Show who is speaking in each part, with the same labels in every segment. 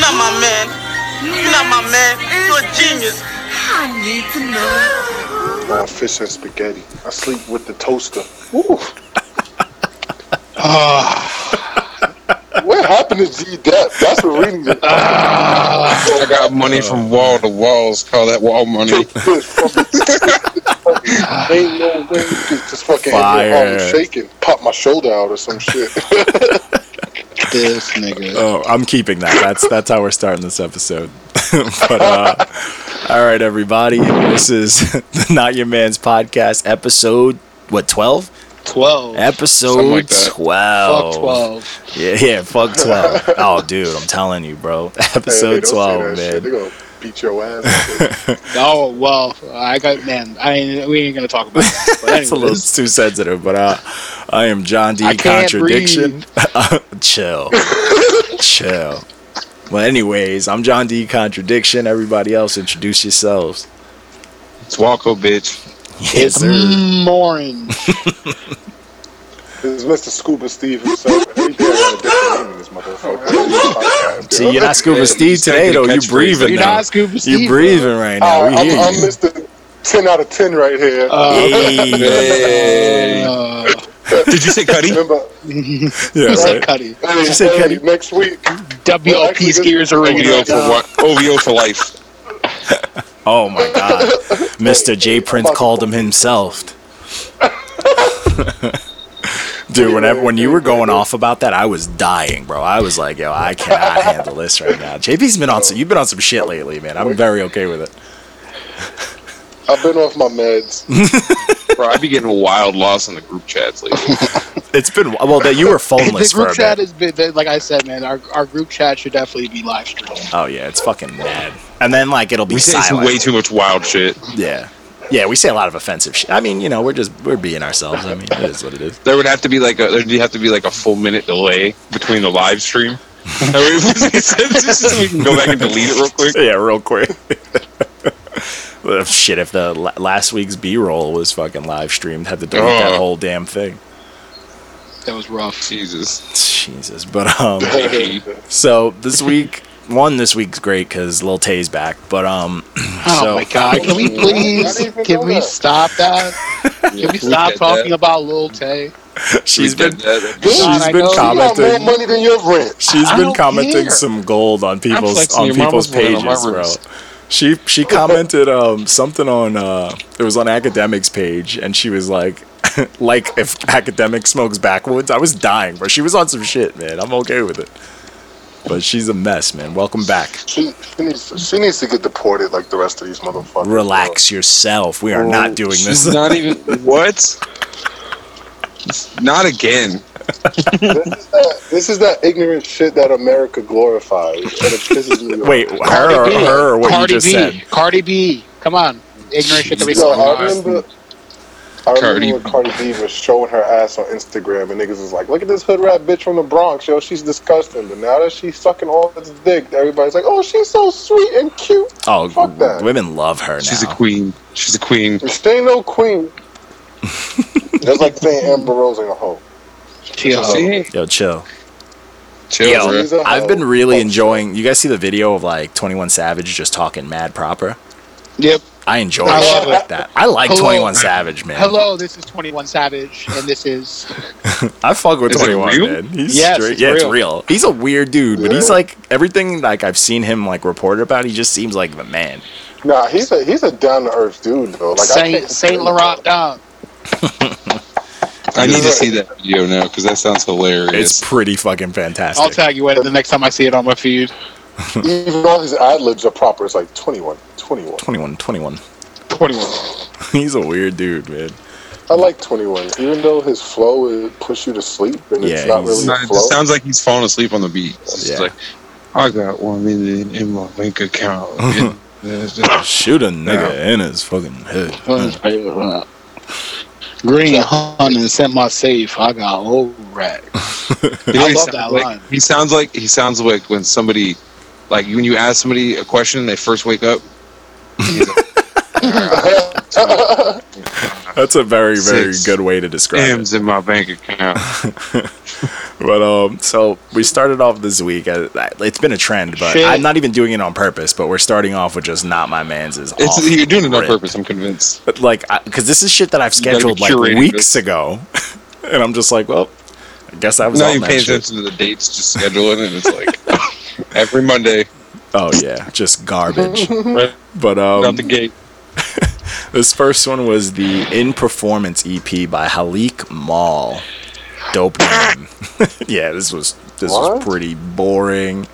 Speaker 1: not my man. You're not my man. You're a genius.
Speaker 2: I need to know.
Speaker 3: Nah, fish and spaghetti. I sleep with the toaster. Ooh. Ah. what happened to G Dep? That's what we need. to
Speaker 4: I got money from wall to walls. Call that wall money.
Speaker 3: take this fucking- Ain't no way you could just fucking hit your arm
Speaker 5: Fire.
Speaker 3: shaking, pop my shoulder out or some shit.
Speaker 6: This nigga.
Speaker 5: Oh, I'm keeping that. That's that's how we're starting this episode. but uh, all right, everybody, this is the Not Your Man's podcast episode. What twelve?
Speaker 6: 12.
Speaker 5: Episode
Speaker 4: Something like that.
Speaker 5: twelve.
Speaker 6: Fuck 12.
Speaker 5: Yeah, yeah, fuck twelve. oh, dude, I'm telling you, bro. Episode twelve,
Speaker 3: They're
Speaker 5: man.
Speaker 3: gonna beat your ass.
Speaker 6: Oh, well, I got, man, I ain't, we ain't going to talk about that. But
Speaker 5: That's a little
Speaker 6: anyways,
Speaker 5: too sensitive, but uh, I am John D.
Speaker 6: I can't
Speaker 5: Contradiction. Chill. Chill. Well, anyways, I'm John D. Contradiction. Everybody else, introduce yourselves.
Speaker 4: It's Walco, bitch.
Speaker 5: Yes,
Speaker 6: it's orange.
Speaker 3: This is Mr. Scuba Steve himself. Every day I got a different name in this motherfucker.
Speaker 5: See, you're not Scuba
Speaker 4: Yeah,
Speaker 5: Steve
Speaker 4: he's got
Speaker 5: today,
Speaker 4: good
Speaker 5: though. You're
Speaker 4: catchphrase.
Speaker 5: breathing
Speaker 6: You're
Speaker 5: now.
Speaker 6: not Scuba Steve.
Speaker 5: You're breathing right now.
Speaker 3: I,
Speaker 5: we
Speaker 3: I'm,
Speaker 5: hear
Speaker 3: Oh, I'm
Speaker 5: you.
Speaker 3: Mr. 10 out of 10 right here.
Speaker 6: Uh,
Speaker 5: Hey.
Speaker 4: Hey.
Speaker 6: uh,
Speaker 4: Did you say Cuddy?
Speaker 3: Remember,
Speaker 5: Yeah,
Speaker 6: That's
Speaker 5: right.
Speaker 6: it, Cuddy.
Speaker 3: hey,
Speaker 5: She said,
Speaker 3: hey,
Speaker 5: "Kenny."
Speaker 3: next week,
Speaker 6: WLP skiers are ringing
Speaker 4: OVO
Speaker 6: right
Speaker 4: for
Speaker 6: now.
Speaker 4: what? OVO for life.
Speaker 5: Oh my God, Mr. J. Prince called him himself. Dude, whenever when you were going off about that, I was dying, bro. I was like, yo, I cannot handle this right now. JP's been on some, you've been on some shit lately, man. I'm very okay with it.
Speaker 3: I've been off my meds.
Speaker 4: Bro, I be getting wild lost in the group chats lately.
Speaker 5: It's been well that you were
Speaker 6: The
Speaker 5: phoneless for
Speaker 6: group
Speaker 5: a
Speaker 6: chat
Speaker 5: bit.
Speaker 6: has been, that- like I said, man, our, our group chat should definitely be live streamed.
Speaker 5: Oh yeah, it's fucking mad. And then like it'll be
Speaker 4: We say some
Speaker 5: silent.
Speaker 4: way too much wild shit.
Speaker 5: yeah, yeah, we say a lot of offensive shit. I mean, you know, we're just we're being ourselves. I mean, it is what it is.
Speaker 4: There would have to be like a there'd have to be like a full minute delay between the live stream. That way we- so we can go back and delete it real quick.
Speaker 5: yeah, real quick. Well, Shit, if the la- last week's B roll was fucking live streamed, had to delete that
Speaker 4: Ugh.
Speaker 5: whole damn thing.
Speaker 6: That was rough.
Speaker 4: Jesus.
Speaker 5: Jesus, but um,
Speaker 4: Hey.
Speaker 5: so this week, one this week's great because Lil Tay's back, but um,
Speaker 6: Oh
Speaker 5: so
Speaker 6: my god! Can we
Speaker 3: I
Speaker 6: please?
Speaker 3: didn't even
Speaker 6: Can
Speaker 3: know
Speaker 6: we
Speaker 3: that.
Speaker 6: stop that? Can we stop
Speaker 4: did
Speaker 6: talking
Speaker 4: that.
Speaker 6: about Lil Tay?
Speaker 5: she's
Speaker 4: We
Speaker 5: been
Speaker 4: did that.
Speaker 5: she's
Speaker 6: God, I know
Speaker 5: been
Speaker 6: you
Speaker 3: You got more
Speaker 5: commenting.
Speaker 3: money than your rent.
Speaker 5: She's
Speaker 6: I
Speaker 5: been
Speaker 6: don't
Speaker 5: commenting
Speaker 6: care.
Speaker 5: some gold on people's
Speaker 4: flexing
Speaker 5: on
Speaker 4: your mama's
Speaker 5: people's
Speaker 4: one
Speaker 5: pages,
Speaker 4: on my
Speaker 5: bro.
Speaker 4: rooms.
Speaker 5: She she commented um something on uh it was on academics page and she was like like if academic smokes backwoods I was dying bro she was on some shit man I'm okay with it but she's a mess man welcome back
Speaker 3: She, she, needs, she needs to get deported like the rest of these motherfuckers.
Speaker 5: relax yourself we are not doing
Speaker 4: Oh. She's
Speaker 5: this
Speaker 4: not even what? Not again.
Speaker 3: This is that ignorant shit that America glorifies, and it pisses me off.
Speaker 5: wait her or, her or what
Speaker 6: Cardi
Speaker 5: you just
Speaker 6: B.
Speaker 5: said
Speaker 6: Cardi B. Come on, ignorant shit that we
Speaker 3: No,
Speaker 6: talk
Speaker 3: I
Speaker 6: about.
Speaker 3: remember. I remember
Speaker 4: Cardi
Speaker 3: when
Speaker 4: B.
Speaker 3: Cardi B was showing her ass on Instagram, and niggas was like, "Look at this hood rat bitch from the Bronx, yo, she's disgusting." But now that she's sucking all this dick, everybody's like, "Oh, she's so sweet and cute."
Speaker 5: oh
Speaker 3: Fuck that.
Speaker 5: women love her
Speaker 4: She's a
Speaker 5: now
Speaker 4: queen. She's a queen.
Speaker 3: She ain't no queen. That's like saying Amber Rose ain't a hoe.
Speaker 6: Chill.
Speaker 4: See?
Speaker 5: yo chill
Speaker 4: Chill,
Speaker 5: Yo,
Speaker 4: bro.
Speaker 3: She's a
Speaker 5: I've
Speaker 3: hoe.
Speaker 5: been really enjoying. You guys see the video of like Twenty One Savage just talking mad proper.
Speaker 6: Yep.
Speaker 5: I enjoy
Speaker 6: I
Speaker 5: shit
Speaker 6: love
Speaker 5: like that. I like
Speaker 6: Hello.
Speaker 5: Twenty One Savage, man.
Speaker 6: Hello, this is 21 Savage, and this is
Speaker 5: I fuck with
Speaker 4: Is it
Speaker 5: Twenty One,
Speaker 4: real?
Speaker 5: man. He's
Speaker 6: Yes,
Speaker 5: straight.
Speaker 6: it's
Speaker 5: yeah, it's
Speaker 6: real.
Speaker 5: real. He's a weird dude, but he's
Speaker 3: Yeah.
Speaker 5: like everything like I've seen him like reported about. He just seems like the man.
Speaker 3: Nah, he's a he's a down to earth dude though. Like I
Speaker 6: Saint
Speaker 3: can't-
Speaker 6: Saint Laurent Dom.
Speaker 4: I need to see that video now because that sounds
Speaker 5: It's
Speaker 4: hilarious.
Speaker 5: pretty fucking
Speaker 6: I'll
Speaker 5: fantastic.
Speaker 6: tag you in it the next time I see it on my feed.
Speaker 3: Even all his ad libs are proper. It's like 21, 21.
Speaker 5: 21, 21.
Speaker 6: 21.
Speaker 5: He's a weird dude, man.
Speaker 3: I like 21, even though his flow would push you to sleep, and
Speaker 5: Yeah,
Speaker 3: it's not
Speaker 5: he's
Speaker 3: really
Speaker 4: It's not-
Speaker 3: a
Speaker 4: it
Speaker 3: flow.
Speaker 4: just sounds like he's falling asleep on the beat. It's just
Speaker 5: Yeah.
Speaker 4: like, I got one million in my bank account.
Speaker 5: Shoot a nigga in his fucking head.
Speaker 6: Green Hunt and sent my safe. I got old rat.
Speaker 4: You know,
Speaker 6: I
Speaker 4: he
Speaker 6: love
Speaker 4: sounds
Speaker 6: that
Speaker 4: like-
Speaker 6: line.
Speaker 4: He sounds like he sounds like when somebody, like when you ask somebody a question and they first wake up. he's like, "Alright, so, uh,
Speaker 5: That's a very, very
Speaker 4: Six.
Speaker 5: good way to describe it.
Speaker 4: M's in my bank account.
Speaker 5: But um, so we started off this week. uh, It's been a trend, but
Speaker 6: Shit.
Speaker 5: I'm not even doing it on purpose. But we're starting off with just not my man's is.
Speaker 4: It's,
Speaker 5: off
Speaker 4: you're doing it on
Speaker 5: rip.
Speaker 4: purpose. I'm convinced.
Speaker 5: But like, because this is shit that I've
Speaker 4: gotta be
Speaker 5: scheduled like
Speaker 4: curating
Speaker 5: weeks
Speaker 4: this.
Speaker 5: ago, and I'm just like, well, I guess I was
Speaker 4: Now
Speaker 5: on
Speaker 4: you
Speaker 5: that
Speaker 4: pay
Speaker 5: shit.
Speaker 4: attention to the dates, just scheduling, and it's like every Monday
Speaker 5: Oh yeah, just garbage.
Speaker 4: right
Speaker 6: Mm-hmm.
Speaker 5: but
Speaker 4: out
Speaker 5: um,
Speaker 4: the gate.
Speaker 5: this first one was the In Performance EP by Halik Mall. Dope name. yeah, this was this was
Speaker 3: What?
Speaker 5: pretty boring.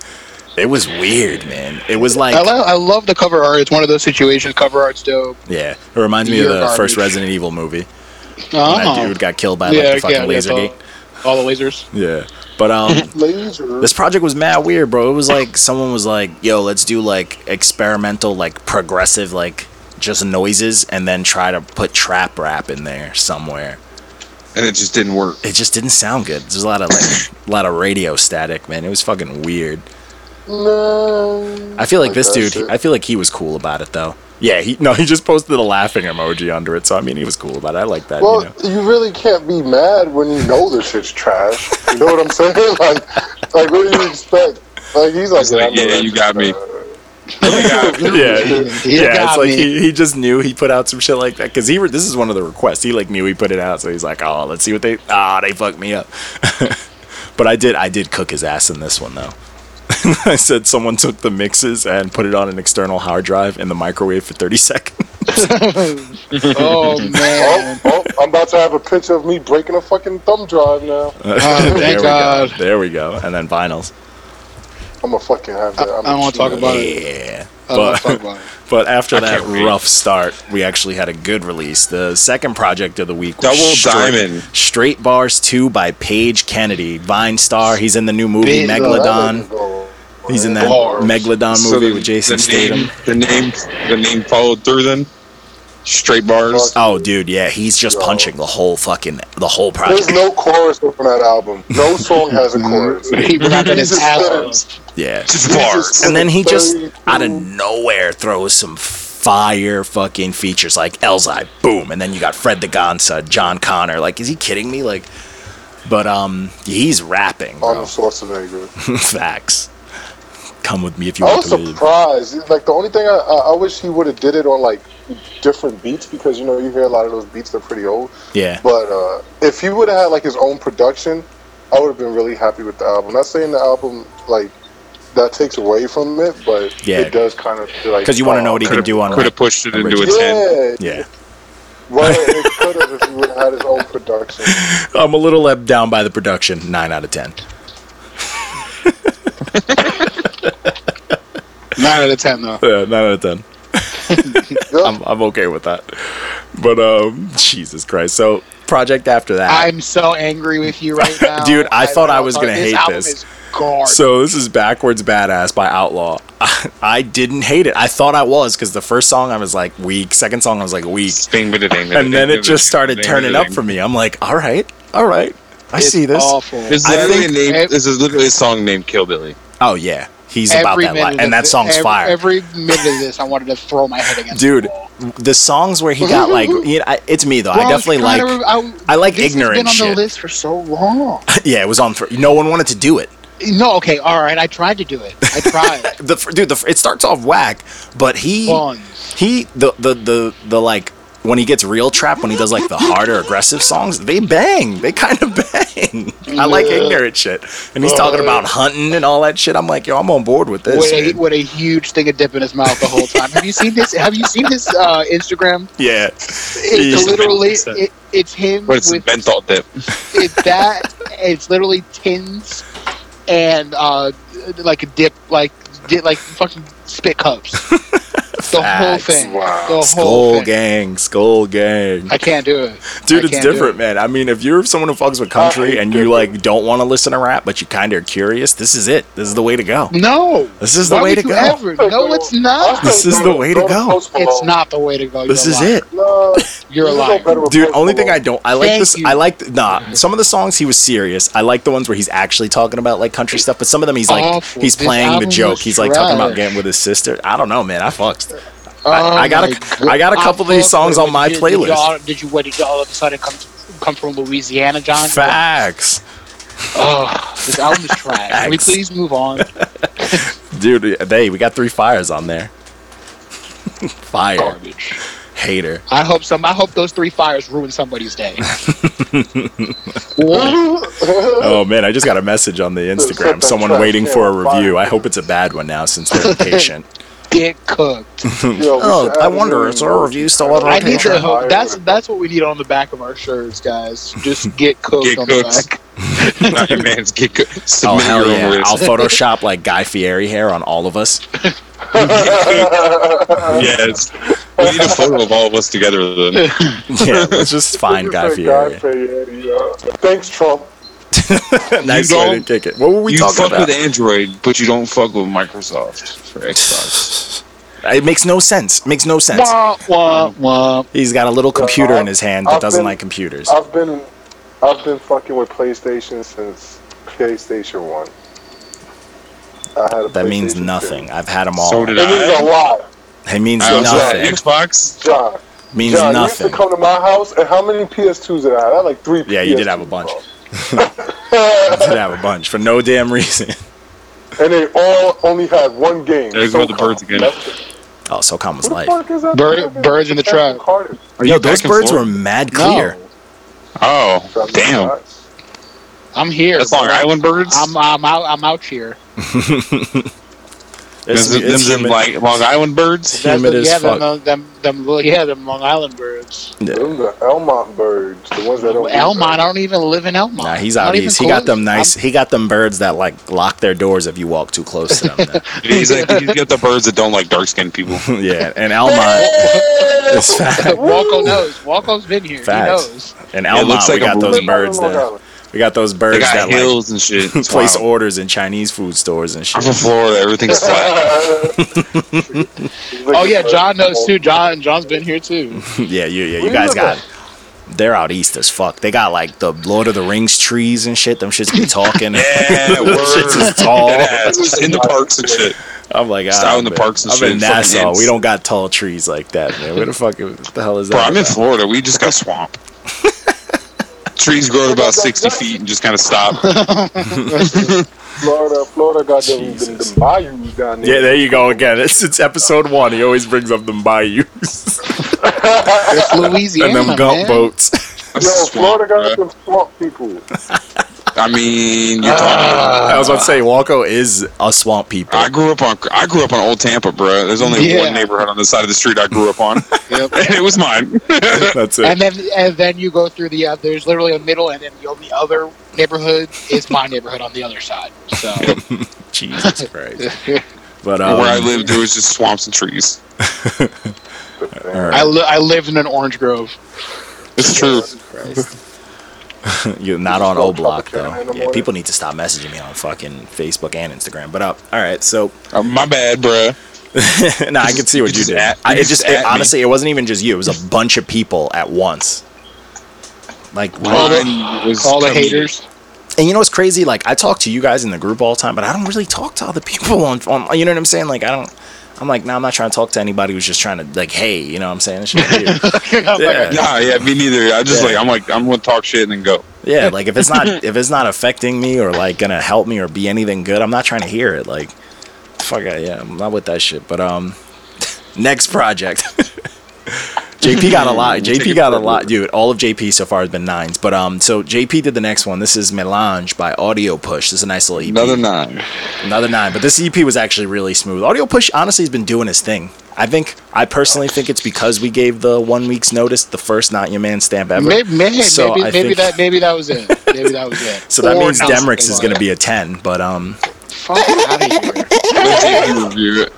Speaker 5: It was weird, man. It was like
Speaker 6: I, lo- I love the cover art. It's one of those situations. Cover art's dope.
Speaker 5: Yeah, it reminds me of
Speaker 6: You're
Speaker 5: the
Speaker 6: garbage.
Speaker 5: first Resident Evil movie.
Speaker 6: Oh.
Speaker 5: When that dude got killed by like, the fucking
Speaker 6: I
Speaker 5: laser
Speaker 6: all,
Speaker 5: gate.
Speaker 6: all the lasers.
Speaker 5: Yeah, but um,
Speaker 3: Laser.
Speaker 5: this project was mad weird, bro. It was like someone was like, "Yo, let's do like experimental, like progressive, like just noises, and then try to put trap rap in there somewhere."
Speaker 4: And it just didn't work.
Speaker 5: It just didn't sound good. There's a lot of like, a lot of radio static, man. It was fucking weird.
Speaker 3: No.
Speaker 5: I feel like this
Speaker 3: that
Speaker 5: dude.
Speaker 3: shit.
Speaker 5: I feel like he was cool about it though. Yeah, he no, he just posted a laughing emoji under it. So I mean, he was cool about it. I like that.
Speaker 3: Well,
Speaker 5: you know?
Speaker 3: you, really can't be mad when you know this shit's trash. You know what I'm saying? Like, like what do you expect? Like he's like,
Speaker 4: He's like,
Speaker 3: I know
Speaker 4: yeah,
Speaker 3: that
Speaker 4: you
Speaker 3: shit's
Speaker 4: got me.
Speaker 3: trash.
Speaker 5: yeah, he-
Speaker 6: You
Speaker 5: yeah, it's
Speaker 6: got
Speaker 5: like
Speaker 6: me.
Speaker 5: he, he just knew he put out some shit like that because he re- this is one of the requests he like knew he put it out so he's like oh let's see what they ah they fucked me up but I did I did cook his ass in this one though I said someone took the mixes and put it on an external hard drive in the microwave for thirty seconds
Speaker 6: Oh
Speaker 3: Oh,
Speaker 6: man.
Speaker 3: oh, I'm about to have a picture of me breaking a fucking thumb drive now.
Speaker 6: Oh, thank
Speaker 5: there we
Speaker 6: God.
Speaker 5: go there we go and then vinyls
Speaker 3: I'm gonna fucking have that. I'm
Speaker 6: I don't want to talk about it.
Speaker 5: yeah
Speaker 6: I don't want
Speaker 5: but
Speaker 6: to talk about it.
Speaker 5: but after that
Speaker 4: can't wait.
Speaker 5: rough start we actually had a good release the second project of the week was
Speaker 4: Double
Speaker 5: Straight-
Speaker 4: Diamond.
Speaker 5: Straight Bars 2 by Paige Kennedy. Vine star. He's in the new movie
Speaker 6: Big
Speaker 5: Megalodon. He's in that
Speaker 4: Bars.
Speaker 5: Megalodon
Speaker 4: So
Speaker 5: movie
Speaker 4: the-
Speaker 5: with Jason
Speaker 4: the
Speaker 5: Statham.
Speaker 4: Name, the name, the name followed through. Then straight bars.
Speaker 5: Oh, dude, yeah, he's just
Speaker 3: Yo.
Speaker 5: punching the whole fucking the whole project.
Speaker 3: There's no chorus on that album. No song has a chorus.
Speaker 6: He rapping his ass off.
Speaker 5: yeah,
Speaker 4: Just bars.
Speaker 5: and then he just
Speaker 3: Very
Speaker 5: out of
Speaker 3: cool.
Speaker 5: nowhere throws some fire fucking features like Elzai, boom, and then you got Fred the Gonza, John Connor. Like, is he kidding me? Like, but um, he's rapping.
Speaker 3: Arnold
Speaker 5: Bro.
Speaker 3: Schwarzenegger.
Speaker 5: Facts. Come with me if you
Speaker 3: I
Speaker 5: want
Speaker 3: was
Speaker 5: to live.
Speaker 3: surprised. Like the only thing I, I, I wish he would have did it on like different beats because you know you hear a lot of those beats they're pretty old.
Speaker 5: Yeah.
Speaker 3: But uh, if he would have had like his own production, I would have been really happy with the album. Not saying the album like that takes away from it, but
Speaker 5: Yeah.
Speaker 3: it does kind of feel like
Speaker 5: Because you want to know what he can
Speaker 4: Could've-
Speaker 5: do on
Speaker 4: Could
Speaker 5: like,
Speaker 4: have pushed it into a
Speaker 5: original.
Speaker 4: ten.
Speaker 3: Yeah,
Speaker 5: Yeah.
Speaker 3: Well, it could have if he would have had his own production.
Speaker 5: I'm a little let down by the production. Nine out of ten.
Speaker 6: Nine out of ten though.
Speaker 5: Yeah, nine out of ten.
Speaker 3: Yeah,
Speaker 5: I'm, I'm okay with that. But um, Jesus Christ. So project after that.
Speaker 6: I'm so angry with you right now,
Speaker 5: Dude, I thought I was gonna hate
Speaker 6: album
Speaker 5: this.
Speaker 6: Is garbage.
Speaker 5: so this is backwards badass by Outlaw. I, didn't hate it. I thought I was because the first song I was like weak. Second song I was like weak, and then it just started turning up for me. I'm like, all right, all right, I
Speaker 6: It's
Speaker 5: see this.
Speaker 6: Awful.
Speaker 4: This is,
Speaker 5: I
Speaker 4: literally
Speaker 5: think-
Speaker 4: a name,
Speaker 6: ev-
Speaker 4: this is literally a song named Kill Billy.
Speaker 5: Oh yeah, he's about that life, and that
Speaker 6: thi-
Speaker 5: song's
Speaker 6: ev-
Speaker 5: fire.
Speaker 6: Every minute of this, I wanted to throw my head against.
Speaker 5: Dude,
Speaker 6: the wall.
Speaker 5: the songs where he got like, you know, I, it's me though.
Speaker 6: Bro,
Speaker 5: I
Speaker 6: was
Speaker 5: definitely
Speaker 6: trying
Speaker 5: like.
Speaker 6: to re-
Speaker 5: I like
Speaker 6: this
Speaker 5: ignorant
Speaker 6: has been on
Speaker 5: shit.
Speaker 6: the list for so long.
Speaker 5: Yeah, it was on. Th- no one wanted to do it.
Speaker 6: No, okay, all right. I tried to do it. I tried.
Speaker 5: The fir- dude, the, fir- it starts off whack, but he
Speaker 6: Buns.
Speaker 5: he the the the the like when he gets real trap when he does like the harder aggressive songs they bang they kind of bang i like ignorant shit and he's talking
Speaker 6: Uh,
Speaker 5: about hunting and all that shit i'm like yo i'm on board with this
Speaker 6: With a,
Speaker 5: man.
Speaker 6: with a huge thing of dip in his mouth the whole time. Have you seen this? Have you seen this uh, Instagram?
Speaker 5: yeah
Speaker 6: It's
Speaker 5: He-
Speaker 6: literally
Speaker 4: It's a-
Speaker 6: it, it's him
Speaker 4: But it's
Speaker 6: with
Speaker 4: menthol dip.
Speaker 6: it, that it's literally tins and uh like a dip like dip, like fucking spit cups the whole
Speaker 5: Facts.
Speaker 6: thing
Speaker 3: Wow.
Speaker 6: the whole
Speaker 5: skull
Speaker 6: thing.
Speaker 5: gang skull gang
Speaker 6: i can't do it
Speaker 5: dude
Speaker 6: I
Speaker 5: it's
Speaker 6: can't do
Speaker 5: different man i mean if you're someone who fucks with country
Speaker 3: Uh,
Speaker 5: and you like don't want to listen to rap but you kind of are curious this is it this is the way to go
Speaker 6: it. no
Speaker 5: This is the
Speaker 6: Why
Speaker 5: way
Speaker 6: would
Speaker 5: to
Speaker 6: you
Speaker 5: go.
Speaker 6: Ever? no it's not
Speaker 5: This is the way to go.
Speaker 6: it's not the way to go
Speaker 5: this
Speaker 6: You're
Speaker 5: is
Speaker 6: a liar.
Speaker 5: it
Speaker 3: No,
Speaker 6: you're a
Speaker 3: you know
Speaker 6: liar
Speaker 3: better with
Speaker 5: Dude,
Speaker 3: Post
Speaker 5: only thing I
Speaker 3: Malone.
Speaker 5: don't I like
Speaker 6: Thank
Speaker 5: this
Speaker 6: you.
Speaker 5: I like nah. Some of the songs he was serious. I like the ones where he's actually talking about like country stuff, but some of them he's like
Speaker 6: Awful.
Speaker 5: he's
Speaker 6: This
Speaker 5: playing the
Speaker 6: album
Speaker 5: joke.
Speaker 6: was
Speaker 5: He's like talking about
Speaker 6: trash.
Speaker 5: getting with his sister. I don't know, man. I fucked. I- I got a-
Speaker 6: Oh my
Speaker 5: I got a
Speaker 6: God.
Speaker 5: couple of these
Speaker 6: Look,
Speaker 5: songs on my
Speaker 6: did,
Speaker 5: playlist.
Speaker 6: Did you, all, did you what? Did you all of a sudden come come from Louisiana, John?
Speaker 5: Facts,
Speaker 6: Oh, this album is trash. Can we
Speaker 5: Facts.
Speaker 6: please move on?
Speaker 5: dude. They we got three fires on there. Fire
Speaker 6: Garbage.
Speaker 5: hater.
Speaker 6: I hope some. I hope those three fires ruin somebody's day.
Speaker 5: Oh man, I just got a message on the
Speaker 3: set
Speaker 5: Instagram.
Speaker 3: that
Speaker 5: Someone
Speaker 3: trash
Speaker 5: waiting for a
Speaker 3: can on
Speaker 5: review.
Speaker 3: fire.
Speaker 5: I hope it's a bad one now since they're impatient.
Speaker 6: Get cooked.
Speaker 5: Oh, I wonder, is our review still on
Speaker 6: I need
Speaker 5: Patreon.
Speaker 6: to hope. That's that's what we need on the back of our shirts, guys. Just get cooked
Speaker 4: Get
Speaker 6: on the
Speaker 4: cooked.
Speaker 6: back.
Speaker 4: Not your man's get good.
Speaker 5: Oh
Speaker 4: Submit
Speaker 5: hell
Speaker 4: your own
Speaker 5: yeah!
Speaker 4: list.
Speaker 5: I'll Photoshop like Guy Fieri hair on all of us.
Speaker 4: yes. We need a photo of all of us together then.
Speaker 5: Yeah, let's just find Guy Fieri.
Speaker 3: Thanks, Trump.
Speaker 5: nice
Speaker 4: You
Speaker 5: way to
Speaker 4: don't-
Speaker 5: kick it. What were we
Speaker 4: you
Speaker 5: talking
Speaker 4: fuck
Speaker 5: about?
Speaker 4: with Android, but you don't fuck with Microsoft for Xbox.
Speaker 5: It makes no sense. It makes no sense.
Speaker 6: Wah, wah, wah.
Speaker 5: He's got a little computer in his hand that
Speaker 3: I've
Speaker 5: doesn't
Speaker 3: been-
Speaker 5: like computers.
Speaker 3: I've been, I've been fucking with PlayStation since PlayStation One. I had a
Speaker 5: That means
Speaker 3: PlayStation two.
Speaker 5: nothing. I've had them all.
Speaker 4: So did
Speaker 3: It means a
Speaker 4: I.
Speaker 3: lot,
Speaker 5: It means
Speaker 4: I also had
Speaker 5: nothing.
Speaker 4: Xbox.
Speaker 3: John.
Speaker 5: Means
Speaker 3: John, you used to
Speaker 5: nothing.
Speaker 3: come to my house, and how many PS2s did I have? I had like three.
Speaker 5: Yeah, you did
Speaker 3: PS2s,
Speaker 5: have a bunch.
Speaker 3: bro.
Speaker 5: Did have a bunch for no damn reason.
Speaker 3: and they all only had one game.
Speaker 4: There go the
Speaker 3: SoCom.
Speaker 4: birds again.
Speaker 3: That's it.
Speaker 5: Oh, SoCom was
Speaker 3: Who the
Speaker 5: life.
Speaker 3: fuck is that?
Speaker 6: Bird- birds in the trap.
Speaker 3: Carter.
Speaker 4: Are
Speaker 5: Yo,
Speaker 4: you
Speaker 5: those
Speaker 4: back and
Speaker 5: birds
Speaker 4: forth?
Speaker 5: were mad clear.
Speaker 6: No,
Speaker 4: Oh,
Speaker 3: uh,
Speaker 4: damn.
Speaker 6: I'm here.
Speaker 4: That's Long
Speaker 6: bro.
Speaker 4: Island birds?
Speaker 6: I'm I'm out. I'm out here.
Speaker 5: It's,
Speaker 4: Them's-
Speaker 5: it's
Speaker 4: them's in,
Speaker 5: humid.
Speaker 4: like Long Island birds?
Speaker 5: Humid
Speaker 6: That's-
Speaker 5: as
Speaker 6: yeah, them,
Speaker 5: fuck.
Speaker 6: uh, them, them, li- yeah, them Long Island birds.
Speaker 3: Them the Elmont birds, the ones that don't. eat
Speaker 6: Elmont, I
Speaker 3: birds.
Speaker 6: don't even live in Elmont.
Speaker 5: Nah, he's
Speaker 6: Not
Speaker 5: out
Speaker 6: even
Speaker 5: east. He got
Speaker 6: close.
Speaker 5: them nice. He got them birds that like lock their doors if you walk too close to them.
Speaker 4: He's like, you get the birds that don't like dark skinned people.
Speaker 5: yeah, and Almont is
Speaker 6: I'm-
Speaker 5: fat.
Speaker 6: Walco knows. Walco's been here.
Speaker 5: Facts.
Speaker 6: He knows.
Speaker 5: And
Speaker 4: Yeah, it
Speaker 5: Almont,
Speaker 4: looks
Speaker 5: we
Speaker 4: like a
Speaker 5: got those
Speaker 4: room.
Speaker 5: birds
Speaker 3: Long
Speaker 5: there.
Speaker 3: Island.
Speaker 5: We got those
Speaker 4: They
Speaker 5: birds
Speaker 4: got
Speaker 5: that like
Speaker 4: hills and shit. It's
Speaker 5: place
Speaker 4: wild.
Speaker 5: orders in Chinese food stores and
Speaker 4: I'm
Speaker 5: shit.
Speaker 4: from Florida. Everything's flat.
Speaker 3: Uh,
Speaker 6: Oh yeah, John knows too. John John's been here too.
Speaker 5: yeah, yeah, yeah. You
Speaker 3: Where
Speaker 5: guys
Speaker 3: you
Speaker 5: got. They're out east as fuck. They got like the Lord of the Rings trees and shit. Them shits be talking.
Speaker 4: Yeah,
Speaker 5: Them shits is tall.
Speaker 4: Yeah, it's just in the parks and shit.
Speaker 5: I'm like,
Speaker 4: Just
Speaker 5: ah,
Speaker 4: out in the
Speaker 5: man.
Speaker 4: parks and
Speaker 5: I'm
Speaker 4: shit,
Speaker 5: in
Speaker 4: it fucking
Speaker 5: Nassau.
Speaker 4: ends.
Speaker 5: We don't got tall trees like that, man. Where the fuck? What the hell is that?
Speaker 4: Bro, I'm in
Speaker 5: about?
Speaker 4: Florida. We just got swamp. Trees grow to about 60 feet and just kind of stop.
Speaker 3: Florida, Florida got them, them,
Speaker 5: Jesus.
Speaker 3: them bayous down
Speaker 5: Yeah,
Speaker 3: there.
Speaker 5: there you go again. It's, it's episode one. He always brings up them bayous
Speaker 6: It's Louisiana,
Speaker 5: and them
Speaker 6: man.
Speaker 5: gump boats.
Speaker 4: That's
Speaker 3: Yo,
Speaker 4: swamp,
Speaker 3: Florida got
Speaker 4: bruh.
Speaker 3: them swamp people.
Speaker 4: I mean, you're talking
Speaker 5: I was about to say, Walco is a swamp people.
Speaker 4: Uh, I grew up on I grew up on Old Tampa, bro. There's only
Speaker 6: Yeah.
Speaker 4: one neighborhood on the side of the street I grew up on,
Speaker 6: Yep.
Speaker 4: and it was mine.
Speaker 5: That's it.
Speaker 6: And then and then you go through the uh, there's literally a middle, and then the only other neighborhood is my neighborhood on the other side. So
Speaker 5: Jesus Christ. But um,
Speaker 4: Where I lived, there was just swamps and trees.
Speaker 6: I li- I lived in an orange grove.
Speaker 4: It's true.
Speaker 5: you're not on
Speaker 3: Just
Speaker 5: O Block
Speaker 3: Tropicana
Speaker 5: though.
Speaker 3: in the
Speaker 5: Yeah,
Speaker 3: morning.
Speaker 5: people need to stop messaging me on fucking Facebook and Instagram. But up, all right. So
Speaker 4: Uh, my bad, bruh.
Speaker 5: nah, I can see what
Speaker 4: You
Speaker 5: you
Speaker 4: just
Speaker 5: did.
Speaker 4: at-
Speaker 5: I,
Speaker 4: you
Speaker 5: it
Speaker 4: just
Speaker 5: just it-
Speaker 4: at me.
Speaker 5: honestly, it wasn't even just you. It was a bunch of people at once. Like
Speaker 6: All the-
Speaker 4: Mine was
Speaker 6: All the
Speaker 4: comedic.
Speaker 6: haters.
Speaker 5: And you know what's crazy? Like I talk to you guys in the group all the time, but I don't really talk to other people on, on you know what I'm saying? Like I don't I'm like, nah, I'm not trying to talk to anybody who's just trying to like, hey, you know what I'm saying? This shit here. yeah.
Speaker 4: Nah, yeah, me neither. I just
Speaker 5: Yeah.
Speaker 4: like I'm like I'm gonna talk shit and then go.
Speaker 5: yeah, like if it's not if it's not affecting me or like gonna help me or be anything good, I'm not trying to hear it. Like fuck I, yeah, I'm not with that shit. But um next project. JP got a lot.
Speaker 4: Take
Speaker 5: JP
Speaker 4: it
Speaker 5: got a
Speaker 4: for a
Speaker 5: lot, dude. All of JP so far has been nines. But um, so JP did the next one. This is Melange by Audio Push. This is a nice little EP.
Speaker 4: Another nine.
Speaker 5: Another nine, but this EP was actually really smooth. Audio Push honestly has been doing his thing. I think I personally think it's because we gave the one week's notice the first Not Your Man stamp ever.
Speaker 6: Maybe maybe,
Speaker 5: So
Speaker 6: maybe,
Speaker 5: I
Speaker 6: maybe
Speaker 5: think-
Speaker 6: that maybe that was it. Maybe that was it.
Speaker 5: So that
Speaker 6: Or
Speaker 5: means
Speaker 6: not.
Speaker 5: Demrix is going to be a ten, but um,
Speaker 6: Fuck out of here.
Speaker 4: You review it.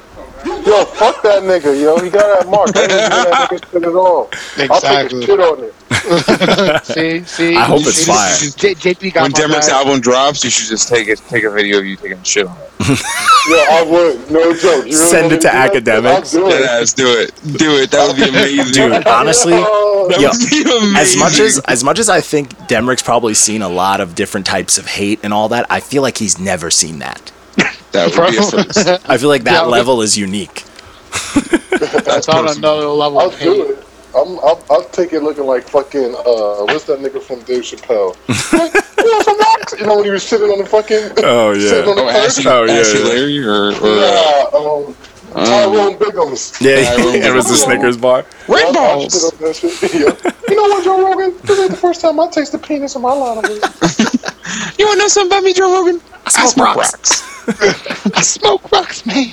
Speaker 3: Yo, fuck that nigga, yo. He got that mark. I didn't do that nigga shit at all. I'll take a
Speaker 6: Exactly.
Speaker 3: shit on it.
Speaker 6: See, see.
Speaker 5: I hope
Speaker 6: You
Speaker 5: it's
Speaker 6: see?
Speaker 5: fire.
Speaker 6: J- JP got
Speaker 4: When
Speaker 6: my
Speaker 4: Demricks
Speaker 6: back.
Speaker 4: album drops, you should just take it, take a video of you taking shit on it.
Speaker 3: Yeah, I would. No joke. You really
Speaker 5: Send
Speaker 3: want
Speaker 5: it
Speaker 3: me
Speaker 5: to
Speaker 3: do that?
Speaker 5: academics.
Speaker 3: I'll do it.
Speaker 4: Yeah, let's do it. Do it. That would be amazing.
Speaker 5: dude, honestly,
Speaker 3: Oh,
Speaker 4: That
Speaker 5: yo,
Speaker 4: would be amazing.
Speaker 5: as much as as much as I think Demrix probably seen a lot of different types of hate and all that, I feel like he's never seen that.
Speaker 4: that would be a first.
Speaker 5: I feel like that
Speaker 6: Yeah.
Speaker 5: level is unique.
Speaker 6: That's on another level
Speaker 3: I'll
Speaker 6: of hate.
Speaker 3: do it. I'm, I'll, I'll take it looking like fucking, uh, what's that nigga from Dave Chappelle? you, know, from Rock- you know, when he was sitting on the fucking.
Speaker 5: Oh,
Speaker 3: sitting on
Speaker 5: yeah.
Speaker 3: the
Speaker 4: Oh, Ashy,
Speaker 3: curb?
Speaker 5: Oh, yeah,
Speaker 4: Ashy
Speaker 5: yeah.
Speaker 4: Larry or, or uh,
Speaker 3: Yeah, um, Tyrone Biggums.
Speaker 5: Yeah,
Speaker 4: Tyrone
Speaker 5: it was the
Speaker 4: Biggums.
Speaker 5: Snickers bar.
Speaker 3: Yeah, I- I
Speaker 4: Red Balls.
Speaker 3: shit on that shit. Yeah. You know what, Joe Rogan? This ain't the first time I taste the penis in my life.
Speaker 5: Oh,
Speaker 4: You want to know something about me, Joe Rogan? I smoke,
Speaker 5: rocks.
Speaker 6: I smoke rocks, man.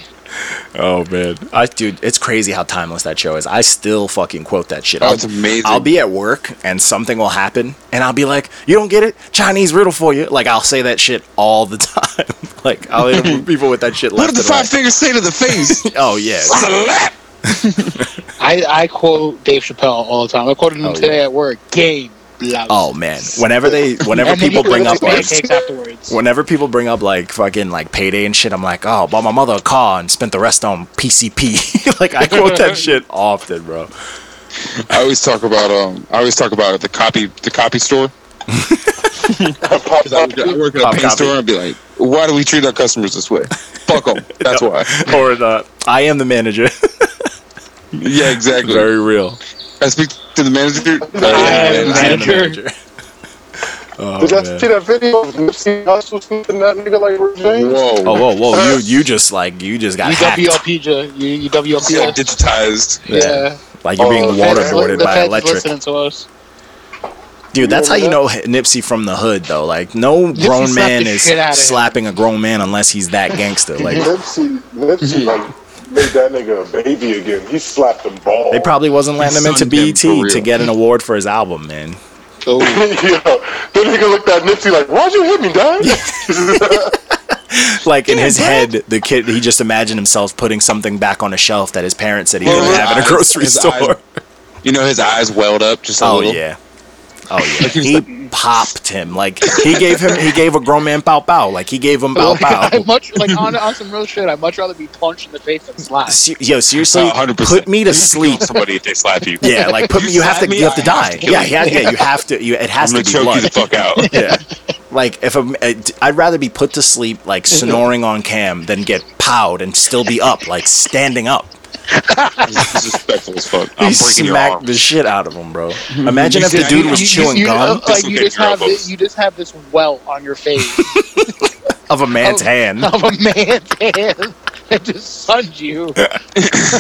Speaker 5: Oh man, I dude, it's crazy how timeless that show is. I still fucking quote that shit.
Speaker 4: Oh,
Speaker 5: I'll-
Speaker 4: it's amazing.
Speaker 5: I'll be at work and something will happen, and I'll be like, "You don't get it? Chinese riddle for you." Like I'll say that shit all the time. like I'll hit people with that shit.
Speaker 4: What
Speaker 5: Left
Speaker 4: did the
Speaker 5: and
Speaker 4: five fingers say to the face?
Speaker 5: right. Oh yeah,
Speaker 4: Slap.
Speaker 6: I, I quote Dave Chappelle all the time. I quoted him
Speaker 5: Oh,
Speaker 6: today at work. Game blouse.
Speaker 5: Oh man, whenever they, whenever
Speaker 6: And then
Speaker 5: people
Speaker 6: he
Speaker 5: bring
Speaker 6: ordered
Speaker 5: up like,
Speaker 6: pancakes afterwards.
Speaker 5: whenever people bring up like fucking like payday and shit, I'm like, oh, bought my mother a car and spent the rest on PCP. like I quote that shit often, bro.
Speaker 4: I always talk about um. I always talk about the copy the copy store. I
Speaker 3: Pop-
Speaker 4: work at a
Speaker 5: Cop
Speaker 4: paint
Speaker 5: copy.
Speaker 4: store and be like, why do we treat our customers this way? Fuck them. That's why.
Speaker 5: or the I am the manager.
Speaker 4: Yeah, exactly.
Speaker 5: Very real.
Speaker 4: I speak to the manager.
Speaker 6: am
Speaker 4: Yeah,
Speaker 6: the
Speaker 4: man.
Speaker 6: manager.
Speaker 5: Oh,
Speaker 3: Did y'all
Speaker 5: man.
Speaker 3: see that video of Nipsey Hussle sniffing that nigga like Rick James?
Speaker 4: Whoa.
Speaker 5: Oh, whoa, whoa! You, you just like you just got
Speaker 6: Uh, You
Speaker 5: hacked.
Speaker 6: WLP, ja- you, you WLP.
Speaker 4: Yeah,
Speaker 6: Yeah,
Speaker 4: digitized.
Speaker 6: yeah.
Speaker 5: Like you're
Speaker 6: uh,
Speaker 3: Oh,
Speaker 5: being
Speaker 3: the
Speaker 6: Feds li-
Speaker 5: waterboarded
Speaker 6: the
Speaker 5: by
Speaker 6: feds
Speaker 5: electric,
Speaker 6: listening to us.
Speaker 5: dude. That's how you know
Speaker 3: remember
Speaker 5: Nipsey from the hood, though. Like no
Speaker 6: Nipsey
Speaker 5: grown
Speaker 6: slapped
Speaker 5: man
Speaker 6: the
Speaker 5: is
Speaker 6: shit outta him.
Speaker 5: slapping a grown man unless he's that gangster. Like
Speaker 3: Nipsey, Nipsey like made that nigga a baby again. He slapped him ball.
Speaker 5: they probably wasn't letting him into
Speaker 4: Sunned him
Speaker 5: BET
Speaker 4: for real.
Speaker 5: to get an award for his album, man.
Speaker 4: Oh.
Speaker 3: yeah. The nigga looked at Nipsey like, "Why'd you hit me, dad?"
Speaker 5: Like in his head, the kid he just imagined himself putting something back on a shelf that his parents said he
Speaker 4: Well,
Speaker 5: couldn't
Speaker 4: his
Speaker 5: have in a
Speaker 4: eyes-
Speaker 5: grocery
Speaker 4: his
Speaker 5: store.
Speaker 4: eyes- You know, his eyes welled up just a
Speaker 5: Oh
Speaker 4: little.
Speaker 5: yeah. Oh yeah. He popped him. Like he gave him he gave a grown man pow pow. Like he gave him pow
Speaker 6: Like, I
Speaker 5: pow.
Speaker 6: much like on, on some real shit. I would much rather be punched in the face than slapped.
Speaker 5: Se- Yo, seriously,
Speaker 4: Oh, 100%.
Speaker 5: put me to
Speaker 4: You can kill
Speaker 5: sleep.
Speaker 4: Somebody if they slap you.
Speaker 5: Yeah, like put me. You have
Speaker 4: slap
Speaker 5: to.
Speaker 4: me,
Speaker 5: you have to
Speaker 4: I have
Speaker 5: die.
Speaker 4: to kill
Speaker 5: Yeah,
Speaker 4: you.
Speaker 5: yeah, yeah. You have to. You, it has
Speaker 4: I'm
Speaker 5: to
Speaker 4: gonna
Speaker 5: be
Speaker 4: choke you the
Speaker 5: blood.
Speaker 4: fuck out.
Speaker 5: Yeah. Like if I'm, uh, d- I'd rather be put to sleep like snoring on cam than get powed and still be up like standing up.
Speaker 4: It's disrespectful as fuck.
Speaker 5: He
Speaker 4: I'm breaking your
Speaker 5: smacked
Speaker 4: arm.
Speaker 5: the shit out of him, bro. Imagine if the
Speaker 4: said,
Speaker 5: dude
Speaker 4: "You-
Speaker 5: was
Speaker 4: you-
Speaker 5: chewing
Speaker 6: you,
Speaker 5: gum
Speaker 6: uh, like you
Speaker 4: Dislocate
Speaker 6: just
Speaker 4: your
Speaker 6: have
Speaker 4: elbows.
Speaker 6: this, you just have this welt on your face
Speaker 5: of a man's hand.
Speaker 6: of a man's hand that just sunned you.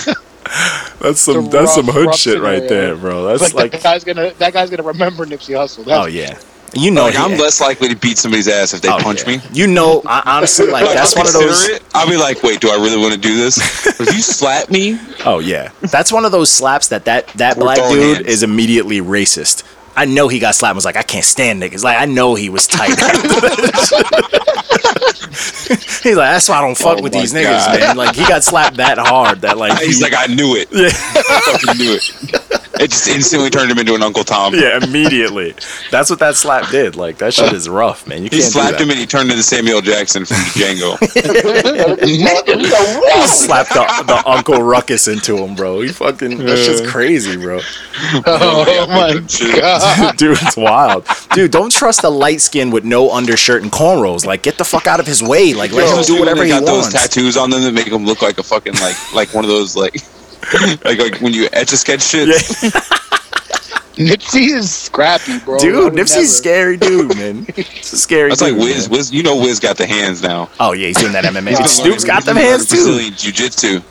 Speaker 5: That's
Speaker 6: some- the that's some rough, hood rough shit right scenario. there,
Speaker 5: bro.
Speaker 6: Like, that guy's gonna that guy's gonna remember Nipsey Hussle. That's
Speaker 5: oh yeah, you know
Speaker 4: Like,
Speaker 5: he-
Speaker 4: I'm less likely to beat somebody's ass if they
Speaker 5: oh,
Speaker 4: punch
Speaker 5: yeah.
Speaker 4: me.
Speaker 5: You know, I, honestly, like
Speaker 4: Like,
Speaker 5: that's
Speaker 4: I'll
Speaker 5: one of
Speaker 4: consider
Speaker 5: those.
Speaker 4: It, I'll be like, wait, do I really want to do this? But if you slap me,
Speaker 5: Oh yeah, that's one of those slaps that that that
Speaker 4: We're
Speaker 5: black
Speaker 4: throwing
Speaker 5: dude
Speaker 4: hands.
Speaker 5: is immediately racist. I know he got slapped. and Was like, I can't stand niggas. Like, I know he was tight. He's like, that's why I don't fuck
Speaker 4: Oh
Speaker 5: with
Speaker 4: my
Speaker 5: these
Speaker 4: God.
Speaker 5: niggas, man. Like, he got slapped that hard that like
Speaker 4: he's
Speaker 5: he-
Speaker 4: like, I knew it. I fucking knew it. It just instantly turned him into an Uncle Tom.
Speaker 5: yeah, immediately. That's what that slap did. Like, that shit is rough, man. You
Speaker 4: He
Speaker 5: can't
Speaker 4: slapped
Speaker 5: do
Speaker 4: him
Speaker 5: that.
Speaker 4: and he turned into Samuel Jackson from Django.
Speaker 5: He slapped the, the Uncle Ruckus into him, bro. He fucking that's just crazy, bro.
Speaker 6: oh my god.
Speaker 5: Dude, it's wild. Dude, don't trust a light skin with no undershirt and cornrows. Like, get the fuck out of his way. Like, let him
Speaker 4: Those
Speaker 5: do
Speaker 4: people that
Speaker 5: whatever he
Speaker 4: got
Speaker 5: wants.
Speaker 4: those tattoos on them that make them look like a fucking like like one of those like like like when you etch a sketch shit.
Speaker 5: Yeah.
Speaker 6: Nipsey is scrappy, bro. I
Speaker 5: dude,
Speaker 6: would
Speaker 5: Nipsey's
Speaker 6: never.
Speaker 5: scary dude, man. It's a scary.
Speaker 4: That's like
Speaker 5: dude,
Speaker 4: Wiz.
Speaker 5: man.
Speaker 4: Wiz, you know Wiz got the hands now.
Speaker 5: Oh yeah, he's doing that MMA.
Speaker 4: He's
Speaker 5: Dude,
Speaker 4: been learning-
Speaker 5: Snoop's got them
Speaker 4: he's been
Speaker 5: hands
Speaker 4: learning
Speaker 5: too.
Speaker 4: Brazilian jiu-jitsu.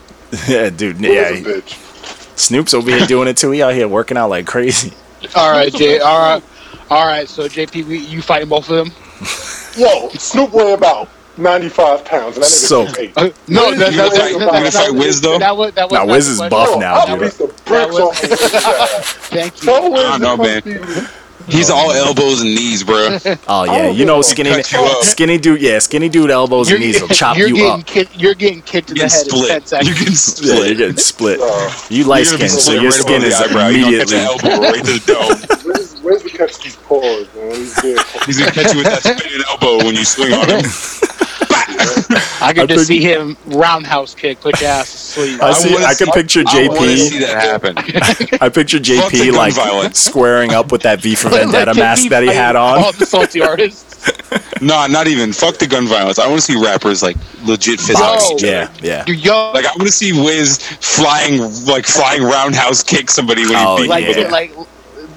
Speaker 5: Yeah, dude.
Speaker 3: Yeah,
Speaker 5: Yeah,
Speaker 3: bitch.
Speaker 5: Snoop's over here doing it too. He out here working out like crazy.
Speaker 6: All right, Jay. All right, all right. So JP, we, you fighting both of them?
Speaker 3: Yo, Snoop weigh about ninety-five pounds, and that nigga
Speaker 5: So-
Speaker 3: so, eight.
Speaker 6: Uh, no,
Speaker 3: Wiz,
Speaker 6: that,
Speaker 3: you
Speaker 6: that,
Speaker 3: gonna
Speaker 6: that,
Speaker 3: fight-
Speaker 6: that,
Speaker 3: you gonna
Speaker 6: that-
Speaker 4: fight Wiz, though?
Speaker 6: That was that was
Speaker 5: Nah,
Speaker 6: not
Speaker 5: Wiz
Speaker 6: the
Speaker 5: is
Speaker 6: question.
Speaker 5: buff
Speaker 3: Yo,
Speaker 5: now.
Speaker 3: I'll
Speaker 5: dude.
Speaker 3: beat the
Speaker 6: That
Speaker 3: bricks off his ass.
Speaker 6: Thank you.
Speaker 3: No way.
Speaker 4: I don't know, man. He's
Speaker 6: Oh.
Speaker 4: all elbows and knees, bro.
Speaker 5: Oh yeah,
Speaker 3: don't
Speaker 5: you know
Speaker 3: give a-
Speaker 5: skinny,
Speaker 4: Cut you up.
Speaker 5: skinny dude. Yeah, skinny dude. Elbows and knees will chop
Speaker 6: you're
Speaker 5: you
Speaker 6: getting
Speaker 5: up.
Speaker 6: Kicked, you're getting kicked in
Speaker 4: You can
Speaker 6: the head
Speaker 4: split.
Speaker 6: in ten
Speaker 4: You
Speaker 6: seconds.
Speaker 4: can
Speaker 5: Yeah, you're
Speaker 4: split.
Speaker 5: getting split.
Speaker 3: Uh,
Speaker 5: You light
Speaker 4: You're gonna be
Speaker 5: skin, so
Speaker 4: split
Speaker 5: your
Speaker 4: right above
Speaker 5: skin
Speaker 4: the
Speaker 5: is
Speaker 4: eyebrow. You gonna catch
Speaker 5: immediately.
Speaker 4: an elbow right to the dome.
Speaker 3: where's, where's the catch these paws, man? He's big.
Speaker 4: He's gonna catch you with that spinning elbow when you swing on him.
Speaker 6: I
Speaker 5: I
Speaker 6: could just
Speaker 5: think-
Speaker 6: see him roundhouse kick, put your ass to sleep.
Speaker 5: I see.
Speaker 4: wanna
Speaker 5: I can
Speaker 4: see-
Speaker 5: picture
Speaker 4: I want to see
Speaker 5: JP.
Speaker 4: that happen.
Speaker 5: I picture
Speaker 4: Lots of
Speaker 5: JP
Speaker 4: gun
Speaker 5: like
Speaker 4: violence.
Speaker 5: squaring up with that V for
Speaker 6: Like,
Speaker 5: Vendetta
Speaker 6: JP
Speaker 5: mask that he had
Speaker 6: fighting
Speaker 5: on.
Speaker 6: All the salty artists.
Speaker 4: Nah, not even. Fuck the gun violence. I want to see rappers like legit
Speaker 6: Box,
Speaker 4: physical.
Speaker 5: Yeah, yeah.
Speaker 6: Dude, yo,
Speaker 4: Like I want to see Wiz flying like flying roundhouse kick somebody when he
Speaker 5: Oh,
Speaker 4: beat
Speaker 6: like,
Speaker 4: with a-
Speaker 5: yeah.
Speaker 6: like,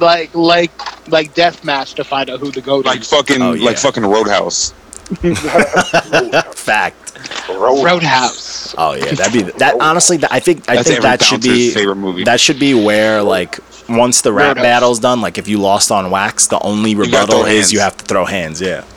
Speaker 6: like, like, like Deathmatch to find out who the goat
Speaker 4: like
Speaker 6: is.
Speaker 4: fucking
Speaker 5: Oh, yeah.
Speaker 4: like fucking Roadhouse.
Speaker 5: Fact.
Speaker 6: Roadhouse.
Speaker 5: Oh yeah, that'd be that. Honestly, that, I think I
Speaker 4: That's
Speaker 5: think
Speaker 4: every
Speaker 5: that should
Speaker 4: bouncer's
Speaker 5: be
Speaker 4: favorite movie.
Speaker 5: That should be where like once the rap
Speaker 6: Roadhouse.
Speaker 5: battle's done, like if you lost on wax, the only
Speaker 4: gotta
Speaker 5: rebuttal
Speaker 4: throw
Speaker 5: is
Speaker 4: hands.
Speaker 5: you have to throw hands. Yeah.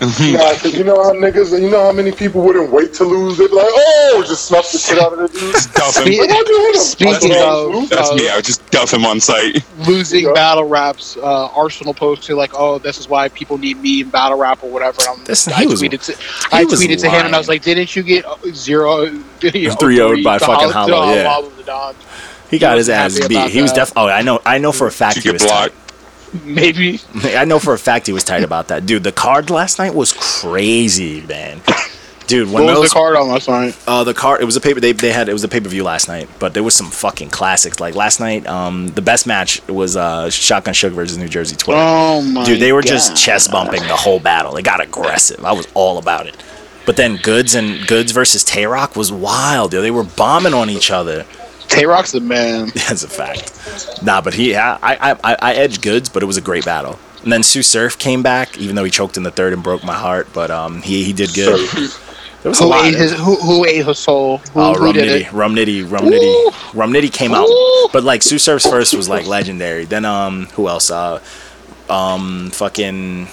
Speaker 3: Nah, 'cause you know how niggas, you know how many people wouldn't wait to lose. They'd be like, "Oh, just slap the shit out of the dude."
Speaker 4: Duff him.
Speaker 6: Spe-
Speaker 3: Like, why'd you hit him?
Speaker 6: Speaking
Speaker 3: I don't
Speaker 6: of,
Speaker 3: know,
Speaker 4: That's
Speaker 6: uh,
Speaker 4: me. I would just duff him on sight.
Speaker 6: losing
Speaker 3: Yeah.
Speaker 6: battle raps, uh, Arsenal posted like, "Oh, this is why people need me in battle rap or whatever." And I'm,
Speaker 5: This-
Speaker 6: I
Speaker 5: he was-
Speaker 6: tweeted to, I
Speaker 5: was
Speaker 6: tweeted to him and I was
Speaker 5: lying.
Speaker 6: like, "Didn't you get uh, zero, you know,
Speaker 5: 3-0'd by
Speaker 6: to
Speaker 5: fucking
Speaker 6: Hol- to
Speaker 5: Hollow, yeah.
Speaker 6: Hollow the Don?
Speaker 5: He got his
Speaker 6: wasn't
Speaker 5: ass
Speaker 6: happy
Speaker 5: beat.
Speaker 6: about
Speaker 5: He was
Speaker 6: that.
Speaker 5: def. Oh, I know. I know for a fact
Speaker 4: You
Speaker 5: he
Speaker 4: get
Speaker 5: was tight.
Speaker 4: blocked.
Speaker 6: Maybe
Speaker 5: I know for a fact he was tight about that, dude. The card last night was crazy, man. Dude, when
Speaker 6: what was
Speaker 5: those
Speaker 6: the card on last night?
Speaker 5: Uh, the car. It was a paper. They, they had it was a pay per view last night, but there was some fucking classics. Like last night, um, the best match was uh, Shotgun Sugar versus New Jersey Twitter.
Speaker 6: Oh my
Speaker 5: Dude, they were just
Speaker 6: God.
Speaker 5: chest bumping the whole battle. It got aggressive. I was all about it. But then Goods and Goods versus Tay Rock was wild. Yo, they were bombing on each other.
Speaker 6: Tay Rock's the man.
Speaker 5: That's a fact. Nah, but he, I, I, I, I edged goods, but it was a great battle. And then Sue Surf came back, even though he choked in the third and broke my heart. But um, he he did good. There was a
Speaker 6: Who
Speaker 5: lot.
Speaker 6: ate his who, who ate his soul? Who,
Speaker 5: Oh,
Speaker 6: who
Speaker 5: Rum
Speaker 6: did
Speaker 5: Nitty,
Speaker 6: it?
Speaker 5: Rum Nitty, Rum
Speaker 6: Ooh.
Speaker 5: Nitty, Rum Nitty came out,
Speaker 6: Ooh.
Speaker 5: but like Sue Surf's first was like legendary. Then um, who else? Uh, um, fucking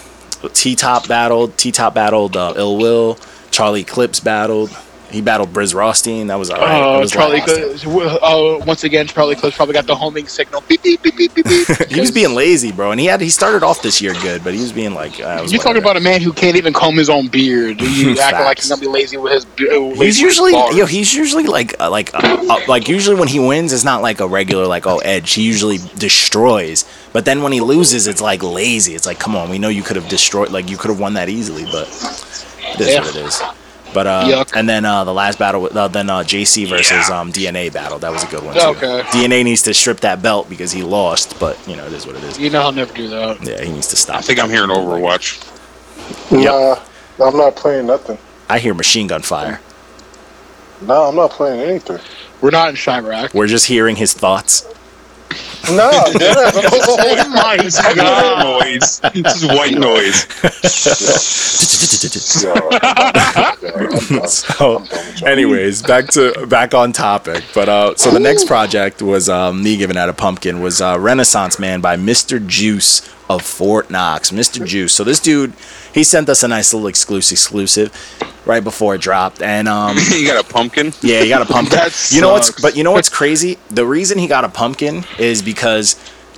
Speaker 5: T Top battled. T Top battled uh, Ill Will. Charlie Clips battled. He battled Briz Rothstein. That was alright. It
Speaker 6: Oh,
Speaker 5: was
Speaker 6: Charlie.
Speaker 5: lackluster.
Speaker 6: Clips- Oh, once again, Charlie Clips probably got the homing signal. Beep beep beep beep beep. beep.
Speaker 5: He was being lazy, bro, and he had he started off this year good, but he was being like, uh, it was
Speaker 6: You're talking
Speaker 5: whatever.
Speaker 6: about a man who can't even comb his own beard. You acting like he's gonna be lazy with his beard.
Speaker 5: He's usually yo. He's usually like uh, like uh, uh, like usually when he wins, it's not like a regular like oh edge. He usually destroys, but then when he loses, it's like lazy. It's like come on, we know you could have destroyed, like you could have won that easily, but it is
Speaker 6: Yeah.
Speaker 5: what it is. But uh,
Speaker 6: Yuck.
Speaker 5: and then uh, the last battle, with- uh, then uh, JC versus um, DNA battle. That was a good one. Too.
Speaker 6: Okay.
Speaker 5: DNA needs to strip that belt because he lost, but you know it is what it is.
Speaker 6: You know he'll never do that.
Speaker 5: Yeah, he needs to
Speaker 4: I
Speaker 5: stop.
Speaker 4: think I'm hearing Overwatch.
Speaker 5: Yep.
Speaker 3: Nah, I'm not playing nothing.
Speaker 5: I hear machine gun fire.
Speaker 3: Nah, I'm not playing anything.
Speaker 6: We're not in Chirac.
Speaker 5: We're just hearing his thoughts.
Speaker 3: Nah, deadass, I'm just saying.
Speaker 6: oh my
Speaker 4: White noise. This is white noise.
Speaker 3: Yo, yo, I'm-
Speaker 5: so, Oh, anyways, back to back on topic. But uh, so the next project was um, me giving out a pumpkin was uh, Renaissance Man by Mr. Juice of Fort Knox. Mr. Juice. So this dude, he sent us a nice little exclusive, exclusive, right before it dropped, and um,
Speaker 4: you got a pumpkin?
Speaker 5: yeah, you got a pumpkin.
Speaker 6: That
Speaker 5: you know what's
Speaker 6: sucks.
Speaker 5: but you know what's crazy? The reason he got a pumpkin is because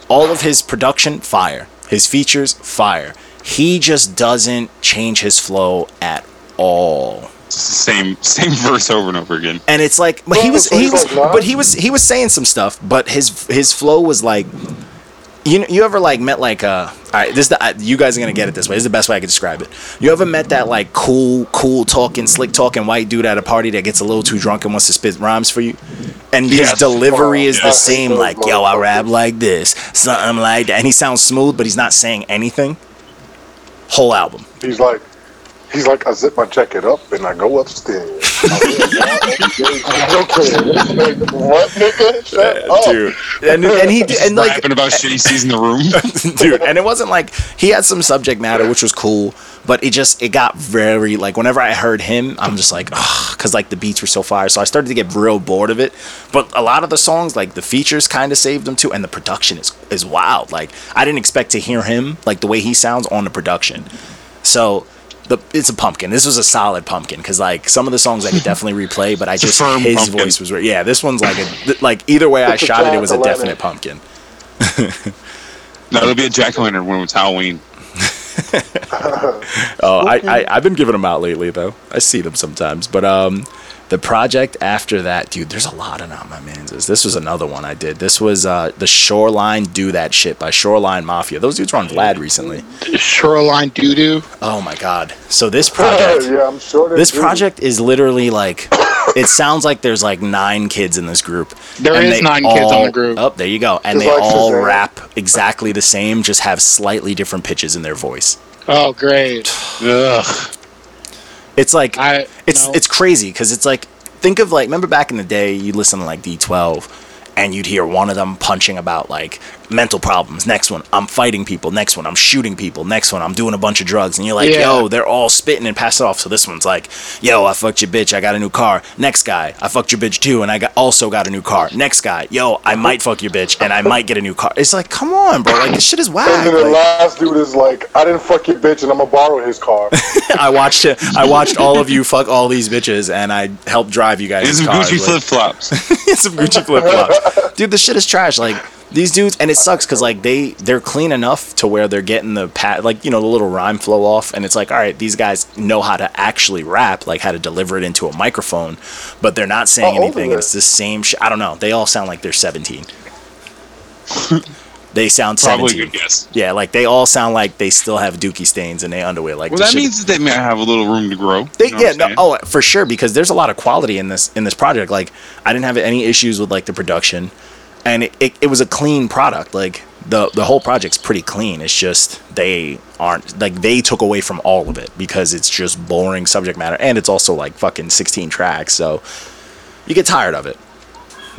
Speaker 5: all of his production fire, his features fire. He just doesn't change his flow at all
Speaker 4: It's the same same verse over and over again.
Speaker 5: and it's like but he
Speaker 3: Well,
Speaker 5: was
Speaker 3: so
Speaker 5: he
Speaker 3: he's
Speaker 5: was
Speaker 3: like not-
Speaker 5: but he was he was saying some stuff but his his flow was like you know, you ever like met like uh all right this is the I, you guys are gonna get it this way this is the best way I can describe it you ever met that like cool cool talking slick talking white dude at a party that gets a little too drunk and wants to spit rhymes for you and his
Speaker 4: Yes.
Speaker 5: delivery is the
Speaker 3: Yes.
Speaker 5: same like yo I rap like this something like that and he sounds smooth but he's not saying anything whole album
Speaker 3: He's like, he's like, I zip my jacket up and I go upstairs. okay, what nigga? Shut up.
Speaker 5: dude and and he and like
Speaker 4: Rapping about shit he sees in the room.
Speaker 5: dude and it wasn't like he had some subject matter which was cool but it just it got very like whenever i heard him i'm just like because like the beats were so fire so i started to get real bored of it but a lot of the songs like the features kind of saved them too and the production is is wild like i didn't expect to hear him like the way he sounds on the production so the, it's a pumpkin. This was a solid pumpkin because like some of the songs I could definitely replay, but I
Speaker 4: a
Speaker 5: just
Speaker 4: firm
Speaker 5: his
Speaker 4: pumpkin.
Speaker 5: voice was re- yeah. This one's like a th- like either way I
Speaker 3: It's a
Speaker 5: shot it, it was a
Speaker 3: jack-o'-lantern.
Speaker 5: definite pumpkin.
Speaker 4: no, it'll be a jack o' lantern when it's Halloween.
Speaker 5: Oh, I, I I've been giving them out lately though. I see them sometimes, but um, the project after that, dude, there's a lot of not my man's. This was another one I did. This was uh the Shoreline Do That Shit by Shoreline Mafia. Those dudes were on Vlad recently.
Speaker 6: Shoreline doo doo.
Speaker 5: Oh my god. So this project,
Speaker 3: yeah, I'm sure they
Speaker 5: this
Speaker 3: do.
Speaker 5: project is literally like. It sounds like there's like nine kids in this group.
Speaker 6: There
Speaker 5: and
Speaker 6: is
Speaker 5: they
Speaker 6: nine kids on
Speaker 5: all-
Speaker 6: the group.
Speaker 5: Oh, there you go. And
Speaker 3: Just
Speaker 5: they
Speaker 3: like
Speaker 5: all
Speaker 3: Shazam.
Speaker 5: rap exactly the same, just have slightly different pitches in their voice.
Speaker 6: Oh, great.
Speaker 4: Ugh.
Speaker 5: It's like
Speaker 6: I
Speaker 5: it's
Speaker 6: no.
Speaker 5: it's crazy because it's like think of like remember back in the day you listen to like D12 and you'd hear one of them punching about like mental problems. Next one, I'm fighting people. Next one, I'm shooting people. Next one, I'm doing a bunch of drugs. And you're like,
Speaker 6: Yeah.
Speaker 5: yo, they're all spitting and pass it off. So this one's like, yo, I fucked your bitch. I got a new car. Next guy, I fucked your bitch too, and I got also got a new car. Next guy, yo, I might fuck your bitch and I might get a new car. It's like, come on, bro. Like this shit is
Speaker 3: And
Speaker 5: whack.
Speaker 3: then the
Speaker 5: Like,
Speaker 3: last dude is like, I didn't fuck your bitch and I'm gonna borrow his car.
Speaker 5: I watched it. I watched all of you fuck all these bitches, and I helped drive you
Speaker 4: These
Speaker 5: guys.
Speaker 4: some
Speaker 5: cars,
Speaker 4: Gucci
Speaker 5: like-
Speaker 4: flip flops.
Speaker 5: some Gucci flip flops. Dude, this shit is trash. Like these dudes, and it sucks because like they they're clean enough to where they're getting the pat like you know the little rhyme flow off, and it's like all right, these guys know how to actually rap, like how to deliver it into a microphone, but they're not saying
Speaker 3: How old are
Speaker 5: anything.
Speaker 3: they?
Speaker 5: It's the same shit. I don't know. They all sound like they're seventeen. they sound
Speaker 4: Probably a
Speaker 5: seventeen.
Speaker 4: good guess.
Speaker 5: Yeah, like they all sound like they still have dookie stains in their underwear. Like
Speaker 4: Well,
Speaker 5: this
Speaker 4: that
Speaker 5: shit-
Speaker 4: means that they may have a little room to grow.
Speaker 5: they,
Speaker 4: You know
Speaker 5: yeah,
Speaker 4: what I'm
Speaker 5: no,
Speaker 4: saying?
Speaker 5: oh, for sure, because there's a lot of quality in this in this project. Like, I didn't have any issues with like the production, and it, it, it was a clean product. Like the the whole project's pretty clean. It's just they aren't like they took away from all of it because it's just boring subject matter, and it's also like fucking 16 tracks, so you get tired of it.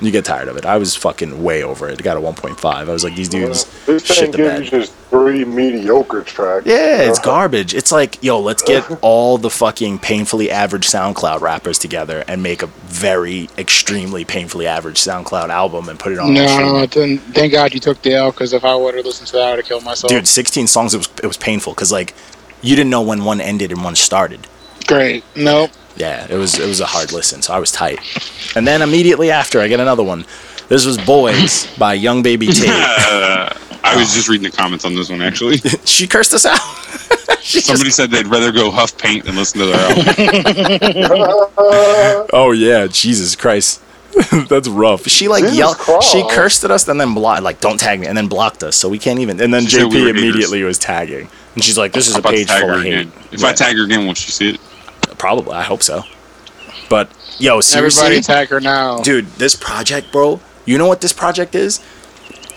Speaker 5: You get tired of it. I was fucking way over it. It got a 1.5. I was like, these dudes
Speaker 3: This thing
Speaker 5: shit the
Speaker 3: gives
Speaker 5: bed.
Speaker 3: you just three mediocre tracks.
Speaker 5: Yeah, it's
Speaker 3: Uh,
Speaker 5: garbage. It's like, yo, let's get all the fucking painfully average SoundCloud rappers together and make a very extremely painfully average SoundCloud album and put it on.
Speaker 6: No,
Speaker 5: stream.
Speaker 6: then, thank God you took the L because if I would have listened to that, I would have killed myself.
Speaker 5: dude, 16 songs. It was it was painful because like you didn't know when one ended and one started.
Speaker 6: Great. Nope.
Speaker 5: Yeah, it was it was a hard listen, so I was tight. And then immediately after, I get another one. This was Boys by Young Baby T.
Speaker 4: Uh, I
Speaker 5: Oh.
Speaker 4: was just reading the comments on this one actually.
Speaker 5: she cursed us out. She just-
Speaker 4: Somebody said they'd rather go huff paint than listen to their album.
Speaker 5: Oh yeah, Jesus Christ. That's rough. She like
Speaker 3: Jesus
Speaker 5: yelled,
Speaker 3: Christ.
Speaker 5: she cursed at us, and then blocked, like, don't tag me, and then blocked us, so we can't even. And then
Speaker 4: She said
Speaker 5: JP
Speaker 4: we were haters.
Speaker 5: immediately was tagging, and she's like, "This is
Speaker 4: I'm
Speaker 5: a
Speaker 4: about to
Speaker 5: page
Speaker 4: tag
Speaker 5: full
Speaker 4: her
Speaker 5: of hate."
Speaker 4: again. If I
Speaker 5: Yeah,
Speaker 4: tag her again, won't she see it?
Speaker 5: probably, I hope so. But yo, seriously,
Speaker 6: Everybody attack her now.
Speaker 5: dude, this project, bro. You know what this project is?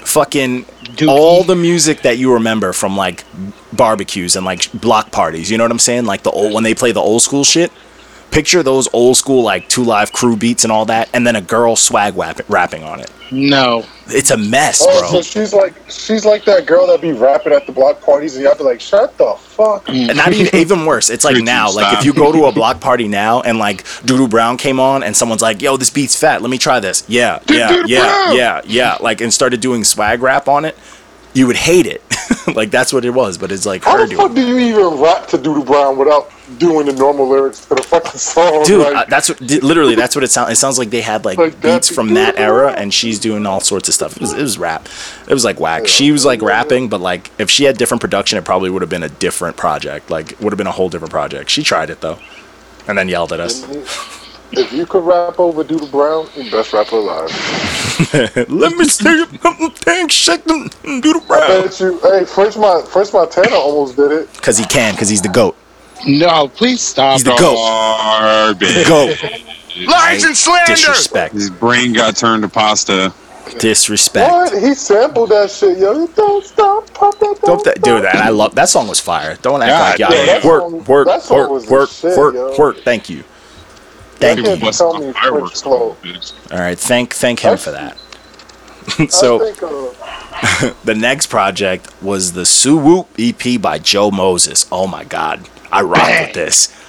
Speaker 5: Fucking
Speaker 6: Dookie.
Speaker 5: all the music that you remember from like barbecues and like block parties. You know what I'm saying? Like the old when they play the old school shit. Picture those old school like two live crew beats and all that, and then a girl swag wap- rapping on it.
Speaker 6: No.
Speaker 5: It's a mess,
Speaker 3: Oh,
Speaker 5: bro.
Speaker 3: so she's like, she's like that girl that be rapping at the block parties, and y'all be like, "Shut the fuck!" up."
Speaker 5: And not even even worse. It's like
Speaker 4: Preaching
Speaker 5: now, like if
Speaker 4: style.
Speaker 5: you go to a block party now and like Doodoo Brown came on and someone's like, "Yo, this beat's fat. Let me try this." Yeah, yeah, yeah, yeah, yeah. Like and started doing swag rap on it. You would hate it. like that's what it was. But it's like
Speaker 3: How
Speaker 5: her
Speaker 3: the fuck
Speaker 5: doing.
Speaker 3: do you even rap to Doodoo Brown without doing the normal lyrics to the fucking song?
Speaker 5: Dude,
Speaker 3: Like,
Speaker 5: uh, that's what di- literally that's what it sounds. It sounds like they had like,
Speaker 3: Like that-
Speaker 5: beats from that era, and she's doing all sorts of stuff. It was, it was rap. It was like whack. She was like rapping, but like if she had different production, it probably would have been a different project. Like would have been a whole different project. She tried it though, and then yelled at us.
Speaker 3: if you could rap over Doodoo Brown, you best rapper alive.
Speaker 5: Let me see you thing, shake them, do the
Speaker 3: I bet you, hey, French, Mon- French Montana almost did it.
Speaker 5: Because he can, because he's the goat.
Speaker 6: No, please stop.
Speaker 5: He's the
Speaker 6: bro.
Speaker 5: goat.
Speaker 4: Garbage.
Speaker 5: Goat.
Speaker 1: Lies and slander.
Speaker 5: Disrespect.
Speaker 4: His brain got turned to pasta.
Speaker 5: Disrespect.
Speaker 3: What? He sampled that shit, yo. You Don't stop, pop that. Don't,
Speaker 5: Don't that, dude, that I love that song was fire. Don't act
Speaker 4: God
Speaker 5: like y'all
Speaker 4: damn.
Speaker 5: ain't- work,
Speaker 3: That song-
Speaker 5: work,
Speaker 3: that song was
Speaker 5: work,
Speaker 3: the
Speaker 5: work,
Speaker 3: shit,
Speaker 5: work,
Speaker 3: yo.
Speaker 5: work. Thank you. Thank
Speaker 3: Yeah.
Speaker 5: you.
Speaker 4: People busting
Speaker 3: tell me
Speaker 4: off fireworks.
Speaker 3: French flow.
Speaker 5: All right, thank thank him for that. so
Speaker 3: think, uh,
Speaker 5: the next project was the Suwoop EP by Joe Moses. Oh my God, I rocked with this.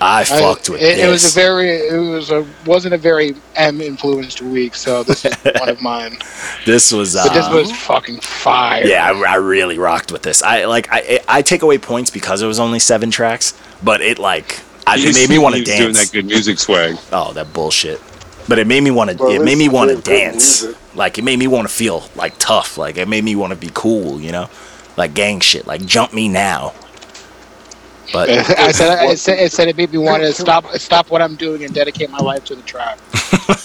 Speaker 5: I
Speaker 6: I-
Speaker 5: fucked with
Speaker 6: it,
Speaker 5: this.
Speaker 6: it was a very. It was a wasn't a very M influenced week. So this is one of mine.
Speaker 5: this was uh,
Speaker 6: But this was fucking fire.
Speaker 5: Yeah, I, I really rocked with this. I like I I take away points because it was only seven tracks, but it like I, it made me want to
Speaker 4: He's Doing
Speaker 5: dance.
Speaker 4: that good music swag.
Speaker 5: Oh, that bullshit! But it made me want to.
Speaker 3: Bro,
Speaker 5: It made
Speaker 3: this
Speaker 5: me
Speaker 3: is
Speaker 5: want to
Speaker 3: good
Speaker 5: dance.
Speaker 3: music.
Speaker 5: Like it made me want to feel like tough. Like it made me want to be cool. You know, like gang shit. Like jump me now. But
Speaker 6: I said, I said, it said it made me want to stop, stop what I'm doing and dedicate my life to the tribe.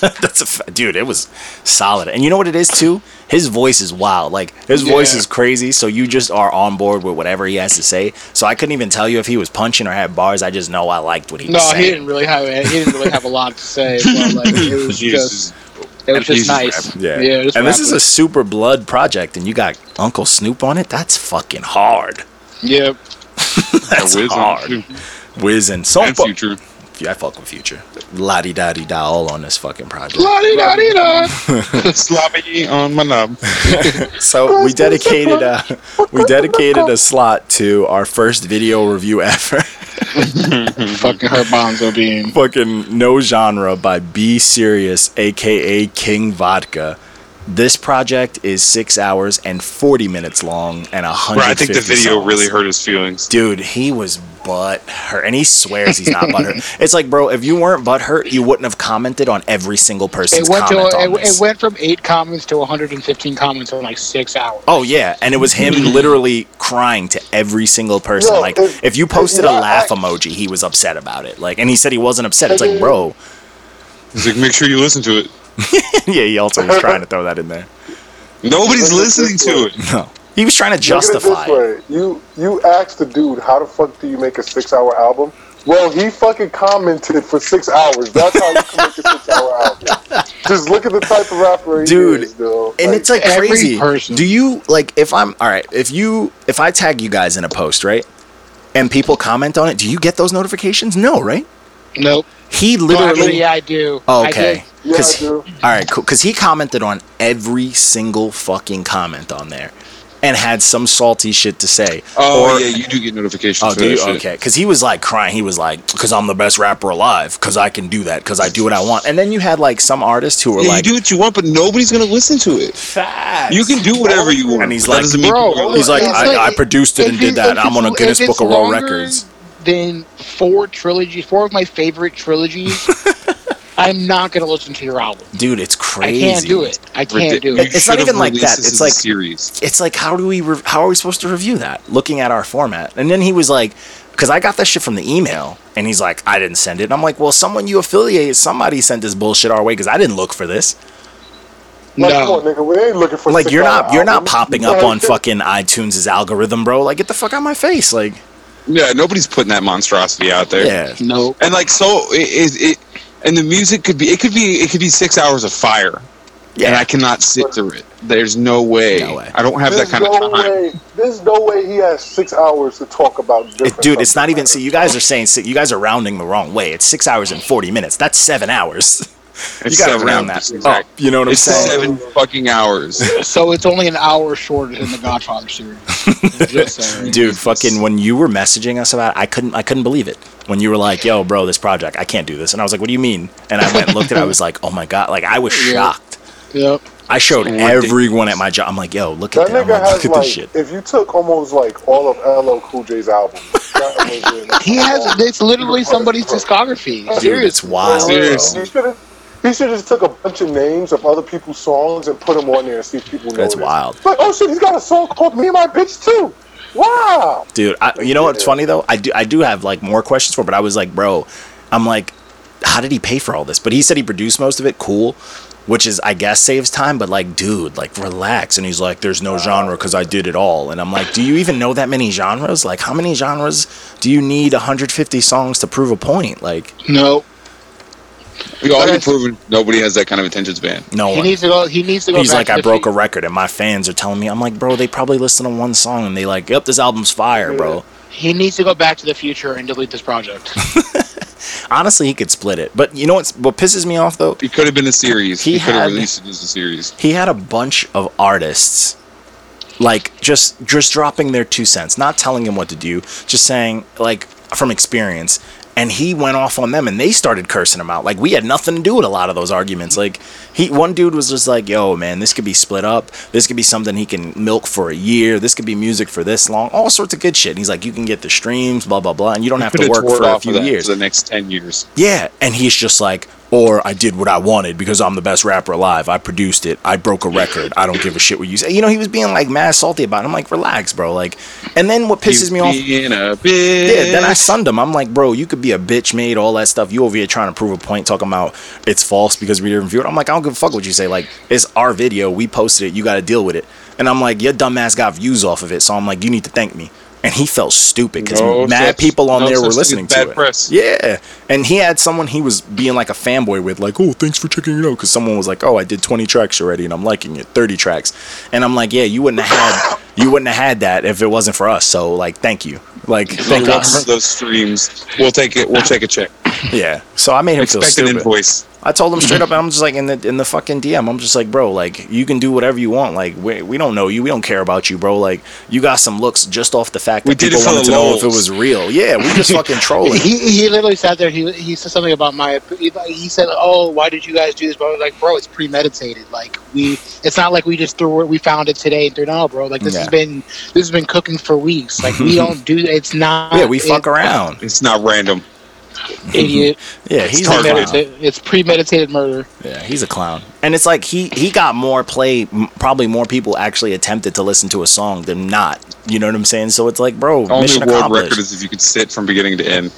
Speaker 5: that's a fa- dude. It was solid, and you know what it is too. His voice is wild. Like his voice
Speaker 6: Yeah.
Speaker 5: is crazy. So you just are on board with whatever he has to say. So I couldn't even tell you if he was punching or had bars. I just know I liked what he
Speaker 6: No,
Speaker 5: was saying.
Speaker 6: he didn't really have, he didn't really have a lot to say. But like, it was
Speaker 4: Jesus.
Speaker 6: just, it was just
Speaker 4: Jesus
Speaker 6: nice.
Speaker 5: Yeah.
Speaker 6: just
Speaker 5: and this is a
Speaker 6: rapping.
Speaker 5: super blood project and you got Uncle Snoop on it? That's fucking hard.
Speaker 6: Yep.
Speaker 5: That's
Speaker 4: Wiz on it,
Speaker 5: hard.
Speaker 4: too.
Speaker 5: Wiz and so
Speaker 4: And Future.
Speaker 5: Yeah, I fuck with Future. La di da di da, all on this fucking project.
Speaker 6: La di da di da.
Speaker 4: Sloppy on my knob.
Speaker 5: So we dedicated a we dedicated a slot to our first video review ever.
Speaker 6: Fucking her bonzo being.
Speaker 5: fucking no genre by B Serious, aka King Vodka. This project is six hours and forty minutes long, and a hundred.
Speaker 4: Bro, I think the video really hurt his feelings.
Speaker 5: Dude, he was butt hurt, and he swears he's not butt hurt. It's like, bro, if you weren't butt hurt, you wouldn't have commented on every single person's
Speaker 6: It went to
Speaker 5: comment on
Speaker 6: it,
Speaker 5: this.
Speaker 6: it went from eight comments to 115 comments in like six hours.
Speaker 5: Oh yeah, and it was him
Speaker 4: Mm.
Speaker 5: literally crying to every single person.
Speaker 3: No,
Speaker 5: like,
Speaker 3: it-
Speaker 5: if you posted
Speaker 3: it's
Speaker 5: a
Speaker 3: not act-
Speaker 5: laugh emoji, he was upset about it. Like, and he said he wasn't upset. It's like,
Speaker 6: Mm-hmm.
Speaker 5: bro,
Speaker 4: He's like, make sure you listen to it.
Speaker 5: yeah. He also was trying to throw that in there.
Speaker 4: Nobody's
Speaker 3: Look at this
Speaker 4: listening to it.
Speaker 5: No. He was trying to
Speaker 3: Look at it
Speaker 5: justify. it.
Speaker 3: this way. You you asked the dude, how the fuck do you make a six hour album? Well, he fucking commented for six hours. That's how you can make a six hour album. Just look at the type of rapper he
Speaker 5: Dude,
Speaker 3: is, though.
Speaker 5: And it's like
Speaker 6: every
Speaker 5: crazy.
Speaker 6: person.
Speaker 5: Do you like if I'm all right, if you if I tag you guys in a post, right? And people comment on it, do you get those notifications? No, right?
Speaker 6: Nope.
Speaker 5: He
Speaker 6: No,
Speaker 5: literally Oh,
Speaker 6: actually, yeah, I do. I
Speaker 5: Okay.
Speaker 6: do.
Speaker 3: Yeah,
Speaker 5: Cause,
Speaker 3: I do.
Speaker 5: all right, cool. Because he commented on every single fucking comment on there, and had some salty shit to say.
Speaker 4: Oh,
Speaker 5: Or-
Speaker 4: yeah, you do get notifications.
Speaker 5: Oh,
Speaker 4: for
Speaker 5: do
Speaker 4: that
Speaker 5: you?
Speaker 4: shit.
Speaker 5: Okay. Because he was like crying. He was like, because I'm the best rapper alive. Because I can do that. Because I do what I want. And then you had like some artists who were
Speaker 4: Yeah,
Speaker 5: like,
Speaker 4: you do what you want, but nobody's gonna listen to it.
Speaker 5: facts.
Speaker 4: You can do whatever you want.
Speaker 5: And he's
Speaker 4: That
Speaker 5: like,
Speaker 4: doesn't mean
Speaker 6: Bro,
Speaker 4: people are
Speaker 5: He's like,
Speaker 6: It's
Speaker 5: I,
Speaker 6: like-
Speaker 5: I produced it and
Speaker 6: If
Speaker 5: did that.
Speaker 6: if
Speaker 5: I'm on a
Speaker 6: it's-
Speaker 5: Guinness
Speaker 6: if it's
Speaker 5: Book of World
Speaker 6: longer
Speaker 5: Records.
Speaker 6: Than four trilogies, four of my favorite trilogies. I'm not gonna listen to your album.
Speaker 5: Dude, it's crazy.
Speaker 6: I can't do it. I can't
Speaker 4: ridic-
Speaker 6: do
Speaker 4: you
Speaker 6: it.
Speaker 5: It's not
Speaker 4: should have
Speaker 5: even like
Speaker 4: released
Speaker 5: that.
Speaker 4: this
Speaker 5: It's
Speaker 4: as a
Speaker 5: like-
Speaker 4: series.
Speaker 5: It's like, how do we? Re- how are we supposed to review that? Looking at our format, and then he was like, because I got that shit from the email, and he's like, I didn't send it. And I'm like, well, someone you affiliate, somebody sent this bullshit our way because I didn't look for this.
Speaker 3: Like,
Speaker 6: No.
Speaker 3: come on, nigga, we ain't looking for
Speaker 5: Like, you're
Speaker 3: six-hour
Speaker 5: not, you're not
Speaker 3: albums.
Speaker 5: popping up
Speaker 3: Like,
Speaker 5: on fucking iTunes' algorithm, bro. Like, get the fuck out of my face. Like,
Speaker 4: Yeah, nobody's putting that monstrosity out there.
Speaker 5: yeah,
Speaker 6: No.
Speaker 4: and like so it, it, it and the music could be it could be it could be six hours of fire and
Speaker 5: yeah.
Speaker 4: i cannot sit through it there's no way,
Speaker 5: No way.
Speaker 4: i don't have that
Speaker 3: There's
Speaker 4: kind
Speaker 3: no
Speaker 4: of time
Speaker 3: way. There's no way he has six hours to talk about.
Speaker 5: It,
Speaker 3: different
Speaker 5: dude, it's
Speaker 3: subject
Speaker 5: not even.
Speaker 3: matter.
Speaker 5: So you guys are saying si- you guys are rounding the wrong way. It's six hours and forty minutes. That's seven hours.
Speaker 4: It's
Speaker 5: you gotta
Speaker 4: seven
Speaker 5: round
Speaker 4: hours,
Speaker 5: that
Speaker 4: exactly.
Speaker 5: up. Oh, You know what I'm
Speaker 4: it's
Speaker 5: saying?
Speaker 4: seven fucking hours
Speaker 6: So it's only an hour shorter than the Godfather series. Just saying.
Speaker 5: dude fucking when you were messaging us about it, i couldn't i couldn't believe it when you were like yo bro this project i can't do this and i was like what do you mean and i went and looked at it i was like oh my god like i was
Speaker 6: Yeah.
Speaker 5: shocked
Speaker 6: Yep.
Speaker 5: i showed
Speaker 4: Ridiculous.
Speaker 5: everyone at my job i'm like yo look at
Speaker 3: That
Speaker 5: that, I'm
Speaker 3: nigga
Speaker 5: like,
Speaker 3: has
Speaker 5: look at
Speaker 3: like,
Speaker 5: this shit
Speaker 3: if you took almost like all of LL Cool J's albums, that was in
Speaker 6: He has. It's literally somebody's discography.
Speaker 5: dude it's
Speaker 6: Seriously.
Speaker 5: wild bro.
Speaker 4: Seriously.
Speaker 3: He should have. He should have just took a bunch of names of other people's songs and put them on there and see if people know.
Speaker 5: That's
Speaker 3: it.
Speaker 5: wild.
Speaker 3: Like, oh shit, he's got a song called "Me and My Bitch Too." Wow.
Speaker 5: dude I, you know what's funny though i do i do have like more questions for it, but i was like bro i'm like how did he pay for all this but he said he produced most of it cool which is i guess saves time but like dude like relax and he's like there's no genre because i did it all and i'm like do you even know that many genres like how many genres do you need 150 songs to prove a point like
Speaker 6: No.
Speaker 4: we already proven nobody has that kind of attention span
Speaker 5: no
Speaker 6: He
Speaker 5: one
Speaker 6: needs to go. He needs to go.
Speaker 5: he's
Speaker 6: back
Speaker 5: like
Speaker 6: to
Speaker 5: i
Speaker 6: the
Speaker 5: broke a
Speaker 6: feet.
Speaker 5: record and my fans are telling me i'm like bro they probably listen to one song and they like yep this album's fire bro
Speaker 6: He needs to go back to the future and delete this project.
Speaker 5: honestly he could split it but you know what's, what pisses me off though
Speaker 4: it could have been a series
Speaker 5: He
Speaker 4: he, could
Speaker 5: had-
Speaker 4: have released it as a series
Speaker 5: he had a bunch of artists like just just dropping their two cents not telling him what to do just saying like from experience and he went off on them and they started cursing him out like we had nothing to do with a lot of those arguments like he one dude was just like yo man this could be split up this could be something he can milk for a year this could be music for this long all sorts of good shit and he's like you can get the streams blah blah blah and you don't have
Speaker 4: could
Speaker 5: to
Speaker 4: have
Speaker 5: work
Speaker 4: tore
Speaker 5: for
Speaker 4: it
Speaker 5: a
Speaker 4: off
Speaker 5: few
Speaker 4: of that
Speaker 5: years
Speaker 4: for the next 10 years
Speaker 5: yeah, and he's just like, or I did what I wanted because I'm the best rapper alive. I produced it. I broke a record. I don't give a shit what you say. You know, he was being like mad salty about it. I'm like, relax, bro. Like, and then what pisses me
Speaker 4: You
Speaker 5: off?
Speaker 4: being a bitch.
Speaker 5: Yeah, then I sunned him. I'm like, bro, you could be a bitch made, all that stuff. You over here trying to prove a point, talking about it's false because we didn't view it. I'm like, I don't give a fuck what you say. Like, it's our video. We posted it. You got to deal with it. And I'm like, your dumbass got views off of it. So I'm like, you need to thank me. and he felt stupid because
Speaker 4: No
Speaker 5: mad
Speaker 4: such-
Speaker 5: people on
Speaker 4: no
Speaker 5: there were
Speaker 4: such thing as
Speaker 5: listening to
Speaker 4: bad
Speaker 5: it.
Speaker 4: press.
Speaker 5: Yeah, and he had someone he was being like a fanboy with, like, "Oh, thanks for checking it out," because someone was like, "Oh, I did 20 tracks already, and I'm liking it, 30 tracks," and I'm like, "Yeah, you wouldn't have had you wouldn't have had that if it wasn't for us." So like, thank you, like, thank
Speaker 4: Look up
Speaker 5: us.
Speaker 4: those streams. We'll take it. We'll take a check.
Speaker 5: Yeah. So I made him feel
Speaker 4: Expect an
Speaker 5: stupid.
Speaker 4: invoice.
Speaker 5: I told him straight up, I'm just like in the in the fucking DM. I'm just like, bro, like you can do whatever you want. Like we, we don't know you, we don't care about you, bro. Like you got some looks just off the fact that
Speaker 4: We did
Speaker 5: people
Speaker 4: it for
Speaker 5: wanted
Speaker 4: the
Speaker 5: to know
Speaker 4: lols.
Speaker 5: if it was real. Yeah, we just fucking trolling.
Speaker 6: He, he literally sat there. He, he said something about my. He said, "Oh, why did you guys do this?" But I was like, "Bro, it's premeditated. Like we, it's not like we just threw it. We found it today and threw it out, bro. Like this
Speaker 5: Yeah.
Speaker 6: has been this has been cooking for weeks. Like we don't do. It's not.
Speaker 5: yeah, we fuck
Speaker 6: it-
Speaker 5: around.
Speaker 4: It's not random.
Speaker 6: Idiot.
Speaker 5: Yeah, he's
Speaker 4: targeted.
Speaker 5: a clown.
Speaker 6: Premeditated. It's premeditated murder.
Speaker 5: Yeah, he's a clown. And it's like he he got more play. m- Probably more people actually attempted to listen to a song than not. You know what I'm saying? So it's like, bro,
Speaker 4: Only
Speaker 5: mission
Speaker 4: world
Speaker 5: accomplished.
Speaker 4: record is if you could sit from beginning to end.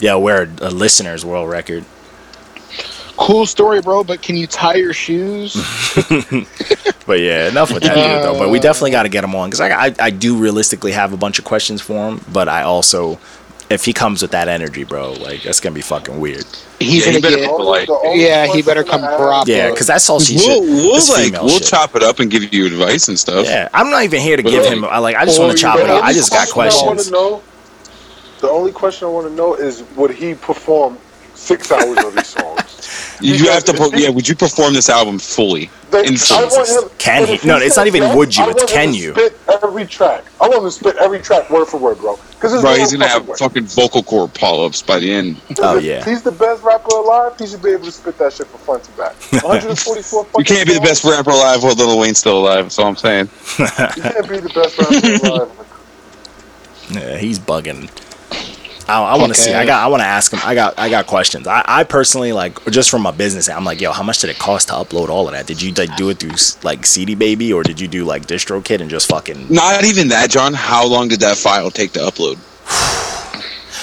Speaker 5: yeah, we're a, a listener's world record.
Speaker 6: Cool story, bro. But can you tie your shoes?
Speaker 5: But yeah, enough with that dude, though. But we definitely got to get him on because I, I I do realistically have a bunch of questions for him. But I also, if he comes with that energy, bro, like that's gonna be fucking weird.
Speaker 6: He's
Speaker 4: Yeah, he
Speaker 6: gonna
Speaker 4: better
Speaker 6: get.
Speaker 4: be polite.
Speaker 6: Yeah, he better come proper.
Speaker 5: Yeah, because that's all she
Speaker 4: We'll,
Speaker 5: shit.
Speaker 4: we'll
Speaker 5: It's
Speaker 4: like
Speaker 5: female
Speaker 4: we'll
Speaker 5: shit.
Speaker 4: chop it up and give you advice and stuff.
Speaker 5: Yeah, I'm not even here to
Speaker 4: But
Speaker 5: give
Speaker 4: like-
Speaker 5: him. I like I just want to chop it up. I just got questions.
Speaker 3: I wanna know, the only question I want to know is would he perform six hours of these songs?
Speaker 4: You, you have to.
Speaker 3: Because-
Speaker 4: Per- yeah, would you perform this album fully?
Speaker 3: They-
Speaker 4: in full?
Speaker 5: Can
Speaker 3: and
Speaker 5: he?
Speaker 3: if
Speaker 5: No, it's
Speaker 3: said
Speaker 5: not even
Speaker 3: yes,
Speaker 5: would you,
Speaker 3: I
Speaker 5: it's
Speaker 3: want him
Speaker 5: can
Speaker 3: to
Speaker 5: you.
Speaker 3: Spit every track. I want him to spit every track word for word, bro. Because
Speaker 4: Bro, he's gonna have fucking vocal cord polyps by the end.
Speaker 5: Oh yeah,
Speaker 3: He's the best rapper alive. He should be able to spit that shit for fun to back. 144 fucking
Speaker 4: You can't be the best
Speaker 3: songs.
Speaker 4: rapper alive while Lil Wayne's still alive. That's all I'm saying.
Speaker 3: You can't be the best rapper alive.
Speaker 5: yeah he's bugging. I, I want to see.
Speaker 6: Okay.
Speaker 5: I got. I want to ask him. I got. I got questions. I, I personally like just from my business. I'm like, yo, how much did it cost to upload all of that? Did you like do it through like CD Baby or did you do like DistroKid and just fucking
Speaker 4: Not even that, John. How long did that file take to upload?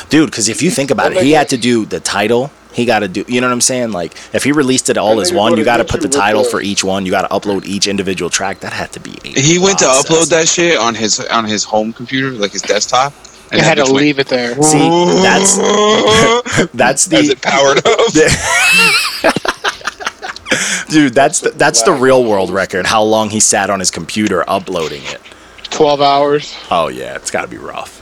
Speaker 5: dude because if you think about it he had to do the title he got to do you know what i'm saying like if he released it all
Speaker 3: And
Speaker 5: as
Speaker 3: then you
Speaker 5: one
Speaker 3: go
Speaker 5: you
Speaker 3: to
Speaker 5: got to put the
Speaker 3: YouTube
Speaker 5: title
Speaker 3: with
Speaker 5: for
Speaker 3: the-
Speaker 5: each one you got to upload each individual track that had to be a
Speaker 4: He went to
Speaker 5: process.
Speaker 4: upload that shit on his on his home computer, like his desktop.
Speaker 6: I had to
Speaker 4: that bitch went,
Speaker 6: leave it there.
Speaker 5: see that's that's
Speaker 4: as
Speaker 5: the
Speaker 4: it powered up.
Speaker 5: dude that's the, that's the real world record how long he sat on his computer uploading it
Speaker 6: Twelve hours.
Speaker 5: oh yeah it's got to be rough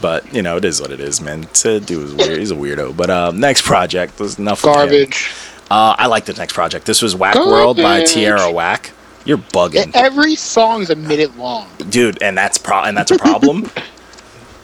Speaker 5: but you know it is what it is man to do is weird he's a weirdo but um next project there's enough with him.
Speaker 6: Garbage.
Speaker 5: uh i like the next project this was whack world by
Speaker 6: Garbage.
Speaker 5: tierra whack you're bugging
Speaker 6: Every song's a minute long.
Speaker 5: dude and that's pro and that's a problem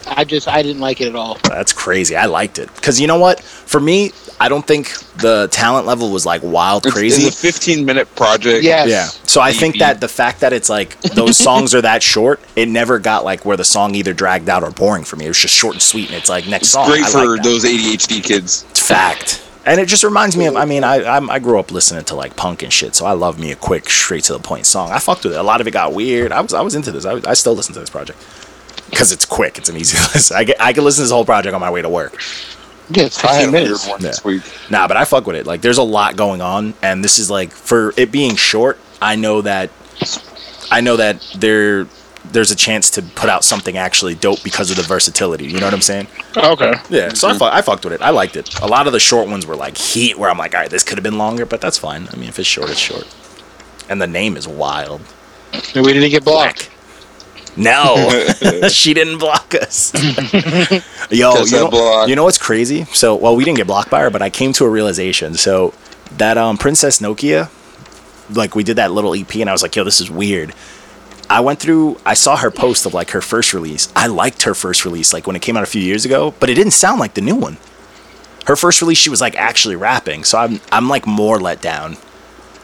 Speaker 6: I just I didn't like it at all.
Speaker 5: that's crazy i liked it because you know what for me i don't think the talent level was like wild crazy
Speaker 4: It's a 15 minute project.
Speaker 6: Yes.
Speaker 5: yeah so i think that the fact that it's like those songs are that short it never got like where the song either dragged out or boring for me it was just short and sweet and it's like next
Speaker 4: It's
Speaker 5: song
Speaker 4: great
Speaker 5: I like
Speaker 4: for
Speaker 5: that.
Speaker 4: those ADHD kids.
Speaker 5: It's fact and it just reminds me of i mean I, I i grew up listening to like punk and shit so i love me a quick straight to the point song i fucked with it a lot of it got weird i was i was into this i, was- I still listen to this project because it's quick it's an easy listen i get i can listen to this whole project on my way to work
Speaker 6: Yeah, it's
Speaker 4: I had a
Speaker 6: 15
Speaker 4: weird
Speaker 6: minutes.
Speaker 4: one
Speaker 5: Yeah.
Speaker 4: this week.
Speaker 5: Nah, but I fuck with it. Like, there's a lot going on, and this is like for it being short. I know that, I know that there, there's a chance to put out something actually dope because of the versatility. You know what I'm saying?
Speaker 6: Okay.
Speaker 5: Yeah. So I, fu- I fucked with it. I liked it. A lot of the short ones were like heat, where I'm like, all right, this could have been longer, but that's fine. I mean, if it's short, it's short. And the name is wild.
Speaker 6: And we didn't get blocked.
Speaker 5: No, she didn't block us. Yo,
Speaker 4: Guess
Speaker 5: you
Speaker 4: I
Speaker 5: know,
Speaker 4: blocked.
Speaker 5: you know what's crazy? So, well, we didn't get blocked by her, but I came to a realization. So that um, Princess Nokia, like we did that little EP, and I was like, yo, this is weird. I went through, I saw her post of like her first release. I liked her first release, like when it came out a few years ago, but it didn't sound like the new one. Her first release, she was like actually rapping. So I'm, I'm like more let down.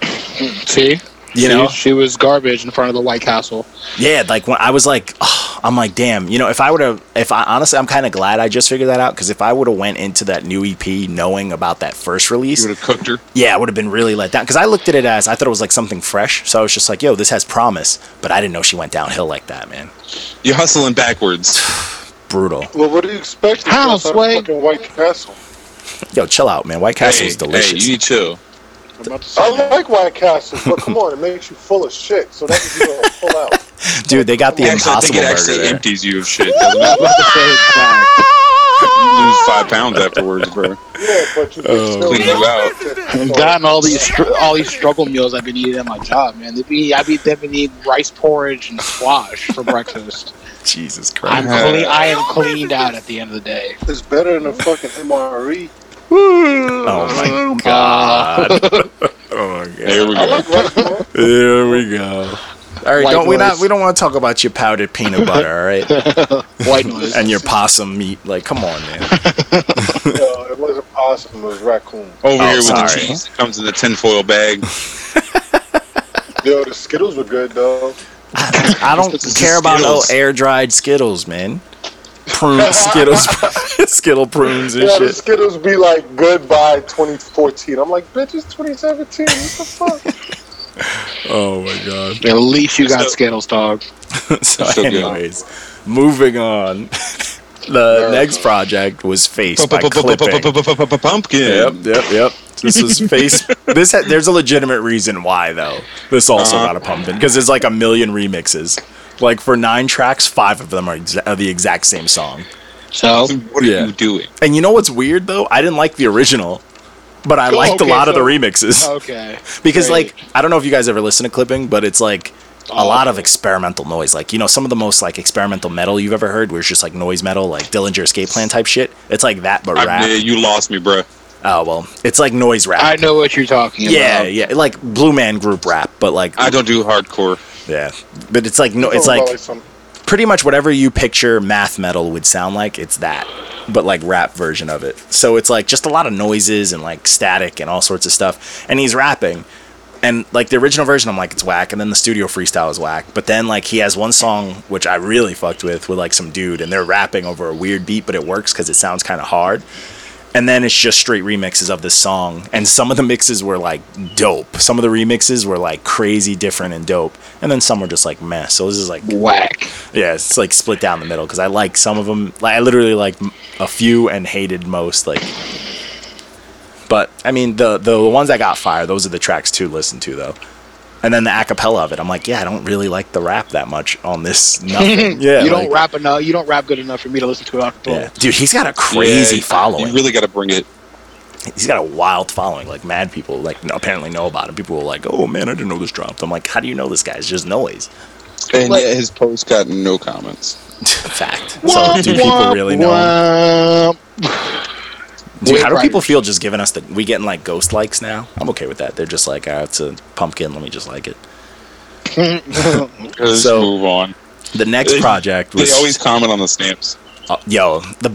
Speaker 6: See?
Speaker 5: You
Speaker 6: she,
Speaker 5: know?
Speaker 6: she was garbage in front of the White Castle.
Speaker 5: Yeah, like when I was like, "Ugh," I'm like, damn, you know, if I would have, if I honestly, I'm kind of glad I just figured that out because if I would have went into that new EP knowing about that first release,
Speaker 4: You would have cooked her.
Speaker 5: yeah, I would have been really let down because I looked at it as I thought it was like something fresh, so I was just like, yo, this has promise, but I didn't know she went downhill like that, man.
Speaker 4: You're hustling backwards.
Speaker 5: Brutal.
Speaker 3: Well, what do you expect? It's
Speaker 6: How,
Speaker 3: outside of
Speaker 6: Sway?
Speaker 3: fucking White Castle.
Speaker 5: Yo, chill out, man. White Castle's
Speaker 4: hey,
Speaker 5: delicious.
Speaker 4: Hey, you need chill.
Speaker 6: I'm about to say
Speaker 3: I
Speaker 4: Oh,
Speaker 6: that.
Speaker 3: like White Castle, but come on, it makes you full of shit. So that was you to pull out.
Speaker 5: Dude, they got the
Speaker 4: Actually, I think
Speaker 5: impossible
Speaker 4: it
Speaker 5: burger.
Speaker 4: actually
Speaker 5: there.
Speaker 4: empties you of shit. doesn't it?
Speaker 6: About to say it back.
Speaker 4: You lose five pounds afterwards, bro.
Speaker 3: Yeah, but you
Speaker 5: Oh,
Speaker 3: still
Speaker 4: clean them out.
Speaker 6: I've gotten all these str- all these struggle meals I've been eating at my job, man. They be I be they've been eating rice porridge and squash for breakfast.
Speaker 5: Jesus
Speaker 6: I'm
Speaker 5: Christ.
Speaker 6: clean. I am cleaned out at the end of the day.
Speaker 3: It's better than a fucking E. MRE.
Speaker 5: Oh my
Speaker 6: God.
Speaker 5: Oh my
Speaker 4: There
Speaker 5: god.
Speaker 4: we
Speaker 3: I
Speaker 4: go.
Speaker 3: like rice porridge.
Speaker 5: There we go. All right, don't we not
Speaker 6: Likewise.
Speaker 5: we don't want to talk about your powdered peanut butter, all right?
Speaker 6: White noise.
Speaker 5: and your possum meat. Like, come on, man.
Speaker 3: No, it wasn't possum. It was raccoon.
Speaker 4: Over
Speaker 5: Oh,
Speaker 4: here with
Speaker 5: sorry.
Speaker 4: the cheese that comes in the tinfoil bag.
Speaker 3: Yo, the Skittles were good though.
Speaker 5: I don't
Speaker 4: This is
Speaker 5: care about no
Speaker 4: Skittles.
Speaker 5: air dried Skittles, man. Prune Skittles, Skittle prunes and
Speaker 3: Yeah, the
Speaker 5: shit.
Speaker 3: Skittles be like good by 2014. I'm like, bitch, it's 2017. What the fuck?
Speaker 5: Oh my god.
Speaker 6: At least you got
Speaker 4: So-
Speaker 6: Skittles, dog.
Speaker 5: so,
Speaker 4: So good.
Speaker 5: anyways, moving on. the next project was Face by Clipping. Yep,
Speaker 4: Pumpkin.
Speaker 5: yep, yep. This was Face. This ha- there's a legitimate reason why though. This also got a pumpkin because there's like a million remixes. Like for nine tracks, five of them are, exa- are the exact same song.
Speaker 6: So
Speaker 4: What are
Speaker 5: Yeah.
Speaker 4: you doing?
Speaker 5: And you know what's weird though? I didn't like the original, but I liked
Speaker 6: okay,
Speaker 5: a lot of the
Speaker 6: so- oh,
Speaker 5: remixes.
Speaker 6: okay,
Speaker 5: because
Speaker 6: Right.
Speaker 5: like I don't know if you guys ever listen to clipping, but it's like a lot of experimental noise. Like you know some of the most like experimental metal you've ever heard, where it's just like noise metal, like Dillinger Escape Plan type shit. It's like that, but
Speaker 4: I,
Speaker 5: rap.
Speaker 4: yeah, you lost me, bro.
Speaker 5: Oh well, it's like noise rap.
Speaker 6: I know what you're talking
Speaker 5: yeah,
Speaker 6: about.
Speaker 5: yeah, like Blue Man Group rap, but like
Speaker 4: I don't do hardcore.
Speaker 5: yeah, but it's like no, it's
Speaker 3: Talking about,
Speaker 5: like
Speaker 3: some
Speaker 5: pretty much whatever you picture math metal would sound like, it's that, but like rap version of it. So it's like just a lot of noises and like static and all sorts of stuff. And he's rapping. And like the original version, I'm like, it's whack. And then the studio freestyle is whack. But then like he has one song, which I really fucked with, with like some dude, and they're rapping over a weird beat, but it works because it sounds kind of hard. And then it's just straight remixes of this song. And some of the mixes were like dope. Some of the remixes were like crazy different and dope. And then some were just like meh. So this is like
Speaker 6: Whack.
Speaker 5: yeah, it's like split down the middle because I like some of them. Like, I literally like m- a few and hated most. Like, but I mean the the ones that got fire, those are the tracks to listen to though. And then the acapella of it, I'm like, yeah, I don't really like the rap that much on this. Nothing. Yeah,
Speaker 6: you
Speaker 5: like-
Speaker 6: don't rap enough. You don't rap good enough for me to listen to it.
Speaker 5: Yeah.
Speaker 6: Yeah.
Speaker 5: dude, he's got a crazy
Speaker 4: Yeah,
Speaker 5: following.
Speaker 4: You really got to bring it.
Speaker 5: he's got a wild following. Like mad people, like no- apparently know about him. People were like, oh man, I didn't know this dropped. I'm like, how do you know this guy? It's just noise.
Speaker 4: And
Speaker 6: Like-
Speaker 4: yet his post got no comments.
Speaker 5: Fact. So do people really know? him? Dude,
Speaker 6: Wave
Speaker 5: how do people
Speaker 6: Riders.
Speaker 5: feel just giving us the we getting like ghost likes now? I'm okay with that. They're just like, ah, it's a pumpkin. Let me just like it.
Speaker 4: Let's
Speaker 5: So-
Speaker 4: move on.
Speaker 5: The next
Speaker 4: They-
Speaker 5: project was
Speaker 4: They always comment on the stamps.
Speaker 5: uh, yo the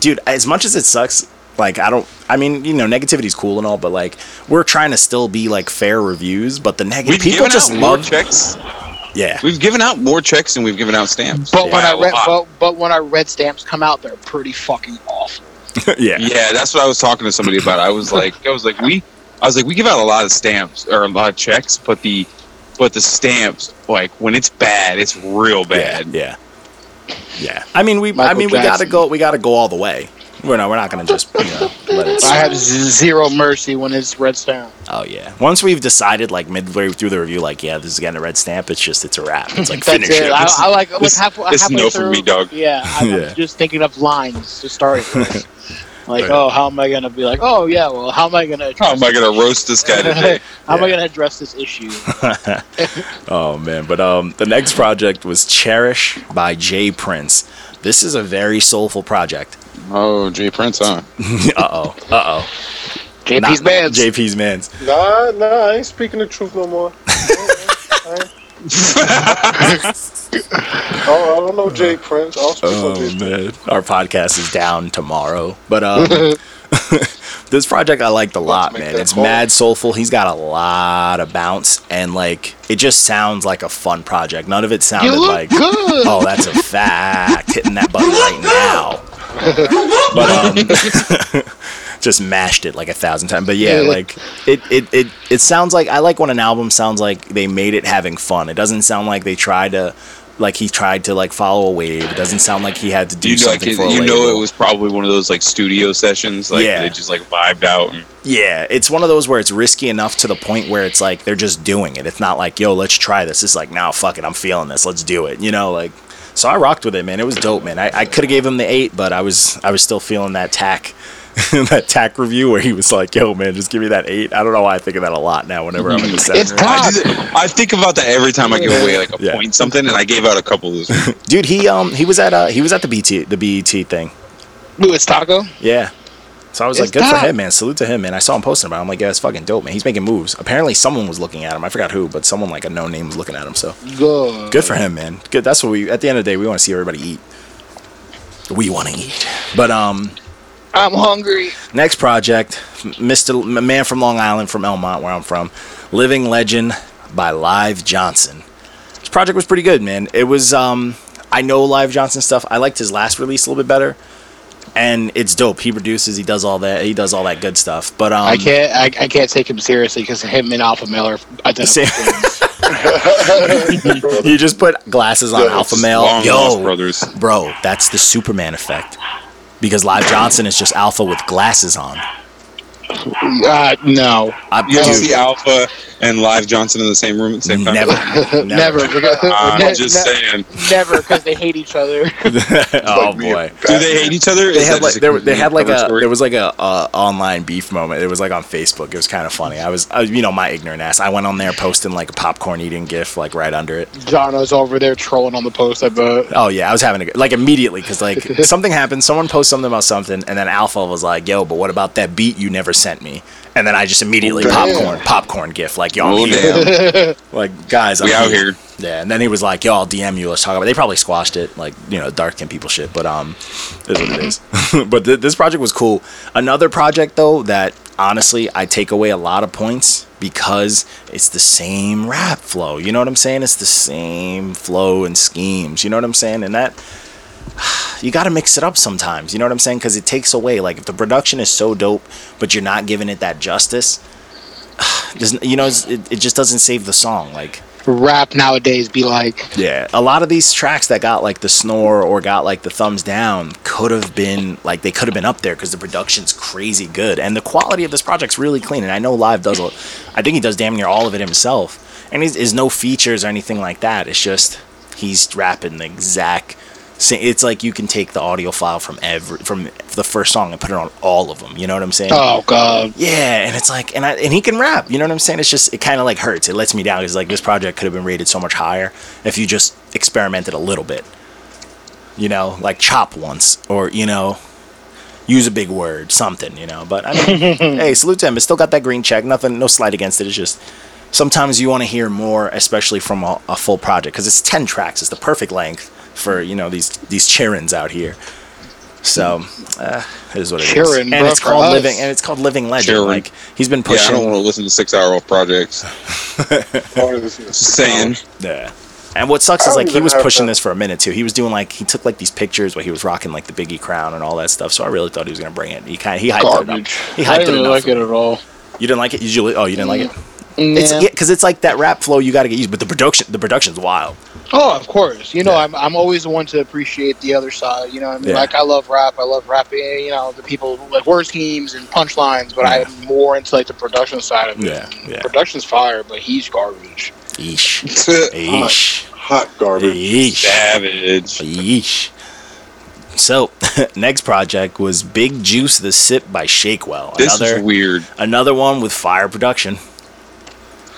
Speaker 5: dude. As much as it sucks, like I don't. I mean, you know, negativity's cool and all, but like we're trying to still be like fair reviews. But the negative
Speaker 4: We've
Speaker 5: people
Speaker 4: given
Speaker 5: just
Speaker 4: out more
Speaker 5: love.
Speaker 4: checks.
Speaker 5: Yeah,
Speaker 4: We've given out more checks than we've given out stamps.
Speaker 6: But when
Speaker 5: Yeah,
Speaker 6: I
Speaker 4: a
Speaker 6: read,
Speaker 4: lot.
Speaker 6: but, but when our red stamps come out, they're pretty fucking awful.
Speaker 5: yeah,
Speaker 4: Yeah, that's what I was talking to somebody about. I was like, I was like, we, I was like, we give out a lot of stamps or a lot of checks, but the, but the stamps, like when it's bad, it's real bad.
Speaker 5: Yeah, yeah. yeah. I mean, we. I
Speaker 6: Michael
Speaker 5: mean, we gotta
Speaker 6: Jackson.
Speaker 5: go. We gotta go all the way. We're not. We're not gonna just you know, let it.
Speaker 6: I
Speaker 5: slide.
Speaker 6: have z- zero mercy when it's red stamp.
Speaker 5: Oh yeah. Once we've decided like midway through the review, like yeah, this is getting a red stamp. It's just it's a wrap. It's like
Speaker 6: That's
Speaker 5: finish
Speaker 6: it.
Speaker 5: it.
Speaker 6: I, I like like
Speaker 4: this-
Speaker 6: halfway,
Speaker 4: this
Speaker 6: halfway
Speaker 4: no
Speaker 6: through.
Speaker 4: from me, dog.
Speaker 6: Yeah, I,
Speaker 5: Yeah.
Speaker 6: I'm just thinking of lines to start with. like,
Speaker 5: Right.
Speaker 6: oh, how am I gonna be like, oh yeah, well, how am I gonna? Address
Speaker 4: How am I gonna roast this guy today?
Speaker 6: how am I
Speaker 5: Yeah.
Speaker 6: gonna address this issue?
Speaker 5: Oh man, but um, the next project was "Cherish" by Jay Prince. This is a very soulful project.
Speaker 4: Oh, Jay Prince, huh?
Speaker 5: uh oh, uh oh.
Speaker 6: JP's bad.
Speaker 5: JP's man's.
Speaker 3: Nah, nah, I ain't speaking the truth no more. I ain't- oh, I don't know Jay Prince. I'll speak on
Speaker 5: Oh
Speaker 3: Jay Prince.
Speaker 5: man, our podcast is down tomorrow. But um, this project I liked a lot,
Speaker 3: make
Speaker 5: man.
Speaker 3: that
Speaker 5: It's
Speaker 3: call.
Speaker 5: mad soulful. He's got a lot of bounce, and like it just sounds like a fun project. None of it sounded
Speaker 6: look
Speaker 5: like,
Speaker 6: good.
Speaker 5: oh, that's a fact. Hitting that button right now. but um, just mashed it like a thousand times. But yeah,
Speaker 6: Yeah.
Speaker 5: like it, it, it, it sounds like I like when an album sounds like they made it having fun. It doesn't sound like they try to like he tried to like follow a wave. It doesn't sound like he had to do
Speaker 4: you know, like,
Speaker 5: something
Speaker 4: it,
Speaker 5: for a
Speaker 4: you know
Speaker 5: label.
Speaker 4: it was probably one of those like studio sessions like
Speaker 5: Yeah.
Speaker 4: they just like vibed out and
Speaker 5: Yeah, it's one of those where it's risky enough to the point where it's like they're just doing it. It's not like, yo, let's try this. It's like, nah, fuck it, I'm feeling this. Let's do it. You know, like so I rocked with it, man. It was dope, man. I, I could have gave him the eight, but I was I was still feeling that tack that tack review where he was like, yo, man, just give me that eight. I don't know why I think of that a lot now whenever I'm in the
Speaker 6: It's
Speaker 5: center.
Speaker 4: I,
Speaker 6: God.
Speaker 4: just, I think about that every time I give away like a
Speaker 5: Yeah.
Speaker 4: point something and I gave out a couple this week.
Speaker 5: Dude, he um he was at uh he was at the BT the BET thing.
Speaker 6: Louis Taco.
Speaker 5: Yeah. So I was
Speaker 6: It's
Speaker 5: like, good
Speaker 6: dope.
Speaker 5: for him, man. Salute to him, man. I saw him posting about it. I'm like, yeah, it's fucking dope, man. He's making moves. Apparently, someone was looking at him. I forgot who, but someone like a no name was looking at him. So
Speaker 6: Good.
Speaker 5: good for him, man. Good. That's what we. At the end of the day, we want to see everybody eat. We want to eat. But um,
Speaker 6: I'm hungry.
Speaker 5: next project, Mister Man from Long Island, from Elmont, where I'm from, Living Legend by Live Johnson. This project was pretty good, man. It was um, I know Live Johnson stuff. I liked his last release a little bit better, and it's dope. He produces, he does all that, he does all that good stuff. But um,
Speaker 6: I can't. I, I can't take him seriously because him and Alpha Male are identical.
Speaker 5: Same.
Speaker 6: twins.
Speaker 5: you just put glasses on
Speaker 3: Yeah,
Speaker 5: Alpha
Speaker 3: it's
Speaker 5: Male.
Speaker 4: Long lost
Speaker 5: Yo,
Speaker 4: brothers.
Speaker 5: bro, that's the Superman effect. Because Live Johnson is just Alpha with glasses on.
Speaker 6: Uh, no,
Speaker 5: I,
Speaker 4: You ever
Speaker 5: dude,
Speaker 4: see Alpha and Live Johnson in the same room at the same time?
Speaker 5: never,
Speaker 6: never. because-
Speaker 4: I'm just
Speaker 6: ne-
Speaker 4: saying.
Speaker 6: Never because they hate each other.
Speaker 5: oh
Speaker 3: Like me and
Speaker 5: boy.
Speaker 4: Do
Speaker 3: Batman.
Speaker 4: they hate each other?
Speaker 5: They
Speaker 4: Is
Speaker 5: had
Speaker 4: that
Speaker 5: like
Speaker 4: just a
Speaker 5: there, they had like
Speaker 4: cover
Speaker 5: a
Speaker 4: story?
Speaker 5: there was like a, a online beef moment. It was like on Facebook. It was kind of funny. I was I, you know my ignorant ass. I went on there posting like a popcorn eating gif like right under it.
Speaker 6: Jono's over there trolling on the post. I bet.
Speaker 5: Oh yeah, I was having a good- like immediately because like something happened. Someone posted something about something, and then Alpha was like, "Yo, but what about that beat you never sent me?" And then I just immediately
Speaker 3: Damn.
Speaker 5: popcorn popcorn gif like, "Yo, I'm
Speaker 4: Oh,
Speaker 5: here."
Speaker 4: damn.
Speaker 5: like guys,
Speaker 4: We
Speaker 5: I'm
Speaker 4: out here.
Speaker 5: Yeah, and then he was like, "Yo, I'll DM you. Let's talk about." it. They probably squashed it, like you know, dark skin people shit. But um, it is what it
Speaker 4: Mm-hmm.
Speaker 5: is. but th- this project was cool. Another project though that honestly I take away a lot of points because it's the same rap flow. You know what I'm saying? It's the same flow and schemes. You know what I'm saying? And that you got to mix it up sometimes. You know what I'm saying? Because it takes away. Like if the production is so dope, but you're not giving it that justice, doesn't- you know, it's- it, it just doesn't save the song. Like
Speaker 6: Rap nowadays be like,
Speaker 5: yeah, a lot of these tracks that got like the snore or got like the thumbs down could have been like they could have been up there because the production's crazy good and the quality of this project's really clean. And I know Live does, a- I think he does damn near all of it himself, and he's, is no features or anything like that. It's just he's rapping the exact. sa- It's like you can take the audio file from every from the first song and put it on all of them. You know what I'm saying?
Speaker 6: oh god,
Speaker 5: Yeah, and it's like, and I, and he can rap. You know what I'm saying? It's just it kind of like hurts. It lets me down. It's like this project could have been rated so much higher if you just experimented a little bit. You know, like chop once, or you know, use a big word, something. You know, but I mean, hey, salute to him. It's still got that green check. Nothing, no slight against it. It's just sometimes you want to hear more, especially from a, a full project, because it's ten tracks. It's the perfect length for you know these these chirins out here. So uh, it is what it is.
Speaker 6: Chirin,
Speaker 5: and
Speaker 6: bruh,
Speaker 5: it's
Speaker 6: for
Speaker 5: called
Speaker 6: us.
Speaker 5: living, and it's called living legend.
Speaker 4: Chirin.
Speaker 5: Like he's been
Speaker 4: Yeah, I
Speaker 5: pushing.
Speaker 4: don't want to listen to six-hour projects.
Speaker 3: Part of this is-
Speaker 5: Oh,
Speaker 4: Just saying.
Speaker 5: Yeah. And what sucks
Speaker 3: I
Speaker 5: is
Speaker 3: don't
Speaker 5: like he
Speaker 3: even
Speaker 5: was
Speaker 3: have
Speaker 5: pushing
Speaker 3: that.
Speaker 5: this for a minute too. He was doing like he took like these pictures where he was rocking like the Biggie crown and all that stuff. So I really thought he was gonna bring it. He kind of he hyped
Speaker 6: garbage.
Speaker 5: it up. He hyped
Speaker 6: I
Speaker 5: it
Speaker 6: didn't
Speaker 5: enough.
Speaker 6: really like it at all.
Speaker 5: You didn't like it? Did you li- oh, you didn't like it? It's
Speaker 6: Yeah.
Speaker 5: yeah, because it's like that rap flow. You got to get used, but the production the production's wild.
Speaker 6: Oh, of course. You know, I'm, I'm always the one to appreciate the other side. You know what I mean?
Speaker 5: Yeah.
Speaker 6: Like, I love rap. I love rapping, you know, the people who like word schemes and punchlines, but I'm more into, like, the production side of it.
Speaker 5: Yeah, yeah.
Speaker 6: Production's fire, but he's garbage.
Speaker 5: Eesh, eesh,
Speaker 3: Hot garbage.
Speaker 5: eesh.
Speaker 4: Savage.
Speaker 5: Yeesh. So, next project was Big Juice the Sip by Shakewell.
Speaker 4: This
Speaker 5: Another
Speaker 4: is weird.
Speaker 5: another one with fire production.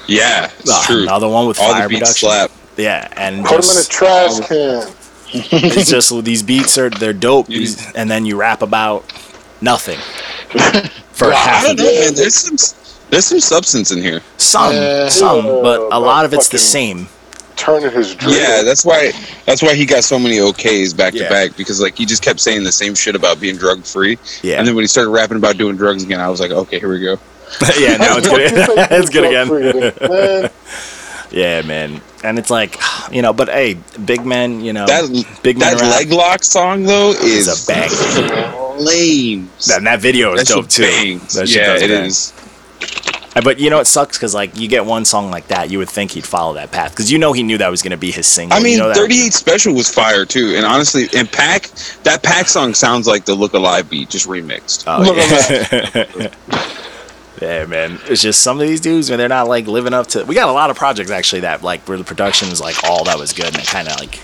Speaker 4: Yeah, it's
Speaker 5: Ah,
Speaker 4: true.
Speaker 5: Another one with
Speaker 4: All
Speaker 5: fire
Speaker 4: the beats
Speaker 5: production.
Speaker 4: slap.
Speaker 5: Yeah, and
Speaker 3: Put him in a
Speaker 5: just,
Speaker 3: trash
Speaker 5: Oh.
Speaker 3: can.
Speaker 5: it's just these beats are they're dope,
Speaker 4: You-
Speaker 5: these- and then you rap about nothing for
Speaker 4: I
Speaker 5: half
Speaker 4: don't
Speaker 5: of
Speaker 4: know,
Speaker 5: it.
Speaker 4: man. There's some, there's some substance in here.
Speaker 5: Some,
Speaker 6: Yeah.
Speaker 5: some, but a
Speaker 3: Uh,
Speaker 5: lot of it's the
Speaker 3: fucking-
Speaker 5: same.
Speaker 3: Turning his drink.
Speaker 4: Yeah, that's why. That's why he got so many OKs back
Speaker 5: Yeah.
Speaker 4: to back because like he just kept saying the same shit about being drug free.
Speaker 5: Yeah.
Speaker 4: And then when he started rapping about doing drugs again, I was like, okay, here we go.
Speaker 5: yeah, now it's
Speaker 3: You
Speaker 5: good.
Speaker 3: take
Speaker 5: it's good
Speaker 3: yourself freely,
Speaker 5: again.
Speaker 3: man.
Speaker 5: Yeah, man. And it's like, you know, but hey, big men, you know,
Speaker 4: That
Speaker 5: Um, big men
Speaker 4: that
Speaker 5: rap
Speaker 4: leg lock song though is,
Speaker 5: is a bang.
Speaker 4: flames.
Speaker 5: That, that video is
Speaker 4: That
Speaker 5: dope
Speaker 4: shit
Speaker 5: too.
Speaker 4: bangs.
Speaker 5: That shit
Speaker 4: yeah,
Speaker 5: does
Speaker 4: it
Speaker 5: bang.
Speaker 4: is.
Speaker 5: Uh, But you know it sucks because like you get one song like that, you would think he'd follow that path because you know he knew that was gonna be his single.
Speaker 4: I mean,
Speaker 5: you know that-
Speaker 4: 38 Special was fire too, and honestly, and Pack that Pack song sounds like the Look Alive beat just remixed.
Speaker 5: Oh, yeah. yeah, man. It's just some of these dudes when they're not like living up to. We got a lot of projects actually that like where the production is like all that was good and it kind of like.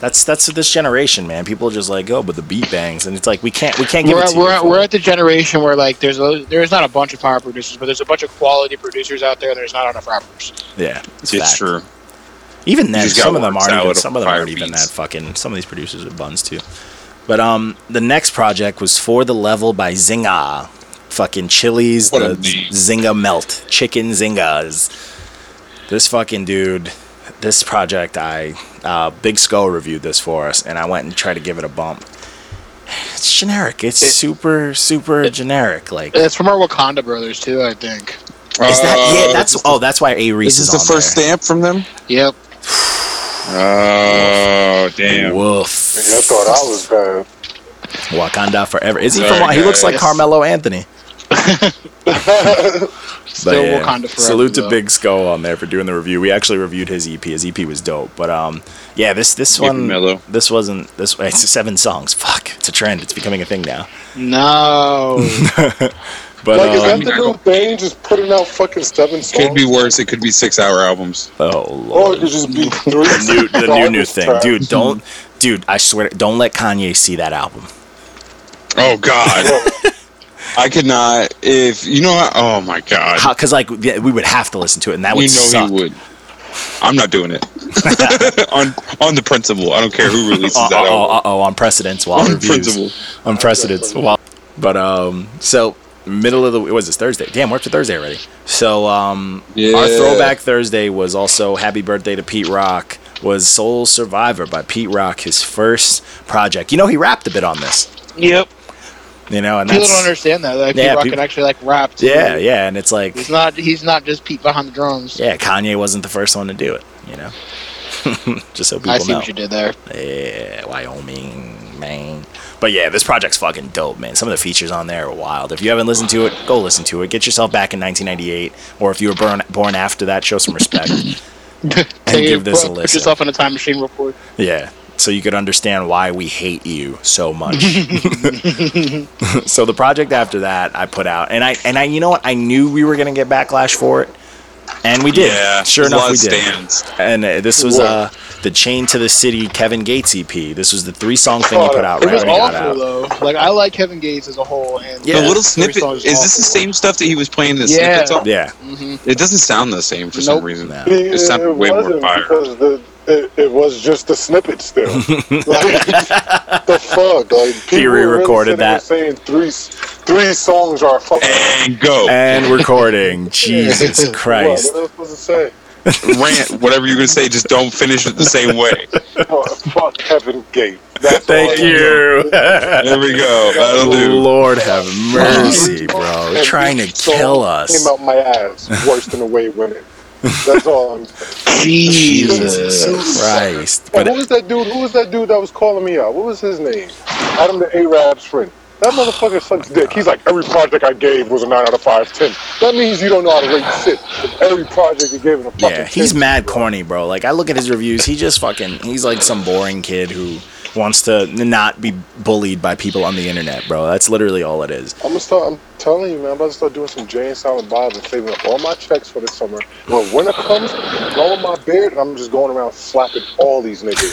Speaker 5: That's that's this generation, man. People are just like, oh, but the beat bangs, and it's like we can't we can't give
Speaker 6: We're
Speaker 5: it
Speaker 6: at,
Speaker 5: to
Speaker 6: we're,
Speaker 5: you.
Speaker 6: at,
Speaker 5: for-
Speaker 6: we're at the generation where like there's a, there's not a bunch of power producers, but there's a bunch of quality producers out there. and There's not enough rappers.
Speaker 5: yeah,
Speaker 4: it's
Speaker 5: fact.
Speaker 4: true.
Speaker 5: Even then,
Speaker 4: just gotta
Speaker 5: some of them
Speaker 4: work
Speaker 5: aren't.
Speaker 4: out
Speaker 5: Even,
Speaker 4: a
Speaker 5: some of them
Speaker 4: fire
Speaker 5: aren't even
Speaker 4: beats.
Speaker 5: that fucking. Some of these producers are buns too. But um, the next project was for the level by Zinga, fucking Chili's
Speaker 4: What
Speaker 5: the
Speaker 4: a name.
Speaker 5: Zinga Melt Chicken Zingas. This fucking dude, this project, I uh, Big Skull reviewed this for us, and I went and tried to give it a bump. It's generic. It's super, super generic. Like
Speaker 6: It's from our Wakanda brothers too, I think.
Speaker 5: is that?
Speaker 4: Uh,
Speaker 5: Yeah, that's. Oh, that's why A Reese
Speaker 4: Is
Speaker 5: is,
Speaker 4: this the
Speaker 5: on
Speaker 4: first
Speaker 5: there.
Speaker 4: stamp from them?
Speaker 6: Yep.
Speaker 4: Oh damn!
Speaker 5: Woof.
Speaker 3: I thought I was bad.
Speaker 5: Wakanda forever. Is he
Speaker 4: Very
Speaker 5: from? Wa- He looks like
Speaker 6: nice.
Speaker 5: Carmelo Anthony.
Speaker 6: Still
Speaker 5: But, yeah,
Speaker 6: Wakanda forever.
Speaker 5: Salute to
Speaker 6: though.
Speaker 5: Big Skull on there for doing the review. We actually reviewed his EP. His EP was dope. But um, yeah, this this
Speaker 4: Keep it
Speaker 5: one
Speaker 4: mellow.
Speaker 5: this wasn't this. It's seven songs. Fuck, it's a trend. It's becoming a thing now.
Speaker 6: No.
Speaker 5: But
Speaker 3: Like, is
Speaker 5: um,
Speaker 3: that the new thing? Just putting out fucking seven songs?
Speaker 4: Could be worse. It could be six-hour albums.
Speaker 5: oh
Speaker 3: Or
Speaker 5: lord,
Speaker 3: it could just be three.
Speaker 5: new, the new new
Speaker 3: songs.
Speaker 5: thing, dude. Don't, dude. I swear, don't let Kanye see that album.
Speaker 4: Oh God, I could not. If you know, I- oh my God,
Speaker 5: How? Because like yeah, we would have to listen to it, and that
Speaker 4: you
Speaker 5: would
Speaker 4: know
Speaker 5: suck.
Speaker 4: he would. I'm not doing it on on the principle. I don't care who releases
Speaker 5: Uh
Speaker 4: that
Speaker 5: oh,
Speaker 4: album.
Speaker 5: uh oh, on precedence while
Speaker 4: On principle.
Speaker 5: reviews. On precedence while. But um, so middle of the was this Thursday? Damn, we're up to Thursday already. So um, our
Speaker 4: Yeah.
Speaker 5: throwback Thursday was also Happy Birthday to Pete Rock. Was Soul Survivor by Pete Rock his first project? You know he rapped a bit on this.
Speaker 6: yep.
Speaker 5: You know, and
Speaker 6: People don't
Speaker 5: that's
Speaker 6: understand that. Like,
Speaker 5: Yeah,
Speaker 6: Pete Rock
Speaker 5: people-
Speaker 6: can actually like rap. Too.
Speaker 5: yeah, yeah, and it's like
Speaker 6: He's not. He's not just Pete behind the drums.
Speaker 5: yeah, Kanye wasn't the first one to do it. You know, just so people
Speaker 6: I see
Speaker 5: know.
Speaker 6: what you did there.
Speaker 5: Yeah, Wyoming, Maine. But yeah, this project's fucking dope, man. Some of the features on there are wild. If you haven't listened to it, go listen to it. Get yourself back in 1998, or if you were born born after that, show some respect.
Speaker 6: Take-
Speaker 5: give this a
Speaker 6: put,
Speaker 5: listen.
Speaker 6: yourself in a time machine real quick.
Speaker 5: yeah, so you could understand why we hate you so much. so the project after that, I put out, and I and I, you know what? I knew we were gonna get backlash for it, and we did.
Speaker 4: Yeah,
Speaker 5: sure
Speaker 4: there's a lot
Speaker 5: enough, we
Speaker 4: of
Speaker 5: did.
Speaker 4: stands.
Speaker 5: And uh, this was
Speaker 3: Whoa.
Speaker 5: uh, the Chain to the City Kevin Gates EP. This was the three song thing he
Speaker 3: Oh,
Speaker 5: put out
Speaker 6: It
Speaker 5: right
Speaker 6: was
Speaker 5: when he got out.
Speaker 6: awful though. Like I like Kevin Gates as a whole. And
Speaker 5: Yeah.
Speaker 4: The little
Speaker 6: Three
Speaker 4: snippet
Speaker 6: songs
Speaker 4: is this the
Speaker 6: awful.
Speaker 4: same stuff that he was playing the
Speaker 6: Yeah.
Speaker 4: snippets on?
Speaker 5: Yeah.
Speaker 4: It doesn't sound the same for
Speaker 6: Nope.
Speaker 4: some reason.
Speaker 5: No.
Speaker 3: It,
Speaker 4: It sounded way more
Speaker 3: wasn't
Speaker 4: fire.
Speaker 3: Because the, it, it was just the snippet still. like, the fuck? Like, people
Speaker 5: He re-recorded
Speaker 3: really sitting there
Speaker 5: that.
Speaker 3: Saying three, three songs are fucking.
Speaker 4: And go
Speaker 5: And recording. Jesus Christ.
Speaker 3: What, what am I supposed to say?
Speaker 4: rant whatever you're gonna say. Just don't finish it the same way.
Speaker 3: Oh, fuck Kevin Gates. That's all
Speaker 5: Thank
Speaker 3: I know.
Speaker 5: you.
Speaker 4: There we go. That'll do.
Speaker 5: Lord have mercy, bro. They're
Speaker 3: And
Speaker 5: trying to
Speaker 3: each song
Speaker 5: kill us.
Speaker 3: Came out my ass worse than the way it went. in. That's all I'm saying.
Speaker 5: Jesus Christ.
Speaker 3: But
Speaker 5: But
Speaker 3: who was that dude? Who was that dude that was calling me out? What was his name? Adam the Arab's friend. That motherfucker sucks dick. He's like, every project I gave was a 9 out of 5, 10. That means you don't know how to rate shit. Every project you gave him a fucking
Speaker 5: yeah, he's
Speaker 3: 10.
Speaker 5: mad corny, bro. Like I look at his reviews, he just fucking he's like some boring kid who wants to not be bullied by people on the internet, bro. That's literally all it is.
Speaker 3: I'm gonna start. I'm telling you, man. I'm about to start doing some Jay and Silent Bob and saving up all my checks for the summer. But when it comes, blowing my beard, and I'm just going around slapping all these niggas.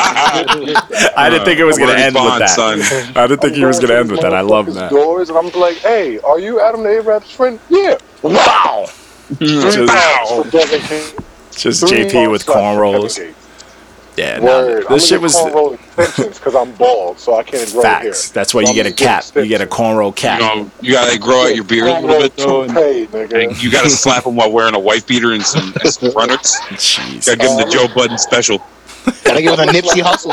Speaker 5: I didn't think it was
Speaker 4: I'm
Speaker 5: gonna
Speaker 4: already
Speaker 5: end with
Speaker 4: bond,
Speaker 5: that.
Speaker 4: son.
Speaker 5: I didn't think he was
Speaker 3: going
Speaker 5: gonna
Speaker 3: to
Speaker 5: end with that. I love
Speaker 3: motherfuckers'
Speaker 5: that.
Speaker 3: Doors, and I'm like, hey, are you Adam the Arab's friend? Yeah. Wow.
Speaker 5: Just,
Speaker 3: For Devin King.
Speaker 5: just
Speaker 3: Three
Speaker 5: JP
Speaker 3: months left
Speaker 5: with
Speaker 3: for
Speaker 5: cornrolls.
Speaker 3: Kevin Gates.
Speaker 5: Yeah, nah,
Speaker 3: Word. I'm
Speaker 5: this shit was
Speaker 3: cornroll extensions because I'm bald, so I can't grow hair.
Speaker 5: facts. That's why
Speaker 3: So
Speaker 5: you
Speaker 3: I'm
Speaker 5: get a
Speaker 3: just getting
Speaker 5: cap. You get a
Speaker 3: extensions.
Speaker 5: cornrow cap.
Speaker 4: You know, you gotta grow out your beard a little
Speaker 3: Cornrow
Speaker 4: bit though. And
Speaker 3: toupee, nigga.
Speaker 4: and you gotta slap him while wearing a white beater and some, and some runners.
Speaker 5: Jeez.
Speaker 4: Gotta give him the Joe Budden special.
Speaker 6: Gotta give him a Nipsey Hustle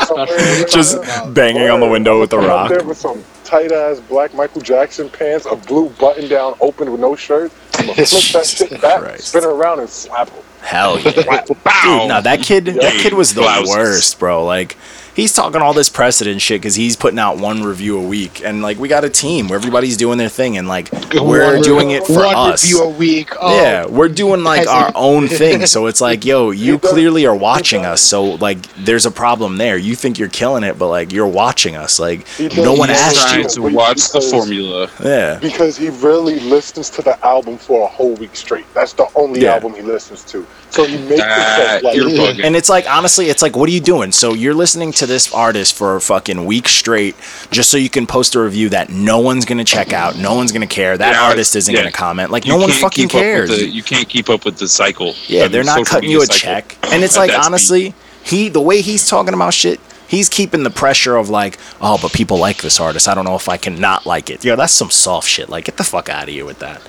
Speaker 6: special.
Speaker 5: Just banging on the window with the
Speaker 3: I'm
Speaker 5: rock.
Speaker 3: There with some tight ass black Michael Jackson pants, a blue button down, open with no shirt. I'm gonna flip that shit back,
Speaker 5: Christ.
Speaker 3: spin it around, and slap him.
Speaker 5: Hell yeah. Dude,
Speaker 4: Bow.
Speaker 5: no, that kid that
Speaker 4: Yeah.
Speaker 5: kid was the
Speaker 4: Blouses.
Speaker 5: worst, bro. Like he's talking all this precedent shit because he's putting out one review a week, and like we got a team where everybody's doing their thing, and like we're
Speaker 6: One
Speaker 5: doing
Speaker 6: re-
Speaker 5: it for
Speaker 6: one
Speaker 5: us.
Speaker 6: review a week. Oh,
Speaker 5: yeah, we're doing like our own thing. So it's like, yo, you clearly are watching us. So like, there's a problem there. You think you're killing it, but like, you're watching us. Like, no one
Speaker 3: He's
Speaker 5: asked
Speaker 4: trying
Speaker 5: you.
Speaker 4: to watch the formula.
Speaker 5: Yeah,
Speaker 3: because he really listens to the album for a whole week straight. That's the only
Speaker 5: Yeah.
Speaker 3: album he listens to. So he makes
Speaker 4: Ah,
Speaker 3: it like
Speaker 4: you're bugging.
Speaker 5: and it's like honestly, it's like, what are you doing? So you're listening to this artist for a fucking week straight, just so you can post a review that no one's gonna check out, no one's gonna care. That
Speaker 4: Yeah,
Speaker 5: artist isn't
Speaker 4: yeah.
Speaker 5: gonna comment. Like,
Speaker 4: You
Speaker 5: no one
Speaker 4: can't
Speaker 5: fucking
Speaker 4: keep up with
Speaker 5: cares.
Speaker 4: the- you can't keep up with the cycle.
Speaker 5: Yeah,
Speaker 4: of
Speaker 5: they're
Speaker 4: the
Speaker 5: not
Speaker 4: social
Speaker 5: cutting
Speaker 4: media
Speaker 5: you a
Speaker 4: cycle.
Speaker 5: check. And it's
Speaker 4: At
Speaker 5: like
Speaker 4: that speed.
Speaker 5: honestly, he the way he's talking about shit, he's keeping the pressure of like, oh, but people like this artist. I don't know if I can not like it. Yo, that's some soft shit. Like, get the fuck out of here with that.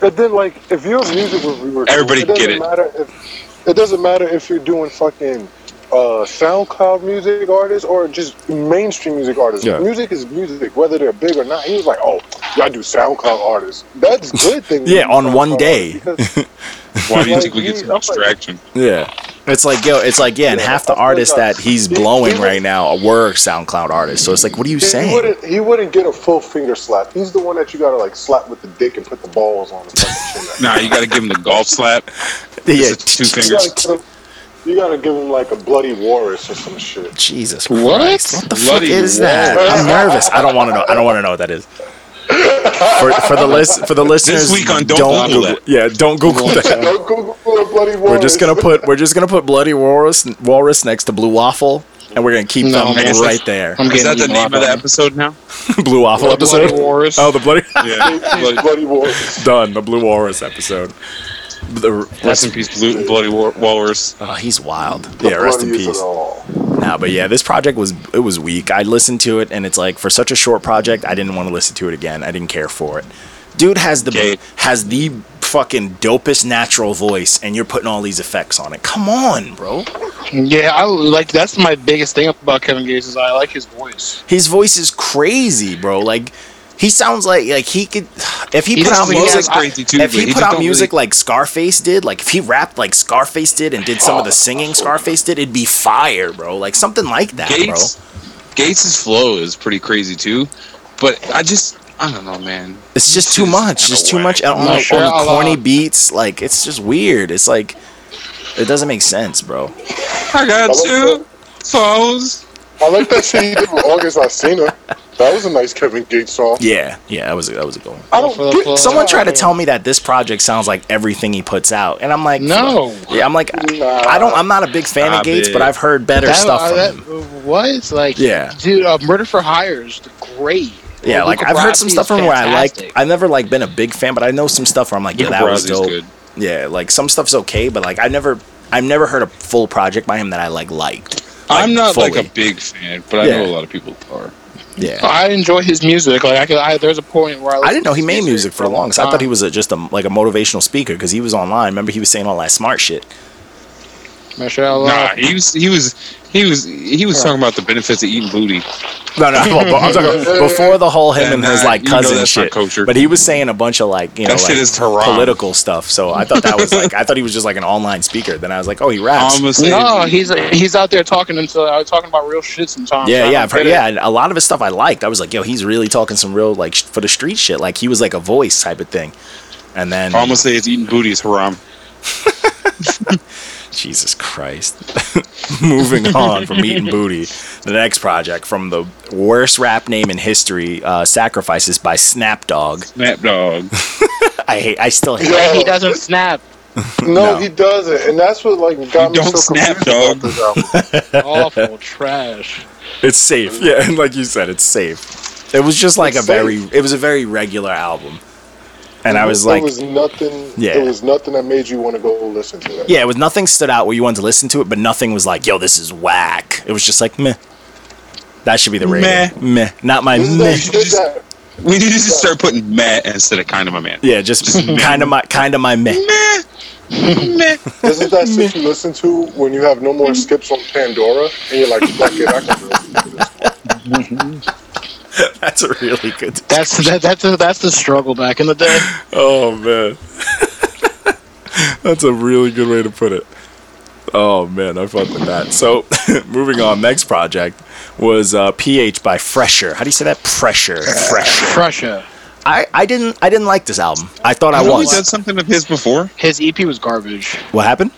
Speaker 3: But then, like, if you're a music reviewer,
Speaker 4: Everybody
Speaker 3: it doesn't
Speaker 4: get it.
Speaker 3: Matter if, it doesn't matter if you're doing fucking uh, SoundCloud music artists or just mainstream music artists.
Speaker 5: Yeah.
Speaker 3: Music is music, whether they're big or not. He was like, "Oh, y'all do SoundCloud artists. That's good thing."
Speaker 5: Yeah, on
Speaker 3: SoundCloud
Speaker 5: one day.
Speaker 3: because-
Speaker 4: Why do you
Speaker 3: Like,
Speaker 4: think we get
Speaker 3: you-
Speaker 4: so much traction?
Speaker 5: Yeah. It's like yo, it's like yeah, and
Speaker 3: Yeah,
Speaker 5: half the
Speaker 3: I feel
Speaker 5: artists
Speaker 3: that.
Speaker 5: that he's
Speaker 3: He-
Speaker 5: blowing
Speaker 3: he
Speaker 5: right
Speaker 3: was-
Speaker 5: now were SoundCloud artists. So it's like, what are you
Speaker 3: He
Speaker 5: saying?
Speaker 3: wouldn't, he wouldn't get a full finger slap. He's the one that you gotta like slap with the dick and put the balls on. His fucking chin.
Speaker 4: Nah, you got to give him the golf slap.
Speaker 5: Yeah.
Speaker 4: It's two
Speaker 3: You
Speaker 4: fingers.
Speaker 3: gotta, give him, you gotta give him like a bloody walrus or some shit.
Speaker 5: Jesus
Speaker 6: What?
Speaker 5: Christ! What the fuck
Speaker 4: Bloody
Speaker 5: is that?
Speaker 3: wall.
Speaker 5: I'm nervous. I don't want to know. I don't want to know what that is. For, for the list for the listeners,
Speaker 4: week on Don't Google
Speaker 5: Google,
Speaker 4: It.
Speaker 5: yeah, don't Google that.
Speaker 3: Don't Google a bloody walrus.
Speaker 5: We're just gonna put we're just gonna put bloody walrus walrus next to blue waffle, and we're gonna keep
Speaker 6: No.
Speaker 5: them
Speaker 4: I guess
Speaker 5: right there.
Speaker 6: I'm
Speaker 4: Is
Speaker 6: getting
Speaker 4: that the
Speaker 6: eaten
Speaker 4: name
Speaker 6: up
Speaker 4: of the
Speaker 6: on.
Speaker 4: episode now?
Speaker 5: blue waffle
Speaker 6: Bloody
Speaker 5: episode.
Speaker 6: walrus.
Speaker 5: Oh, the bloody
Speaker 4: Yeah. Blood-
Speaker 3: bloody walrus.
Speaker 5: done. The blue walrus episode. The,
Speaker 4: Rest in peace, Blue, Bloody War, Walrus.
Speaker 5: oh, he's wild. Yeah, rest in
Speaker 3: Bloodiest of
Speaker 5: peace.
Speaker 3: all.
Speaker 5: Nah, but yeah, this project was it was weak. I listened to it, and it's like for such a short project, I didn't want to listen to it again. I didn't care for it. Dude has the
Speaker 4: Okay.
Speaker 5: has the fucking dopest natural voice, and you're putting all these effects on it. Come on, bro.
Speaker 6: Yeah, I like that's my biggest thing about Kevin Gates is I like his voice.
Speaker 5: His voice is crazy, bro. Like he sounds like like he could if he,
Speaker 6: He
Speaker 5: put
Speaker 6: just
Speaker 5: out
Speaker 6: looks
Speaker 5: music
Speaker 4: crazy too,
Speaker 5: If
Speaker 4: but
Speaker 5: he,
Speaker 4: he
Speaker 5: put
Speaker 4: just
Speaker 5: out
Speaker 4: don't
Speaker 5: music like Scarface did, like if he rapped like Scarface did and did some of the
Speaker 4: Oh.
Speaker 5: singing Scarface did, it'd be fire, bro. Like something like that,
Speaker 4: Gates.
Speaker 5: bro.
Speaker 4: Gates' flow is pretty crazy too, but I just I don't know, man.
Speaker 5: It's just
Speaker 4: This
Speaker 5: too
Speaker 4: is
Speaker 5: much.
Speaker 4: kinda
Speaker 5: Just too
Speaker 4: whack.
Speaker 5: much on,
Speaker 6: No,
Speaker 5: on
Speaker 6: sure, I'll,
Speaker 5: corny
Speaker 6: uh,
Speaker 5: beats. Like it's just weird. It's like it doesn't make sense, bro.
Speaker 4: I got two phones.
Speaker 3: I like that shit he did with August Alsina. That was a nice Kevin Gates song.
Speaker 5: Yeah, yeah, that was that was a goal.
Speaker 3: I don't
Speaker 6: Well,
Speaker 3: get
Speaker 6: well,
Speaker 5: Someone
Speaker 6: Oh,
Speaker 5: tried to tell me that this project sounds like everything he puts out, and I'm like,
Speaker 6: No.
Speaker 5: Yeah, I'm like,
Speaker 3: Nah.
Speaker 5: I don't. I'm not a big fan
Speaker 4: Stop
Speaker 5: of Gates,
Speaker 4: it.
Speaker 5: but I've heard better
Speaker 6: That-
Speaker 5: stuff
Speaker 6: uh,
Speaker 5: from
Speaker 6: that-
Speaker 5: him.
Speaker 6: What? Like,
Speaker 5: Yeah.
Speaker 6: dude, uh, Murder for Hire is great.
Speaker 5: Yeah,
Speaker 6: Luca
Speaker 5: like I've heard some
Speaker 6: Brasi
Speaker 5: stuff
Speaker 6: is
Speaker 5: from where I liked.
Speaker 6: fantastic.
Speaker 5: I've never like been a big fan, but I know some stuff where I'm like, yeah,
Speaker 4: Luca
Speaker 5: that was
Speaker 4: Brasi's
Speaker 5: dope.
Speaker 4: good.
Speaker 5: Yeah, like some stuff's okay, but like I never, I've never heard a full project by him that I like liked.
Speaker 4: I'm not like
Speaker 5: fully.
Speaker 4: a big fan, but I
Speaker 5: Yeah.
Speaker 4: know a lot of people are.
Speaker 5: Yeah.
Speaker 6: I enjoy his music. Like I could, I, there's a point where I,
Speaker 5: I
Speaker 6: listen
Speaker 5: didn't know
Speaker 6: to
Speaker 5: he
Speaker 6: his
Speaker 5: made music for a long time. I thought he was a, just a like a motivational speaker because he was online. Remember, he was saying all that smart shit.
Speaker 6: Michelle. uh,
Speaker 4: Nah, he was he was he was he was talking about the benefits of eating booty.
Speaker 5: No, no, I'm, I'm talking before the whole him
Speaker 4: Yeah,
Speaker 5: and his
Speaker 4: nah,
Speaker 5: like
Speaker 4: you know
Speaker 5: cousin
Speaker 4: that's not
Speaker 5: shit.
Speaker 4: culture.
Speaker 5: But he was saying a bunch of like you know
Speaker 4: That shit
Speaker 5: like,
Speaker 4: is haram.
Speaker 5: political stuff. So I thought that was like I thought he was just like an online speaker. Then I was like, oh, he raps.
Speaker 4: I'm
Speaker 6: no, he's he's out there talking until I was talking about real shit sometimes. I
Speaker 5: yeah,
Speaker 6: don't
Speaker 5: yeah, I've heard,
Speaker 6: get it.
Speaker 5: yeah. and A lot of his stuff I liked. I was like, yo, he's really talking some real like sh- for the street shit. Like he was like a voice type of thing. And then
Speaker 4: I'm gonna say it's eating booty is haram.
Speaker 5: Jesus Christ. Moving on from Meat and Booty, the next project from the worst rap name in history, uh, Sacrifices by Snapdog.
Speaker 4: Snap dog.
Speaker 5: I hate. I still hate.
Speaker 3: Yeah.
Speaker 5: it.
Speaker 6: But he doesn't snap.
Speaker 3: No,
Speaker 5: No.
Speaker 3: he doesn't, and that's what like got
Speaker 4: Don't
Speaker 3: me so
Speaker 4: snap,
Speaker 3: confused about
Speaker 4: dog.
Speaker 3: this album.
Speaker 6: Awful trash.
Speaker 5: It's safe. Yeah, and like you said, it's safe. It was just like
Speaker 3: Mm. It's
Speaker 5: a very. It was a very regular album, and I was like,
Speaker 3: there was nothing.
Speaker 5: Yeah.
Speaker 3: there was nothing that made you want to go listen to that.
Speaker 5: yeah, it was nothing stood out where you wanted to listen to it, but nothing was like, yo, this is whack. It was just like meh. That should be the rating. Meh,
Speaker 4: Meh.
Speaker 5: not my
Speaker 3: This is
Speaker 5: meh.
Speaker 3: that shit that-
Speaker 4: We need to just start putting Matt instead of kind of my man.
Speaker 5: Yeah, just kind of my kind of my meh.
Speaker 3: This is that shit you listen to when you have no more skips on Pandora, and you're like, fuck it, I can listen to this.
Speaker 5: That's a really good.
Speaker 6: That's that, that's a, that's the struggle back in the day.
Speaker 5: Oh man, that's a really good way to put it. Oh man, I fucked with that. So, moving on. Next project was uh, PH by Fresher. How do you say that? Pressure. Fresher.
Speaker 6: Prussia.
Speaker 5: I, I didn't I didn't like this album. I thought I
Speaker 4: Haven't we
Speaker 5: was.
Speaker 4: done something of his before?
Speaker 6: His EP was garbage.
Speaker 5: What happened?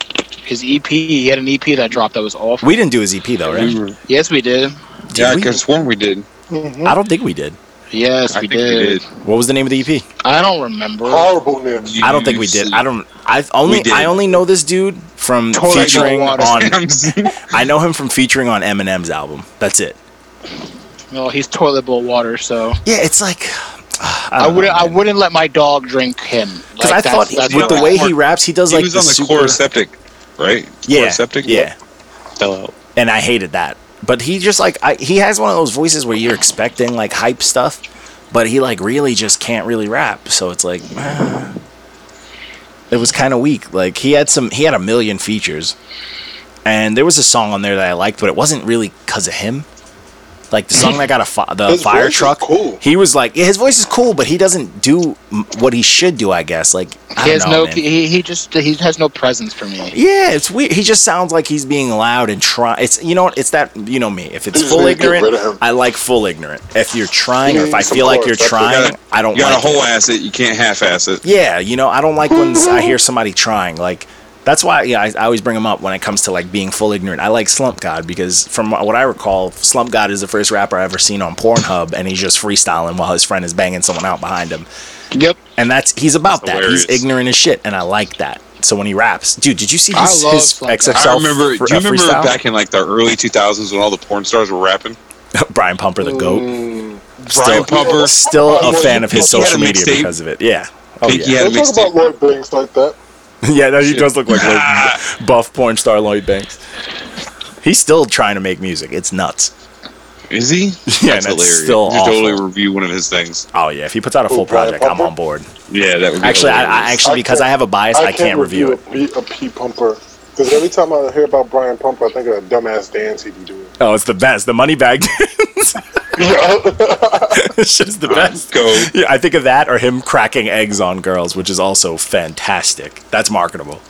Speaker 6: His EP, he had an EP that dropped that was awful.
Speaker 5: We didn't do his EP though, right?
Speaker 4: We were,
Speaker 6: yes, we did.
Speaker 5: Did
Speaker 4: yeah, I
Speaker 5: we?
Speaker 4: could have sworn we did.
Speaker 5: I don't think we did.
Speaker 6: Yes,
Speaker 4: I
Speaker 6: we
Speaker 4: think we
Speaker 6: did.
Speaker 4: did.
Speaker 5: What was the name of the EP?
Speaker 6: I don't remember.
Speaker 3: Horrible names.
Speaker 5: I don't think we did. I don't. I only
Speaker 4: We did.
Speaker 5: I only know this dude from
Speaker 6: Totally
Speaker 5: featuring
Speaker 6: no water.
Speaker 5: on.
Speaker 4: don't.
Speaker 5: I know him from featuring on Eminem's album. That's it.
Speaker 6: Well, he's toilet bowl water, so
Speaker 5: Yeah, it's like
Speaker 6: I, wouldn't. I wouldn't let my dog drink him.
Speaker 5: because
Speaker 6: Like,
Speaker 5: I
Speaker 6: that's-
Speaker 5: thought
Speaker 6: that's
Speaker 5: with
Speaker 6: what
Speaker 5: the
Speaker 6: I-
Speaker 5: way he raps, he does
Speaker 4: he
Speaker 5: like
Speaker 4: was
Speaker 5: the
Speaker 4: on the
Speaker 5: super,
Speaker 4: core septic, right?
Speaker 5: yeah,
Speaker 4: core septic.
Speaker 5: yeah,
Speaker 4: Hello.
Speaker 5: and I hated that. But he just like I, he has one of those voices where you're expecting like hype stuff, but he like really just can't really rap. So it's like ah. it was kind of weak. Like he had some he had a million features, and there was a song on there that I liked, but it wasn't really because of him. Like the song that got a fi- the
Speaker 3: His
Speaker 5: fire
Speaker 3: voice is
Speaker 5: truck.
Speaker 3: cool.
Speaker 5: He was like, yeah, his voice is cool, but he doesn't do m- what he should do. I guess like I
Speaker 6: he
Speaker 5: don't
Speaker 6: has
Speaker 5: know,
Speaker 6: no.
Speaker 5: man.
Speaker 6: He, he just he has no presence for me.
Speaker 5: Yeah, it's weird. He just sounds like he's being loud and try. It's you know what? It's that you know me. If it's
Speaker 3: Just
Speaker 5: full
Speaker 3: need to get rid of
Speaker 5: ignorant,
Speaker 3: him.
Speaker 5: I like full ignorant. If you're trying, or if I
Speaker 3: Some
Speaker 5: feel like
Speaker 3: chords,
Speaker 5: you're
Speaker 3: that's what you
Speaker 5: trying, I don't
Speaker 4: You got
Speaker 5: like.
Speaker 4: a
Speaker 5: it.
Speaker 4: whole ass it. You can't half ass it.
Speaker 5: Yeah, you know, I don't like when I hear somebody trying. Like that's why yeah, I, I always bring him up when it comes to like being full ignorant. I like Slump God because from what I recall, Slump God is the first rapper I ever seen on Pornhub, and he's just freestyling while his friend is banging someone out behind him
Speaker 6: Yep.
Speaker 5: and that's he's about that.
Speaker 4: hilarious.
Speaker 5: He's ignorant as shit, and I like that. So when he raps, dude, did you see
Speaker 6: I
Speaker 5: his,
Speaker 6: love
Speaker 5: his
Speaker 6: Slump
Speaker 5: XXL?
Speaker 4: I remember.
Speaker 5: fr-
Speaker 4: do you
Speaker 5: uh,
Speaker 4: remember
Speaker 5: freestyle?
Speaker 4: back in like the early 2000s when all the porn stars were rapping?
Speaker 5: Brian Pumper the goat?
Speaker 4: Brian Pumper. Oh,
Speaker 5: Still a fan of his
Speaker 4: He had a
Speaker 5: social media
Speaker 4: mixtape.
Speaker 5: because of it. Yeah. Oh,
Speaker 4: Pinky
Speaker 5: yeah.
Speaker 4: had a
Speaker 3: Don't talk
Speaker 4: mixtape.
Speaker 3: about Lloyd Banks like that.
Speaker 5: yeah, no, he does look like Lloyd, buff porn star Lloyd Banks. He's still trying to make music. It's nuts.
Speaker 4: Is he?
Speaker 5: Yeah,
Speaker 4: that's
Speaker 5: and it's
Speaker 4: hilarious.
Speaker 5: still
Speaker 4: you should totally
Speaker 5: awful.
Speaker 4: review one of his things.
Speaker 5: Oh yeah, if he puts out a full
Speaker 3: Oh, Brian
Speaker 5: project, I'm
Speaker 3: Pumper?
Speaker 5: on board.
Speaker 4: Yeah, that would be
Speaker 5: Actually, I, I
Speaker 4: hilarious.
Speaker 5: actually because I have a bias, I, can't review it.
Speaker 3: A, P, a P pumper. Because every time I hear about Brian Pumper, I think of a dumbass dance he be doing.
Speaker 5: Oh, it's the best. The money bag. it's just the best.
Speaker 4: go.
Speaker 5: Yeah, I think of that or him cracking eggs on girls, which is also fantastic. That's marketable.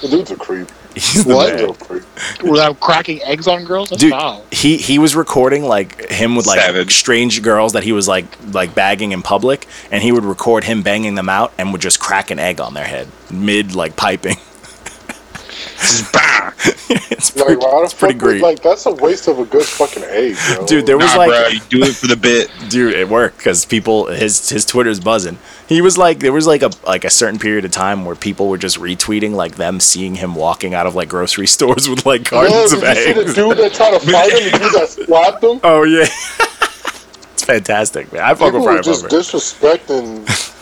Speaker 3: The dude's a creep.
Speaker 5: He's the
Speaker 6: What?
Speaker 5: man.
Speaker 3: He's a creep.
Speaker 6: Without cracking eggs on girls, that's
Speaker 5: Dude,
Speaker 6: foul.
Speaker 5: he he was recording like him with like
Speaker 4: Savage.
Speaker 5: strange girls that he was like like bagging in public, and he would record him banging them out and would just crack an egg on their head mid like piping.
Speaker 4: Just bah.
Speaker 5: it's pretty,
Speaker 3: Like, why the
Speaker 5: it's pretty
Speaker 3: fuck would-
Speaker 5: great,
Speaker 3: Like, that's a waste of a good fucking egg, yo.
Speaker 5: dude. There was
Speaker 4: Nah,
Speaker 5: like
Speaker 4: bro, you do it for the bit.
Speaker 5: dude it worked because people his his twitter's buzzing he was like there was like a like a certain period of time where people were just retweeting like them seeing him walking out of like grocery stores with like
Speaker 3: Yo,
Speaker 5: gardens
Speaker 3: did
Speaker 5: of
Speaker 3: you see the
Speaker 5: eggs
Speaker 3: dude that tried to fight him? The dude that slapped him?
Speaker 5: oh yeah it's fantastic man i fuck with
Speaker 3: People were
Speaker 5: brian
Speaker 3: just
Speaker 5: Pumper.
Speaker 3: disrespecting,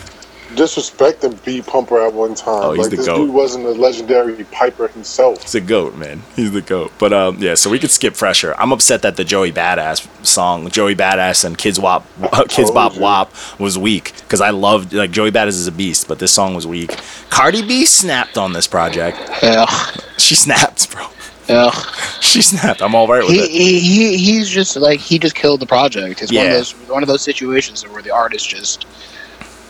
Speaker 3: disrespecting B Pumper at one time.
Speaker 5: Oh, he's
Speaker 3: like
Speaker 5: the
Speaker 3: this
Speaker 5: goat.
Speaker 3: dude wasn't a legendary piper himself.
Speaker 5: He's a goat, man. He's the goat. But um, yeah, so we could skip Fresher. I'm upset that the Joey Badass song, Joey Badass and Kids Wop, Kids Bop
Speaker 3: you.
Speaker 5: Wop was weak because I loved like Joey Badass is a beast, but this song was weak. Cardi B snapped on this project.
Speaker 6: Ugh.
Speaker 5: She snapped, bro.
Speaker 6: Ugh.
Speaker 5: She snapped. I'm all right with
Speaker 6: He,
Speaker 5: it.
Speaker 6: he, he he's just like he just killed the project. It's one of
Speaker 5: Yeah.
Speaker 6: those one of those situations where the artist just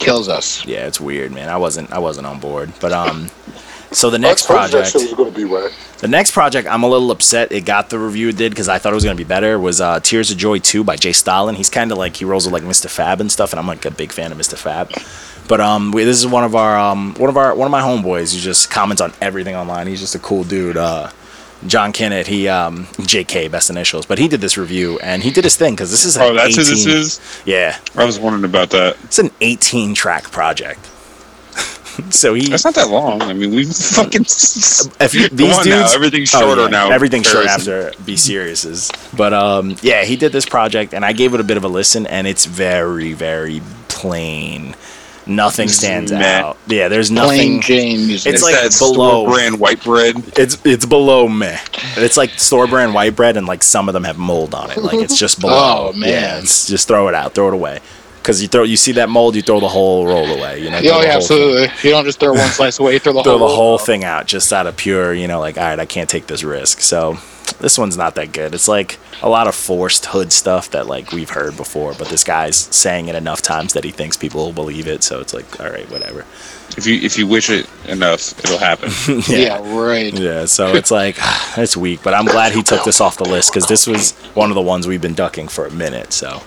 Speaker 6: kills us.
Speaker 5: Yeah, it's weird, man. I wasn't I wasn't on board. But um so the
Speaker 3: I
Speaker 5: next
Speaker 3: told you that
Speaker 5: project
Speaker 3: shit was going to be right.
Speaker 5: the next project I'm a little upset it got the review it did because I thought it was gonna be better was uh Tears of Joy 2 by Jay Stalin. He's kinda like he rolls with like Mr. Fab and stuff, and I'm like a big fan of Mr. Fab. But um we, this is one of our um one of our one of my homeboys who just comments on everything online. He's just a cool dude. Uh John Kennett, he um JK best initials, but he did this review and he did his thing because this is
Speaker 4: Oh,
Speaker 5: an
Speaker 4: that's who this
Speaker 5: 18
Speaker 4: is.
Speaker 5: Yeah,
Speaker 4: I was wondering about that.
Speaker 5: it's an 18 track project. so he,
Speaker 4: That's not that long. I mean, we fucking. If
Speaker 5: if you, these dudes,
Speaker 4: now, everything's
Speaker 5: Oh,
Speaker 4: shorter
Speaker 5: yeah,
Speaker 4: now.
Speaker 5: Everything's short
Speaker 4: comparison.
Speaker 5: after Be Serious is. But um, yeah, he did this project, and I gave it a bit of a listen, and it's very, very plain. Nothing stands
Speaker 4: Meh.
Speaker 5: out. Yeah, there's
Speaker 6: Plain
Speaker 5: nothing.
Speaker 6: Jane music.
Speaker 4: It's,
Speaker 5: It's like
Speaker 4: that
Speaker 5: below.
Speaker 4: store brand white bread.
Speaker 5: It's it's below meh. It's like store brand white bread, and like some of them have mold on it. Like it's just below.
Speaker 6: Oh, man.
Speaker 5: Yeah, it's just throw it out, throw it away. Because you throw, you see that mold, you throw the whole roll away. You know. throw
Speaker 6: oh
Speaker 5: the
Speaker 6: yeah,
Speaker 5: whole thing.
Speaker 6: absolutely. You don't just throw one slice away; you throw the
Speaker 5: throw
Speaker 6: whole.
Speaker 5: the whole thing out just out of pure, you know, like all right, I can't take this risk. So this one's not that good. It's like a lot of forced hood stuff that like we've heard before, but this guy's saying it enough times that he thinks people will believe it. So it's like, all right, whatever.
Speaker 4: If you if you wish it enough, it'll happen.
Speaker 6: Yeah, right.
Speaker 5: Yeah, so it's like it's weak, but I'm glad he took this off the list because this was one of the ones we've been ducking for a minute. So,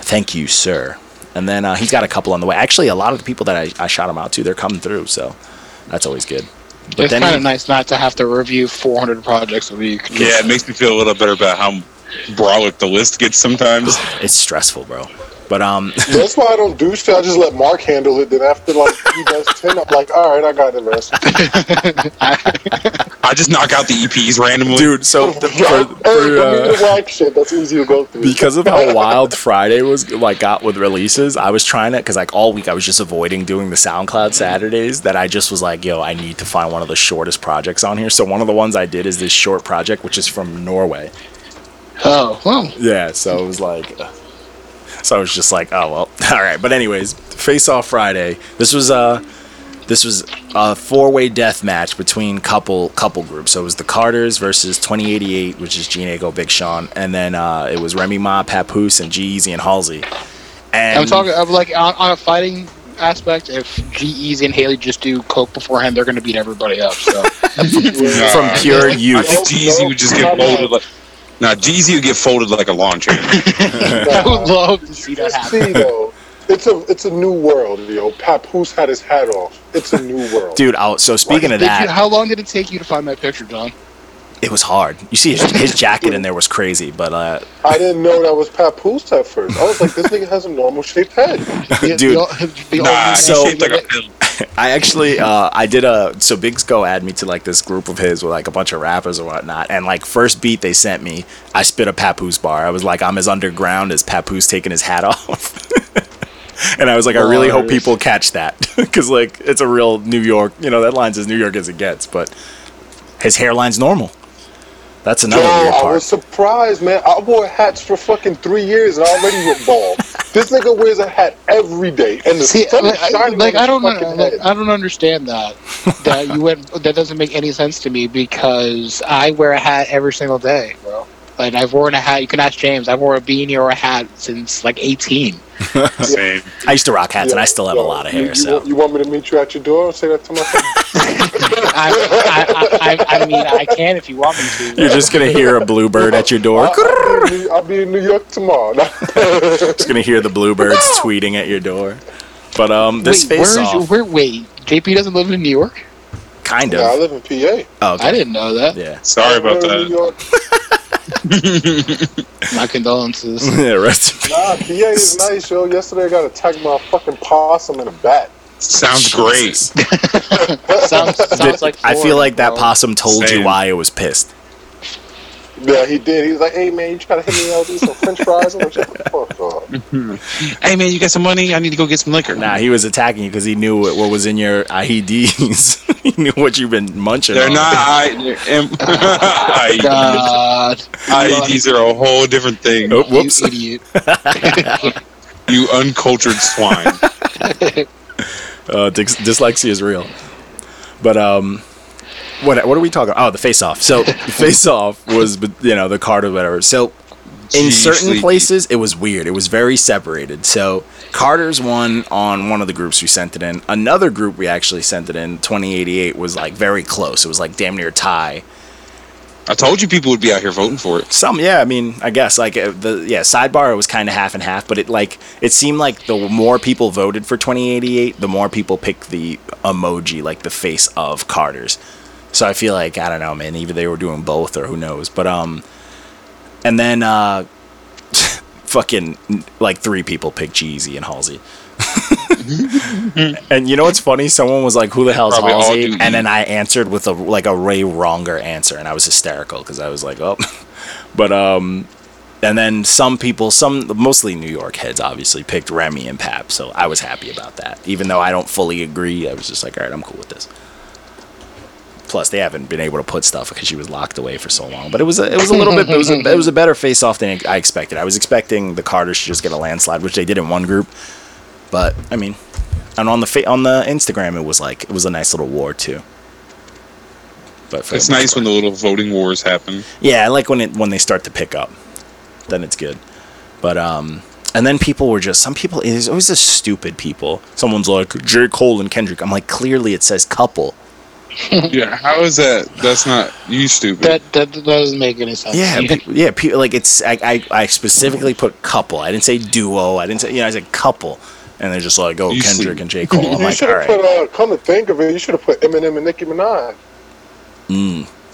Speaker 5: thank you, sir. And then uh, he's got a couple on the way. Actually, a lot of the people that I, I shot him out to, they're coming through, so that's always good. But
Speaker 6: it's
Speaker 5: then
Speaker 6: kind of
Speaker 5: he,
Speaker 6: nice not to have to review 400 projects a week.
Speaker 4: Yeah, it makes me feel a little better about how brolic the list gets sometimes.
Speaker 5: it's stressful, bro. But um,
Speaker 3: That's why I don't do shit. I just let Mark handle it. Then after like he does ten, I'm like, all right, I got the rest.
Speaker 4: I just knock out the EPs randomly.
Speaker 5: dude, so the, for,
Speaker 3: Hey, don't
Speaker 5: for,
Speaker 3: give me
Speaker 5: uh,
Speaker 3: the whack shit. That's easy to go through.
Speaker 5: because of how wild Friday was like got with releases, I was trying to because like all week I was just avoiding doing the SoundCloud Saturdays. That I just was like, yo, I need to find one of the shortest projects on here. So one of the ones I did is this short project, which is from Norway.
Speaker 6: Oh, well,
Speaker 5: Yeah, so it was like, so I was just like, oh well, all right. But anyways, Face Off Friday. This was uh this was a four-way death match between couple couple groups. So it was the Carters versus 2088, which is Gene Ago, Big Sean, and then uh, it was Remy Ma, Papoose, and G-Eazy and Halsey. And
Speaker 6: I'm talking of like on, on a fighting aspect. If G Easy and Haley just do coke beforehand, they're going to beat everybody up. So
Speaker 3: Yeah.
Speaker 5: from pure
Speaker 4: I
Speaker 5: youth.
Speaker 4: think Jeezy would just get folded like. Nah, Jeezy would get folded like a lawn chair.
Speaker 6: I would love to see that
Speaker 3: Just
Speaker 6: happen.
Speaker 3: see though, it's a it's a new world, yo. Papoose had his hat off. It's a new world.
Speaker 5: Dude, i so speaking of
Speaker 6: Did you-
Speaker 5: that,
Speaker 6: how long did it take you to find that picture, John?
Speaker 5: it was hard. You see, his, his jacket in there was crazy, but uh,
Speaker 3: I didn't know that was Papoose at first. I was like, this nigga has a normal shaped head.
Speaker 6: The-
Speaker 5: Dude.
Speaker 6: the ol- the
Speaker 4: Nah,
Speaker 6: old-
Speaker 4: he's
Speaker 5: so-
Speaker 4: shaped like a pill.
Speaker 5: I actually, uh, I did a so Big Go added me to like this group of his with like a bunch of rappers or whatnot, and like first beat they sent me, I spit a Papoose bar. I was like, I'm as underground as Papoose taking his hat off, and I was like, I really hope
Speaker 6: Bars.
Speaker 5: people catch that because like it's a real New York, you know, that line's as New York as it gets, but his hairline's normal. That's
Speaker 3: Yo,
Speaker 5: another weird
Speaker 3: I
Speaker 5: part.
Speaker 3: was surprised, man. I wore hats for fucking three years and I already went bald. This nigga wears a hat every day, and the
Speaker 6: See,
Speaker 3: sun is
Speaker 6: like, I-
Speaker 3: shining
Speaker 6: like,
Speaker 3: on
Speaker 6: I
Speaker 3: his
Speaker 6: don't, know,
Speaker 3: fucking
Speaker 6: like,
Speaker 3: head.
Speaker 6: I don't understand that. That you went. That doesn't make any sense to me because I wear a hat every single day, bro. Like I've worn a hat. You can ask James. I've worn a beanie or a hat since like 18.
Speaker 4: Same.
Speaker 5: I used to rock hats, and
Speaker 3: Yo,
Speaker 5: I still have
Speaker 3: yo,
Speaker 5: a lot of
Speaker 3: you-
Speaker 5: hair.
Speaker 3: you,
Speaker 5: so
Speaker 3: want- you want me to meet you at your door and say that to my friend?
Speaker 6: I, I, I, I, I mean, I can if you want me to.
Speaker 5: you're just gonna hear a bluebird at your door.
Speaker 3: I'll, be in New- I'll be in New York tomorrow.
Speaker 5: just gonna hear the bluebirds tweeting at your door. But um, this
Speaker 6: wait,
Speaker 5: face
Speaker 6: where is your,
Speaker 5: off,
Speaker 6: where, wait, JP doesn't live in New York?
Speaker 5: kind
Speaker 3: Nah, I
Speaker 5: of.
Speaker 3: live in PA.
Speaker 5: Oh, okay.
Speaker 6: I didn't know that.
Speaker 5: Yeah.
Speaker 4: Sorry about
Speaker 3: New
Speaker 4: that.
Speaker 3: York.
Speaker 6: My condolences.
Speaker 5: yeah, rest.
Speaker 3: Nah, PA is nice, yo. Yesterday I got attacked by a fucking possum and a bat.
Speaker 4: Sounds great.
Speaker 5: Jesus.
Speaker 6: sounds, sounds like
Speaker 5: I feel
Speaker 6: Florida,
Speaker 5: like that
Speaker 6: bro.
Speaker 5: possum told
Speaker 4: Same.
Speaker 5: you why it was pissed.
Speaker 3: Yeah, he did. He was like, "Hey man, you try to hit me out with some French fries?" I'm like, "Shut the fuck up."
Speaker 4: Hey man, you got some money? I need to go get some liquor.
Speaker 5: Nah, he was attacking you because he knew what, what was in your IEDs. he knew what you've been munching.
Speaker 4: They're
Speaker 5: on.
Speaker 4: not. I, am, I,
Speaker 6: God,
Speaker 4: IEDs are a whole different thing.
Speaker 5: Oh, whoops.
Speaker 6: you idiot.
Speaker 4: You uncultured swine.
Speaker 5: Uh, dys- dyslexia is real. But um, what what are we talking? Oh, the face off. So face off was you know the card or whatever. So in
Speaker 4: Jeez,
Speaker 5: certain
Speaker 4: Sleepy.
Speaker 5: places it was weird. It was very separated. So Carter's one on one of the groups we sent it in. Another group we actually sent it in. Twenty eighty eight was like very close. It was like damn near tie.
Speaker 4: I told you people would be out here voting for it.
Speaker 5: Some, yeah. I mean, I guess like uh, the yeah sidebar it was kind of half and half, but it like it seemed like the more people voted for 2088, the more people picked the emoji like the face of Carter's. So I feel like I don't know, man. Either they were doing both, or who knows. But um, and then uh, fucking like three people picked Jeezy and Halsey. and you know what's funny? Someone was like, "Who the hell's
Speaker 4: Probably all
Speaker 5: Halsey?"
Speaker 4: do
Speaker 5: And then I answered with a like a Ray Wronger answer, and I was hysterical because I was like, "Oh." But um, and then some people, some mostly New York heads, obviously picked Remy and Pap, so I was happy about that. Even though I don't fully agree, I was just like, all right, I'm cool with this. Plus, they haven't been able to put stuff because she was locked away for so long. But it was a, it was a little bit, it was a, it was a better face off than I expected. I was expecting the Carters to just get a landslide, which they did in one group. But I mean, and on the fa- on the Instagram, it was like it was a nice little war too. But for
Speaker 4: It's
Speaker 5: the most
Speaker 4: nice
Speaker 5: part-
Speaker 4: when the little voting wars happen.
Speaker 5: yeah, I like when it when they start to pick up, then it's good. But um, and then people were just some people. There's always this stupid people. Someone's like J Cole and Kendrick. I'm like, clearly it says couple.
Speaker 4: Yeah, how is that? That's not you stupid.
Speaker 6: That, that that doesn't make any sense.
Speaker 5: Yeah, yeah, pe- yeah pe- like it's I, I I specifically put couple. I didn't say duo. I didn't say you know I said couple. And they're just like, oh,
Speaker 4: You see-
Speaker 5: Kendrick and J Cole. I'm
Speaker 3: you
Speaker 5: like,
Speaker 3: should
Speaker 5: all
Speaker 3: have
Speaker 5: right.
Speaker 3: put. Uh, come to think of it, you should have put Eminem and Nicki Minaj.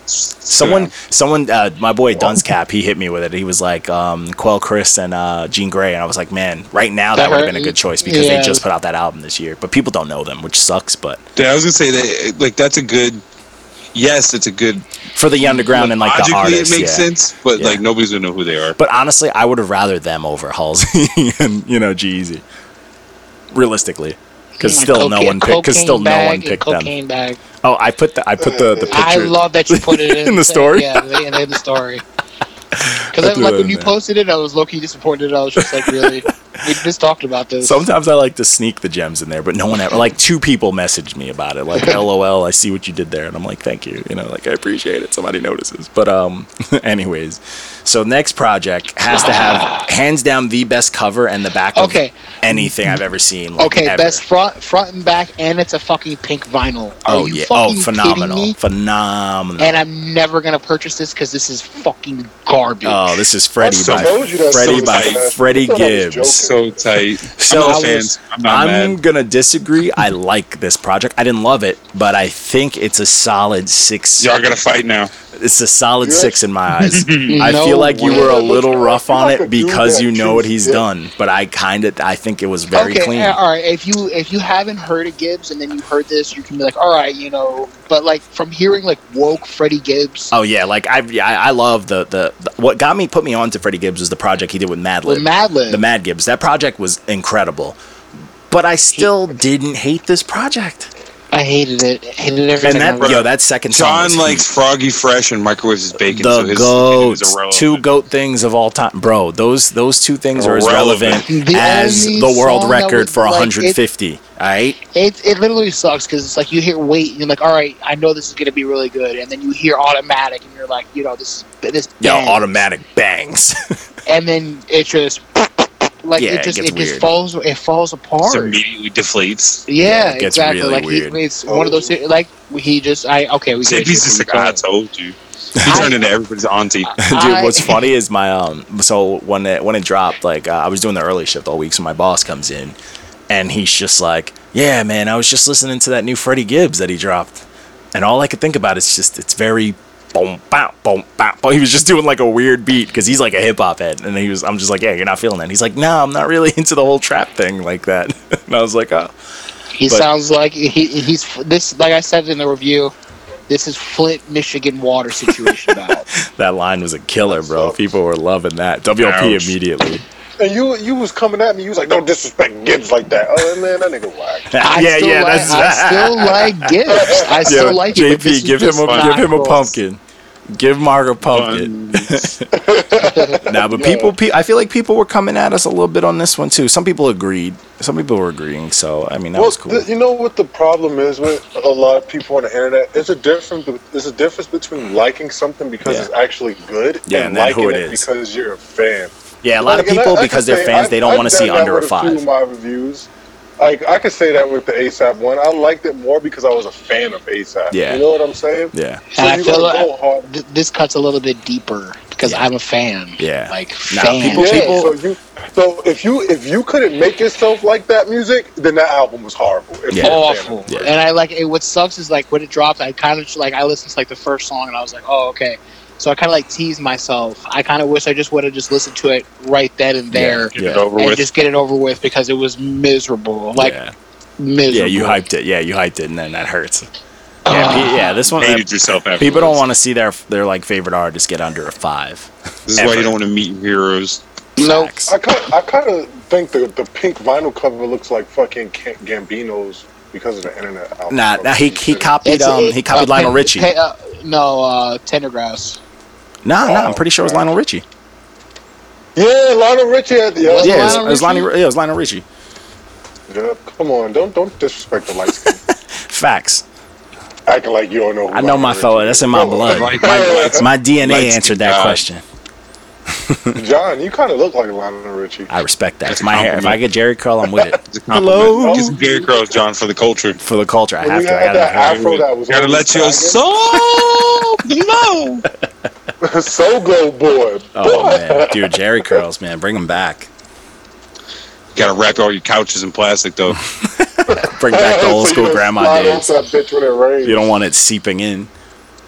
Speaker 5: Someone,
Speaker 4: Yeah.
Speaker 5: someone, uh, my boy Dunscap, he hit me with it. He was like, um, Quell Chris and uh, Jean Grey. And I was like, man, right now that,
Speaker 6: That
Speaker 5: would have
Speaker 6: hurt.
Speaker 5: been a good choice because
Speaker 6: Yeah.
Speaker 5: they just put out that album this year. But people don't know them, which sucks. But
Speaker 4: Yeah, I was gonna say that. Like, that's a good. Yes, it's a good.
Speaker 5: for the underground and like the
Speaker 4: logically,
Speaker 5: artists,
Speaker 4: it makes
Speaker 5: yeah.
Speaker 4: sense, but
Speaker 5: Yeah.
Speaker 4: like nobody's gonna know who they are.
Speaker 5: But honestly, I would have rather them over Halsey and you know Jeezy. Realistically, because still no
Speaker 6: Cocaine-
Speaker 5: one picked. Because still
Speaker 6: cocaine
Speaker 5: no
Speaker 6: bag
Speaker 5: one
Speaker 6: and
Speaker 5: picked them.
Speaker 6: cocaine Bag.
Speaker 5: Oh, I put the I put the the picture.
Speaker 6: I love that you put it in,
Speaker 5: In the story?
Speaker 6: Yeah, in, in the story.
Speaker 5: I
Speaker 6: Because
Speaker 5: do
Speaker 6: like
Speaker 5: that,
Speaker 6: when you
Speaker 5: man.
Speaker 6: posted it, I was low key disappointed. I was just like, really, we just talked about this.
Speaker 5: Sometimes I like to sneak the gems in there, but no one ever like two people messaged me about it. Like, LOL, I see what you did there, and I'm like, thank you. You know, like I appreciate it. Somebody notices. But um, anyways, so next project has to have hands down the best cover and the back. of
Speaker 6: Okay.
Speaker 5: anything I've ever seen. Like,
Speaker 6: okay,
Speaker 5: ever.
Speaker 6: best front, front and back, and it's a fucking pink vinyl. Are
Speaker 5: Oh
Speaker 6: you
Speaker 5: yeah.
Speaker 6: fucking
Speaker 5: Oh,
Speaker 6: kidding
Speaker 5: phenomenal,
Speaker 6: me?
Speaker 5: phenomenal.
Speaker 6: And I'm never gonna purchase this because this is fucking garbage.
Speaker 5: oh, this is Freddie
Speaker 3: Also
Speaker 5: by
Speaker 3: told you that's
Speaker 5: Freddie
Speaker 4: so
Speaker 5: by
Speaker 4: tight.
Speaker 5: Freddie
Speaker 3: I thought I was
Speaker 5: Gibbs.
Speaker 4: So tight.
Speaker 5: So
Speaker 4: I'm not
Speaker 5: I
Speaker 4: a fan.
Speaker 5: was-
Speaker 4: I'm not
Speaker 5: I'm
Speaker 4: mad.
Speaker 5: gonna disagree. I like this project. I didn't love it, but I think it's a solid six.
Speaker 4: Y'all gotta fight now.
Speaker 5: It's a solid
Speaker 3: Yes.
Speaker 5: six in my eyes. I
Speaker 6: No
Speaker 5: feel like you were a
Speaker 3: way.
Speaker 5: little rough on
Speaker 3: Like a
Speaker 5: it
Speaker 3: dude
Speaker 5: because
Speaker 3: that
Speaker 5: you know what
Speaker 3: chews
Speaker 5: he's
Speaker 3: dick.
Speaker 5: done, but I kind of I think it was very
Speaker 6: okay, uh,
Speaker 5: clean.
Speaker 6: yeah, all right. If you if you haven't heard of Gibbs and then you heard this, you can be like, all right, you know. But like from hearing like woke Freddie Gibbs
Speaker 5: Oh yeah, like I yeah, I I love the, the the what got me put me on to Freddie Gibbs was the project he did with Madlib.
Speaker 6: with Madlib,
Speaker 5: the Mad Gibbs. That project was incredible. But I still didn't hate this project.
Speaker 6: I hated it. Hated everything.
Speaker 5: And that
Speaker 6: about it.
Speaker 5: yo, that second song
Speaker 4: John
Speaker 5: was
Speaker 4: likes
Speaker 5: heat.
Speaker 4: Froggy Fresh and microwaves his bacon.
Speaker 5: the
Speaker 4: so his opinion is
Speaker 5: goats,
Speaker 4: irrelevant.
Speaker 5: two goat things of all time, bro. Those those two things are as
Speaker 4: Irrelevant.
Speaker 5: relevant
Speaker 6: The
Speaker 5: as
Speaker 6: only
Speaker 5: the world
Speaker 6: song that
Speaker 5: record
Speaker 6: was
Speaker 5: for
Speaker 6: like-
Speaker 5: 150. all right,
Speaker 6: It it literally sucks because it's like you hear wait, and you're like, all right, I know this is gonna be really good, and then you hear automatic, and you're like, you know, this is this
Speaker 5: yo,
Speaker 6: bang.
Speaker 5: automatic bangs.
Speaker 6: and then it just like
Speaker 5: Yeah, it
Speaker 6: it just
Speaker 5: gets
Speaker 6: it, just
Speaker 5: weird.
Speaker 6: falls it falls
Speaker 4: Just
Speaker 6: apart.
Speaker 4: immediately deflates.
Speaker 5: Yeah,
Speaker 6: Yeah,
Speaker 5: it gets
Speaker 6: exactly.
Speaker 5: really
Speaker 6: like
Speaker 5: weird.
Speaker 6: He, it's one of those like he just I okay we get it.
Speaker 4: JP's just like, "Ah, I told you. He
Speaker 6: I-
Speaker 4: turned into everybody's auntie.
Speaker 5: Dude,
Speaker 6: I-
Speaker 5: what's funny is my um. So when it when it dropped, like uh, I was doing the early shift all week, so my boss comes in, and he's just like, "Yeah, man, I was just listening to that new Freddie Gibbs that he dropped, and all I could think about is just it's very boom bow boom bow." bow." He was just doing like a weird beat because he's like a hip hop head, and he was. I'm just like, "Yeah, you're not feeling that." He's like, "No, I'm not really into the whole trap thing like that," and I was like, "Oh,
Speaker 6: He
Speaker 5: but-
Speaker 6: sounds like he he's this like I said in the review. This is Flint, Michigan water situation. now.
Speaker 5: that line was a killer, bro.
Speaker 3: sucks.
Speaker 5: People were loving that WLP
Speaker 4: Ouch.
Speaker 5: immediately."
Speaker 3: And you you was coming at me. You was like, don't disrespect Gibbs like that. Oh man, that nigga whack.
Speaker 5: yeah,
Speaker 6: I still
Speaker 5: yeah,
Speaker 6: like,
Speaker 5: that's
Speaker 6: I still like Gibbs. I
Speaker 5: Yo,
Speaker 6: still like it, but
Speaker 5: JP,
Speaker 6: this is
Speaker 5: give him
Speaker 6: just
Speaker 5: a
Speaker 6: not
Speaker 5: give him a
Speaker 6: cool.
Speaker 5: pumpkin. Give Mark a pumpkin. Nah, but people, pe- I feel like people were coming at us a little bit on this one too. Some people agreed. Some people were agreeing. So I mean, that
Speaker 3: Well,
Speaker 5: was cool.
Speaker 3: th- you know what the problem is with a lot of people on the internet? There's a difference. There's a difference between liking something because
Speaker 5: Yeah.
Speaker 3: it's actually good
Speaker 5: Yeah,
Speaker 3: and,
Speaker 5: and then
Speaker 3: liking
Speaker 5: who it
Speaker 3: it
Speaker 5: is.
Speaker 3: because you're a fan.
Speaker 5: yeah, a lot of
Speaker 3: Like, and I-
Speaker 5: people
Speaker 3: I could
Speaker 5: because they're
Speaker 3: say-
Speaker 5: fans,
Speaker 3: I've-
Speaker 5: they don't
Speaker 3: I've
Speaker 5: want to see
Speaker 3: done that
Speaker 5: under a
Speaker 3: with few
Speaker 5: five.
Speaker 3: of my reviews. Like I could say that with the ASAP one, I liked it more because I was a fan of ASAP.
Speaker 5: Yeah.
Speaker 3: you know what I'm saying?
Speaker 5: Yeah,
Speaker 3: So
Speaker 6: And I
Speaker 3: you
Speaker 6: feel
Speaker 3: gotta
Speaker 6: like-
Speaker 3: go hard.
Speaker 6: Th- this cuts a little bit deeper because
Speaker 5: Yeah.
Speaker 6: I'm a fan.
Speaker 5: Yeah.
Speaker 6: like
Speaker 5: Nah,
Speaker 6: fan.
Speaker 5: people-
Speaker 3: Yeah, so, you, so if you if you couldn't make yourself like that music, then that album was horrible. If
Speaker 5: Yeah.
Speaker 3: you're a fan of
Speaker 6: awful.
Speaker 5: Yeah.
Speaker 6: And I like it. What sucks is like when it dropped, I kind of like I listened to like the first song and I was like, oh okay. So I kind of like teased myself. I kind of wish I just would have just listened to it right then and there
Speaker 4: Get it
Speaker 5: Yeah.
Speaker 4: over
Speaker 6: and
Speaker 4: with.
Speaker 6: just get it over with because it was miserable. Like
Speaker 5: yeah,
Speaker 6: miserable. Uh,
Speaker 5: yeah. You hyped it. Yeah, you hyped it, and then that hurts. Yeah, pe- yeah. This one, uh,
Speaker 4: Hated yourself after.
Speaker 5: people don't want to see their their like favorite artist get under a five.
Speaker 4: This is why
Speaker 5: ever.
Speaker 4: you don't want to meet your heroes.
Speaker 6: Nope.
Speaker 5: Facts.
Speaker 3: I kind I kind of think the the pink vinyl cover looks like fucking Ca- Gambino's because of the internet. Album
Speaker 5: Nah, nah, he he copied
Speaker 6: It's-
Speaker 5: um
Speaker 6: it-
Speaker 5: he copied
Speaker 6: uh,
Speaker 5: Lionel
Speaker 6: Pe-
Speaker 5: Richie.
Speaker 6: Pe- uh, no, uh, Tendergrass.
Speaker 5: Nah, nah. I'm
Speaker 3: Oh,
Speaker 5: pretty sure it was
Speaker 3: crap.
Speaker 5: Lionel Richie.
Speaker 3: Yeah, Lionel Richie at the
Speaker 6: Was
Speaker 5: Yeah, it
Speaker 3: yeah.
Speaker 5: was, it
Speaker 6: Lionel
Speaker 5: was Lionel.
Speaker 6: Richie?
Speaker 5: Yeah, it was Lionel Richie.
Speaker 3: Come on, don't don't disrespect the lights.
Speaker 5: Facts.
Speaker 3: acting like you don't know. Who
Speaker 5: I know my
Speaker 3: am.
Speaker 5: fella. That's in my blood.
Speaker 4: Like, like,
Speaker 5: My DNA
Speaker 4: Like,
Speaker 5: answered that
Speaker 4: uh,
Speaker 5: question.
Speaker 3: John, you kind of look like Lionel Richie.
Speaker 5: I respect that.
Speaker 4: That's
Speaker 5: It's my hair. If I
Speaker 4: compliment.
Speaker 5: get Jerry curl, I'm with it.
Speaker 4: it's a compliment.
Speaker 5: Hello?
Speaker 4: Get some Gary Crows, John, for the culture.
Speaker 5: For the culture, I
Speaker 3: When
Speaker 5: have
Speaker 3: you
Speaker 5: to. I
Speaker 3: had
Speaker 5: gotta
Speaker 3: that
Speaker 5: have
Speaker 3: afro that was
Speaker 4: Gotta
Speaker 3: on
Speaker 4: let
Speaker 3: the
Speaker 4: your
Speaker 3: back
Speaker 4: soul glow.
Speaker 3: end. so go, boy.
Speaker 5: Oh man, dude, Jerry curls, man, bring them back.
Speaker 4: Gotta wrap all your couches in plastic, though.
Speaker 5: Bring back the old
Speaker 3: So you
Speaker 5: school
Speaker 3: just
Speaker 5: grandma
Speaker 3: slide
Speaker 5: days.
Speaker 3: off that bitch when it rains.
Speaker 5: You don't want it seeping in.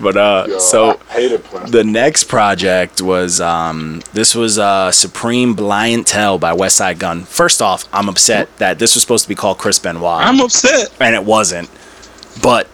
Speaker 5: but uh,
Speaker 3: Yo,
Speaker 5: so
Speaker 3: I hated plastic.
Speaker 5: the next project was um, this was uh, Supreme Blind Tell by West Side Gun. First off, I'm upset that this was supposed to be called Chris Benoit,
Speaker 4: I'm upset.
Speaker 5: and it wasn't. But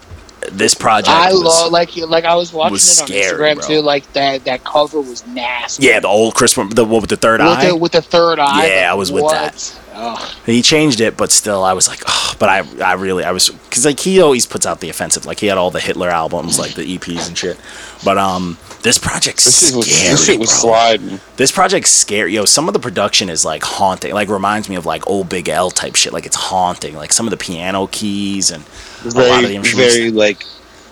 Speaker 5: this project,
Speaker 6: I
Speaker 5: was,
Speaker 6: love like you- like I was watching
Speaker 5: was
Speaker 6: it on
Speaker 5: scary,
Speaker 6: Instagram
Speaker 5: bro.
Speaker 6: too. Like that that cover was nasty.
Speaker 5: yeah, the old Chris, the one with the third
Speaker 6: with
Speaker 5: eye.
Speaker 6: the with the third eye.
Speaker 5: Yeah,
Speaker 6: like,
Speaker 5: I was with
Speaker 6: what?
Speaker 5: that.
Speaker 6: Ugh.
Speaker 5: And he changed it, but still, I was like, oh, but I, I really, I was, because like he always puts out the offensive, like he had all the Hitler albums, like the EPs and shit. But um, this project's
Speaker 4: This shit was,
Speaker 5: scary.
Speaker 4: this shit was
Speaker 5: bro.
Speaker 4: sliding.
Speaker 5: This project's scary. Yo, some of the production is like haunting. Like reminds me of like old Big L type shit. Like it's haunting. Like some of the piano keys and a lot of the
Speaker 4: Very,
Speaker 5: instruments.
Speaker 4: very like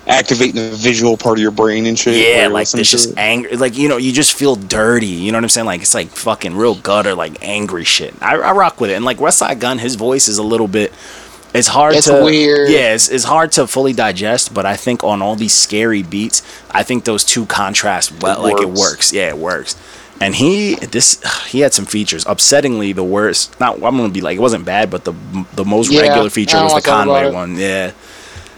Speaker 4: activating the visual part of your brain and shit.
Speaker 5: yeah,
Speaker 4: or
Speaker 5: like
Speaker 4: some
Speaker 5: this
Speaker 4: shit.
Speaker 5: just angry. Like you know, you just feel dirty. You know what I'm saying? Like it's like fucking real gutter, like angry shit. I, I rock with it. And like West Side Gun, his voice is a little bit. It's hard
Speaker 6: It's
Speaker 5: to
Speaker 6: weird.
Speaker 5: Yeah, it's, it's hard to fully digest. But I think on all these scary beats, I think those two contrast well. like it
Speaker 4: works.
Speaker 5: works. Yeah, it works. And he this he had some features. Upsettingly, the worst. Not I'm gonna be like it wasn't bad, but the the most
Speaker 6: Yeah,
Speaker 5: regular feature
Speaker 6: I
Speaker 5: was
Speaker 6: don't
Speaker 5: the
Speaker 6: like that about
Speaker 5: Conway
Speaker 6: it.
Speaker 5: one. Yeah.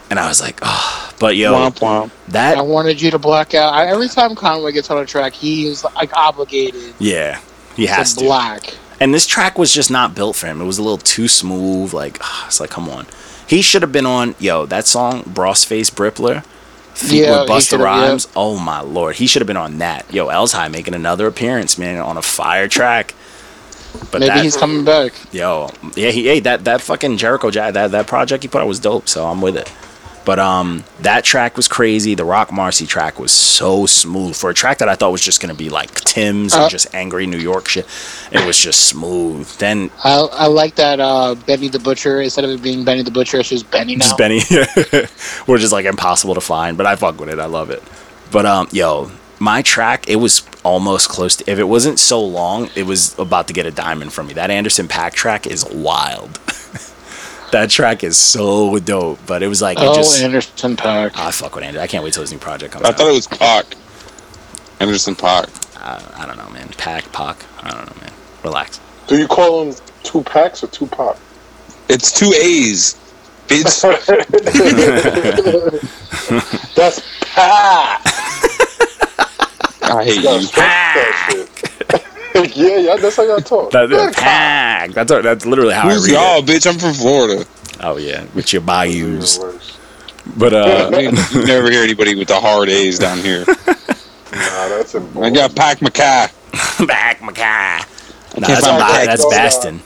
Speaker 5: And I was like, oh, but yo,
Speaker 4: Womp womp.
Speaker 5: that
Speaker 6: I wanted you to black out. I, every time Conway gets on a track, he is like obligated
Speaker 5: Yeah, he has
Speaker 6: to
Speaker 5: to.
Speaker 6: black.
Speaker 5: And this track was just not built for him. It was a little too smooth. Like ah, it's like, come on. He should have been on yo that song Bros Face Brippler feat
Speaker 6: Yeah,
Speaker 5: with
Speaker 6: he
Speaker 5: Busta
Speaker 6: should've, yeah.
Speaker 5: Rhymes. Oh my lord, he should have been on that. Yo, Elzhai making another appearance, man, on a fire track. But
Speaker 6: Maybe
Speaker 5: that,
Speaker 6: he's coming back.
Speaker 5: yo, yeah, he hey that that fucking Jericho Jack that that project he put out was dope. So I'm with it. But um, that track was crazy. The Rock Marcy track was so smooth for a track that I thought was just gonna be like Tim's
Speaker 6: Uh.
Speaker 5: and just angry New York shit. It was just smooth. Then
Speaker 6: I, I like that uh, Benny the Butcher. Instead of it being Benny the Butcher, it's just Benny now.
Speaker 5: just Benny, we're just like impossible to find. But I fuck with it. I love it. But um, yo, my track it was almost close to. If it wasn't so long, it was about to get a diamond from me. That Anderson Pack track is wild. that track is so dope. But it was like
Speaker 6: oh,
Speaker 5: it just.
Speaker 6: Anderson Paak.
Speaker 5: I fuck with Andrew. I can't wait till his new project comes
Speaker 4: I
Speaker 5: out.
Speaker 4: thought it was Pac. Anderson Pac.
Speaker 5: I don't know, man. Pack, Pac. I don't know, man. Relax.
Speaker 3: Do you call him two packs or two pop?
Speaker 4: It's two A's. Bitch.
Speaker 3: That's pack.
Speaker 4: I hate
Speaker 3: Y'all
Speaker 4: you.
Speaker 3: stretch that shit. yeah, yeah, that's how y'all talk.
Speaker 5: That,
Speaker 3: Pack.
Speaker 5: pack. That's that's literally how
Speaker 4: Who's
Speaker 5: I read
Speaker 4: y'all, bitch? I'm from Florida.
Speaker 5: it. Oh yeah, with
Speaker 3: You're
Speaker 5: your
Speaker 3: the
Speaker 5: bayous.
Speaker 3: worst.
Speaker 5: But uh,
Speaker 4: Man, you never hear anybody with the hard A's down here.
Speaker 3: Nah, that's a
Speaker 4: I got Pac Mackay.
Speaker 5: back my guy.
Speaker 4: can't
Speaker 5: Nah, that's
Speaker 4: find
Speaker 5: ba-
Speaker 4: that.
Speaker 5: that's
Speaker 3: Oh, yeah.
Speaker 5: Bastin.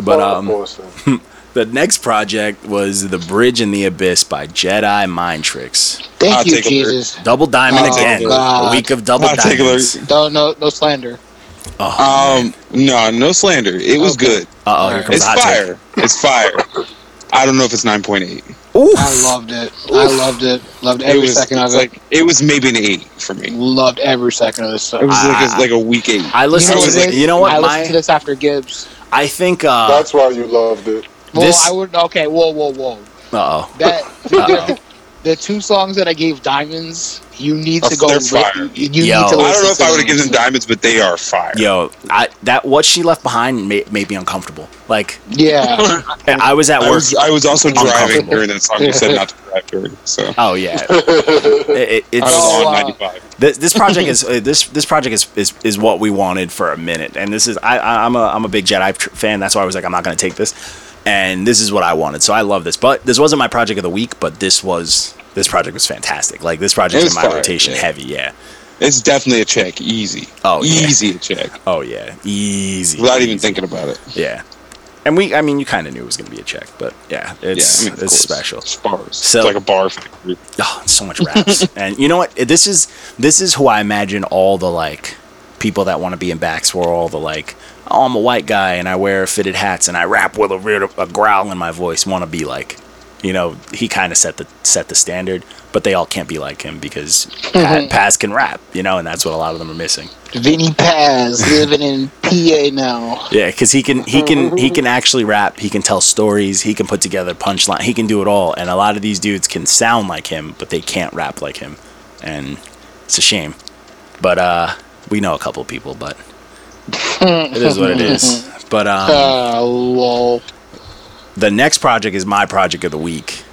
Speaker 5: But um,
Speaker 3: Boston.
Speaker 5: the next project was "The Bridge in the Abyss" by Jedi Mind Tricks.
Speaker 6: Thank
Speaker 4: I'll
Speaker 6: you,
Speaker 4: take a third.
Speaker 6: Jesus.
Speaker 5: Double diamond
Speaker 6: Oh,
Speaker 5: again.
Speaker 6: God.
Speaker 5: A week of double
Speaker 4: I'll take a
Speaker 5: diamonds. Uh
Speaker 6: No, no, no slander.
Speaker 5: oh,
Speaker 4: Um, no, no slander. It was
Speaker 6: Okay.
Speaker 4: good.
Speaker 5: uh-oh, here comes
Speaker 4: It's
Speaker 5: the hot take.
Speaker 4: fire. It's fire. I don't know if it's nine point eight.
Speaker 6: I loved it. I loved it. Loved
Speaker 4: It
Speaker 6: every
Speaker 4: was
Speaker 6: second of
Speaker 4: it's
Speaker 6: it.
Speaker 4: like it was maybe an eight for me.
Speaker 6: loved every second of this.
Speaker 4: It
Speaker 6: Song.
Speaker 4: was like
Speaker 5: Ah.
Speaker 4: it's like a week eight.
Speaker 5: I listened
Speaker 4: know
Speaker 5: to
Speaker 4: what it
Speaker 5: it. You know what?
Speaker 6: I
Speaker 5: My,
Speaker 6: listened to this after Gibbs.
Speaker 5: I think. Uh
Speaker 3: That's why you loved it.
Speaker 6: Well,
Speaker 5: This-
Speaker 6: I would. Okay, whoa, whoa, whoa.
Speaker 5: oh.
Speaker 6: That
Speaker 5: Uh-oh.
Speaker 6: the two songs that I gave diamonds. You need to go.
Speaker 4: They're
Speaker 6: li-
Speaker 4: fire.
Speaker 6: you need
Speaker 5: Yo.
Speaker 6: to listen
Speaker 4: I don't know if
Speaker 6: to
Speaker 4: I would have
Speaker 6: them.
Speaker 4: given them diamonds, but they are fire.
Speaker 5: Yo, I, that what she left behind made, made me uncomfortable. Like
Speaker 6: Yeah,
Speaker 5: I was at
Speaker 4: I
Speaker 5: work.
Speaker 4: was I was also driving
Speaker 5: Uncomfortable.
Speaker 4: during that song. You said not to drive during, so
Speaker 5: oh yeah, It-
Speaker 4: I
Speaker 5: it- it's
Speaker 4: was
Speaker 6: Oh,
Speaker 4: on
Speaker 6: wow.
Speaker 4: ninety five.
Speaker 5: this, this project is uh, this this project is, is is what we wanted for a minute, and this is I, I I'm a I'm a big Jedi tr- fan. That's why I was like I'm not gonna take this, and this is what I wanted. So I love this, but this wasn't my project of the week, but this was this project was fantastic. Like this project's
Speaker 4: It
Speaker 5: in
Speaker 4: was
Speaker 5: my
Speaker 4: fire,
Speaker 5: rotation
Speaker 4: yeah.
Speaker 5: heavy, yeah.
Speaker 4: It's definitely a check. Easy.
Speaker 5: Oh, yeah.
Speaker 4: easy a check.
Speaker 5: Oh yeah, easy
Speaker 4: Without even thinking about it.
Speaker 5: Yeah, and we I mean you kind of knew it was gonna be a check, but yeah, it's
Speaker 4: yeah, I mean, of
Speaker 5: it's
Speaker 4: course.
Speaker 5: special.
Speaker 4: It's bars.
Speaker 5: So-
Speaker 4: it's like a bar for the group.
Speaker 5: oh, so much raps. and you know what? This is this is who I imagine all the like people that want to be in backs were all the like, oh, I'm a white guy and I wear fitted hats and I rap with a weird a growl in my voice want to be like. You know, he kind of set the set the standard, but they all can't be like him because Pat, Paz can rap, you know, and that's what a lot of them are missing.
Speaker 6: Vinny Paz living in PA now.
Speaker 5: Yeah, because he can he can he can actually rap. He can tell stories. He can put together punchline. He can do it all. And a lot of these dudes can sound like him, but they can't rap like him, and it's a shame. But uh, we know a couple people, but it is what it is. But um,
Speaker 6: Uh, lol.
Speaker 5: the next project is my project of the week.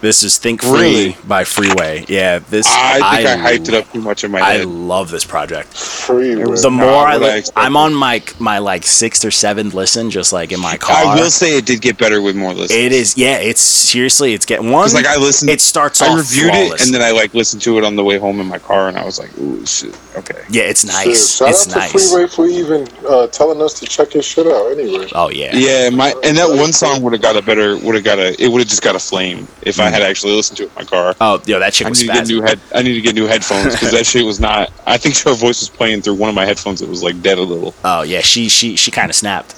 Speaker 5: This is Think Free
Speaker 4: Really?
Speaker 5: by Freeway. Yeah, this
Speaker 4: I think I, hyped it up too much in my
Speaker 5: I
Speaker 4: head.
Speaker 5: love this project.
Speaker 3: Free. man.
Speaker 5: The more I,
Speaker 4: what I
Speaker 5: li-
Speaker 4: expected.
Speaker 5: I'm on my my like sixth or seventh listen, just like in my car.
Speaker 4: I will say it did get better with more listens.
Speaker 5: It is, yeah. It's seriously, it's getting one.
Speaker 4: It's like I listened.
Speaker 5: It starts off.
Speaker 4: I reviewed
Speaker 5: flawless.
Speaker 4: it and then I like listened to it on the way home in my car, and I was like, "Ooh, shit, okay."
Speaker 5: yeah, it's
Speaker 3: Shit,
Speaker 5: nice.
Speaker 3: Shout
Speaker 5: it's
Speaker 3: out to
Speaker 5: nice.
Speaker 3: Freeway for even uh, telling us to check his shit out. Anyway,
Speaker 5: Oh yeah.
Speaker 4: Yeah, my and that one song would have got a better, would have got a, it would have just got a flame if I had actually listened to it in my car.
Speaker 5: Mm. Oh yo, that shit
Speaker 4: I
Speaker 5: was
Speaker 4: need to get
Speaker 5: fast.
Speaker 4: new head. I need to get new headphones because that shit was not. I think her voice was playing through one of my headphones. It was like dead a little.
Speaker 5: Oh yeah, she she she kind of snapped.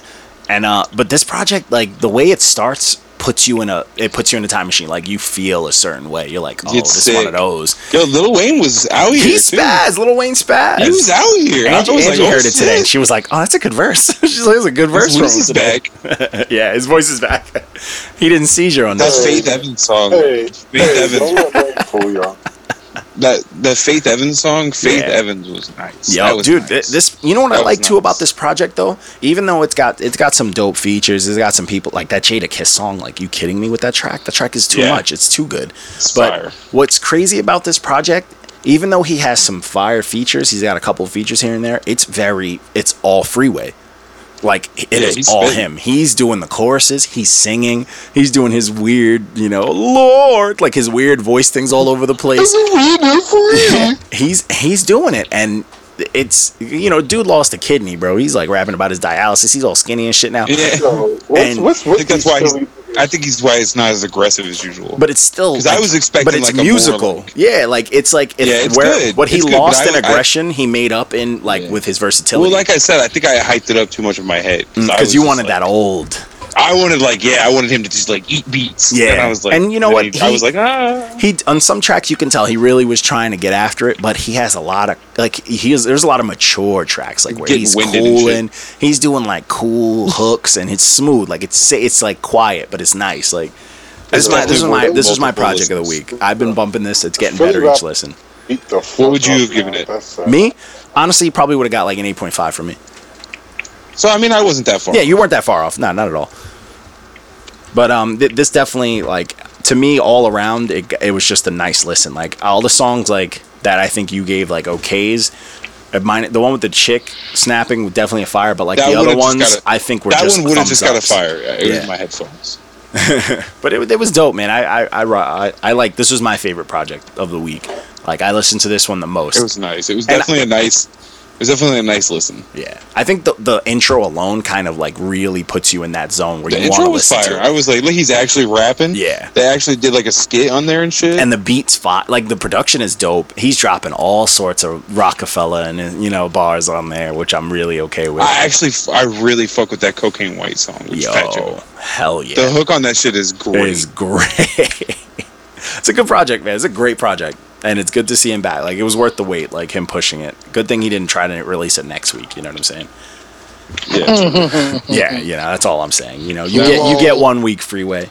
Speaker 5: And uh, but this project, like the way it starts, puts you in a it puts you in a time machine. Like you feel a certain way. You're like, oh,
Speaker 4: It's
Speaker 5: this is one of
Speaker 4: sick.
Speaker 5: those.
Speaker 4: Yo, Lil Wayne was out here.
Speaker 5: He
Speaker 4: too.
Speaker 5: spaz, little Wayne spaz.
Speaker 4: He was out here. I
Speaker 5: Angie,
Speaker 4: was
Speaker 5: Angie
Speaker 4: like, oh,
Speaker 5: heard it today.
Speaker 4: shit.
Speaker 5: She was like, "Oh, that's a good verse." She's like, "It's a good verse
Speaker 4: His
Speaker 5: from
Speaker 4: voice
Speaker 5: him
Speaker 4: is
Speaker 5: today."
Speaker 4: back.
Speaker 5: yeah, his voice is back. he didn't seizure on
Speaker 4: That
Speaker 5: this.
Speaker 4: Faith Evans song.
Speaker 3: hey,
Speaker 4: Faith
Speaker 3: hey,
Speaker 4: Evans.
Speaker 3: don't let that fool y'all.
Speaker 4: That the Faith Evans song. Faith
Speaker 5: Yeah.
Speaker 4: Evans was nice. That
Speaker 5: Yeah,
Speaker 4: was
Speaker 5: dude, thi-
Speaker 4: nice.
Speaker 5: this you know what I
Speaker 4: That
Speaker 5: like
Speaker 4: was
Speaker 5: too about
Speaker 4: nice.
Speaker 5: this project though. Even though it's got it's got some dope features, it's got some people like that Jada Kiss song. Like, you kidding me with that track? The track is too
Speaker 4: Yeah.
Speaker 5: much. It's too good.
Speaker 4: It's fire.
Speaker 5: but what's crazy about this project? Even though he has some fire features, he's got a couple features here and there. It's very it's all freeway. Like it
Speaker 4: Yeah,
Speaker 5: is
Speaker 4: he's
Speaker 5: all
Speaker 4: spitting.
Speaker 5: him. He's doing the choruses. He's singing. He's doing his weird, you know, Lord, like his weird voice things all over the place he's he's doing it and it's you know dude lost a kidney bro he's like rapping about his dialysis he's all skinny and shit now
Speaker 4: Yeah,
Speaker 3: Yo, what's,
Speaker 5: And
Speaker 3: what's
Speaker 4: I
Speaker 3: with
Speaker 4: think that's
Speaker 3: these
Speaker 4: why. He's,
Speaker 3: silly-
Speaker 4: I think he's why it's not as aggressive as usual.
Speaker 5: but it's still
Speaker 4: 'Cause I was expecting,
Speaker 5: but it's
Speaker 4: like, a more,
Speaker 5: musical
Speaker 4: like-
Speaker 5: yeah like it's like if
Speaker 4: Yeah, it's
Speaker 5: where
Speaker 4: good.
Speaker 5: what he
Speaker 4: It's good, but
Speaker 5: lost
Speaker 4: I-
Speaker 5: in
Speaker 4: I-
Speaker 5: aggression he made up in like with his versatility
Speaker 4: well, like I said, I think I hyped it up too much in my head I
Speaker 5: because
Speaker 4: was
Speaker 5: Mm, you
Speaker 4: just
Speaker 5: wanted
Speaker 4: like-
Speaker 5: that old
Speaker 4: I wanted like yeah, I wanted him to just like eat beats.
Speaker 5: Yeah.
Speaker 4: and I was like,
Speaker 5: And you know what?
Speaker 4: I was
Speaker 5: He-
Speaker 4: like, ah,
Speaker 5: he on some tracks you can tell he really was trying to get after it, but he has a lot of like he is there's a lot of mature tracks like where
Speaker 4: Getting
Speaker 5: he's
Speaker 4: winded and
Speaker 5: cool and he's doing like cool hooks and it's smooth like it's it's like quiet but it's nice like this is my this is my this is my project of the week. I've been bumping this. It's getting better each listen.
Speaker 3: Beat the fuck
Speaker 4: would you
Speaker 3: up,
Speaker 4: have given
Speaker 3: man.
Speaker 4: it?
Speaker 3: That's, uh,
Speaker 5: Me, honestly, probably would have got like an eight point five from me.
Speaker 4: so I mean, I wasn't that far.
Speaker 5: Yeah, you weren't that far off. No, not at all. But um, th- this definitely like to me all around it. It was just a nice listen. Like all the songs like that. I think you gave like okays. Uh, Mine, the one with the chick snapping was definitely a fire, but like
Speaker 4: That
Speaker 5: the other
Speaker 4: would've just
Speaker 5: ones,
Speaker 4: got a-
Speaker 5: I think were
Speaker 4: that
Speaker 5: just
Speaker 4: one would have
Speaker 5: thumbs
Speaker 4: just got a
Speaker 5: ups.
Speaker 4: fire. Yeah, It
Speaker 5: Yeah.
Speaker 4: was my headphones.
Speaker 5: But it, it was dope, man. I I, I ro- I I like this was my favorite project of the week. Like I listened to this one the most.
Speaker 4: It was nice. It was
Speaker 5: And
Speaker 4: definitely a nice. It was definitely a nice listen.
Speaker 5: yeah, I think the the intro alone kind of like really puts you in that zone where
Speaker 4: The
Speaker 5: you want
Speaker 4: intro
Speaker 5: to
Speaker 4: was
Speaker 5: listen to
Speaker 4: fire.
Speaker 5: it.
Speaker 4: I was like, look, he's actually rapping.
Speaker 5: Yeah.
Speaker 4: they actually did like a skit on there and shit.
Speaker 5: and the beats fought like the production is dope he's dropping all sorts of rockefeller and uh, you know bars on there which i'm really okay with
Speaker 4: I actually, I really fuck with that cocaine white song. Which is Fat
Speaker 5: yo
Speaker 4: Joe.
Speaker 5: hell yeah
Speaker 4: The hook on that shit is
Speaker 5: it
Speaker 4: great.
Speaker 5: is great it's a good project man it's a great project and it's good to see him back like it was worth the wait like him pushing it good thing he didn't try to release it next week you know what i'm saying
Speaker 4: Yeah.
Speaker 5: yeah you know that's all i'm saying you know you
Speaker 4: Yeah,
Speaker 5: get you
Speaker 4: well-
Speaker 5: get one week freeway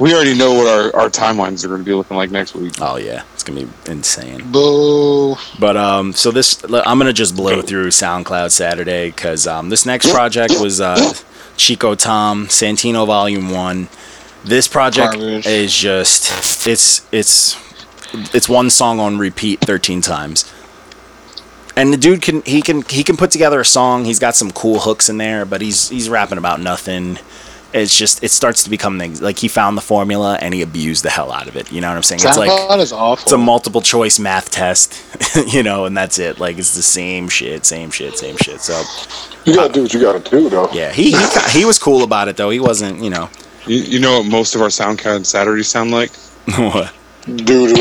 Speaker 4: we already know what our, our timelines are going to be looking like next week.
Speaker 5: oh yeah it's gonna be insane
Speaker 6: Boo.
Speaker 5: But um, so this I'm gonna just blow through SoundCloud Saturday because um, this next project was uh, Chico Tom Santino Volume One. This project
Speaker 6: Garbage.
Speaker 5: is just it's it's it's one song on repeat 13 times. And the dude can he can he can put together a song. He's got some cool hooks in there, but he's he's rapping about nothing. It's just it starts to become the- like he found the formula and he abused the hell out of it. You know what I'm saying? It's like
Speaker 6: SoundCloud is awful.
Speaker 5: it's a multiple choice math test, you know, and that's it. Like it's the same shit, same shit, same shit. So
Speaker 3: You gotta do what you gotta do, though.
Speaker 5: yeah, he he, ki- he was cool about it though. He wasn't, you know.
Speaker 4: You, you know what most of our SoundCloud Saturdays sound like?
Speaker 3: Doodoo.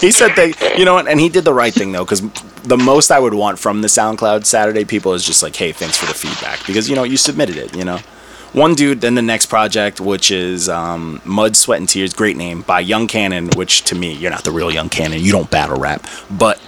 Speaker 5: he said they, you know, what, and he did the right thing though, because the most I would want from the SoundCloud Saturday people is just like, hey, thanks for the feedback, because you know you submitted it, you know. One dude, then the next project, which is um, Mud, Sweat, and Tears, great name by Young Cannon, which to me, you're not the real Young Cannon. You don't battle rap. But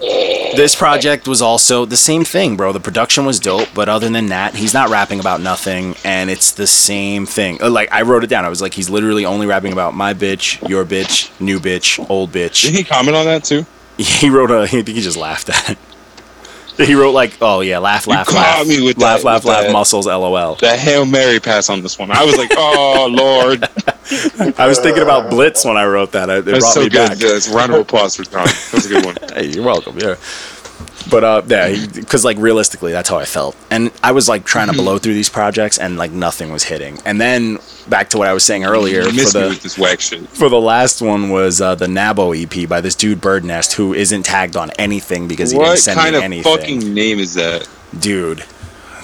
Speaker 5: this project was also the same thing, bro. The production was dope, but other than that, he's not rapping about nothing, and it's the same thing. Uh, Like I wrote it down. I was like, he's literally only rapping about my bitch, your bitch, new bitch, old
Speaker 4: Did
Speaker 5: bitch.
Speaker 4: he comment on that too?
Speaker 5: He wrote a. I think he just laughed at. it. He wrote like, oh yeah, laugh, laugh,
Speaker 4: caught
Speaker 5: laugh,
Speaker 4: me with
Speaker 5: laugh,
Speaker 4: that-
Speaker 5: laugh,
Speaker 4: with
Speaker 5: laugh,
Speaker 4: that.
Speaker 5: muscles, lol.
Speaker 4: The hail mary pass on this one. I was like, oh lord,
Speaker 5: I was thinking about Blitz when I wrote that. I- It brought
Speaker 4: Uh, that's so
Speaker 5: me
Speaker 4: good.
Speaker 5: back.
Speaker 4: That's round of applause for Tom. That's a good one.
Speaker 5: Hey, you're welcome. Yeah. But uh, yeah, because like realistically, that's how I felt, and I was like trying
Speaker 4: Mm-hmm.
Speaker 5: to blow through these projects, and like nothing was hitting. And then back to what I was saying earlier
Speaker 4: You
Speaker 5: for
Speaker 4: missed me
Speaker 5: the
Speaker 4: with this whack shit.
Speaker 5: for the last one was uh, the Nabo EP by this dude Birdnest, who isn't tagged on anything because he didn't
Speaker 4: What
Speaker 5: send
Speaker 4: kind
Speaker 5: me
Speaker 4: of
Speaker 5: anything
Speaker 4: fucking name is that?
Speaker 5: dude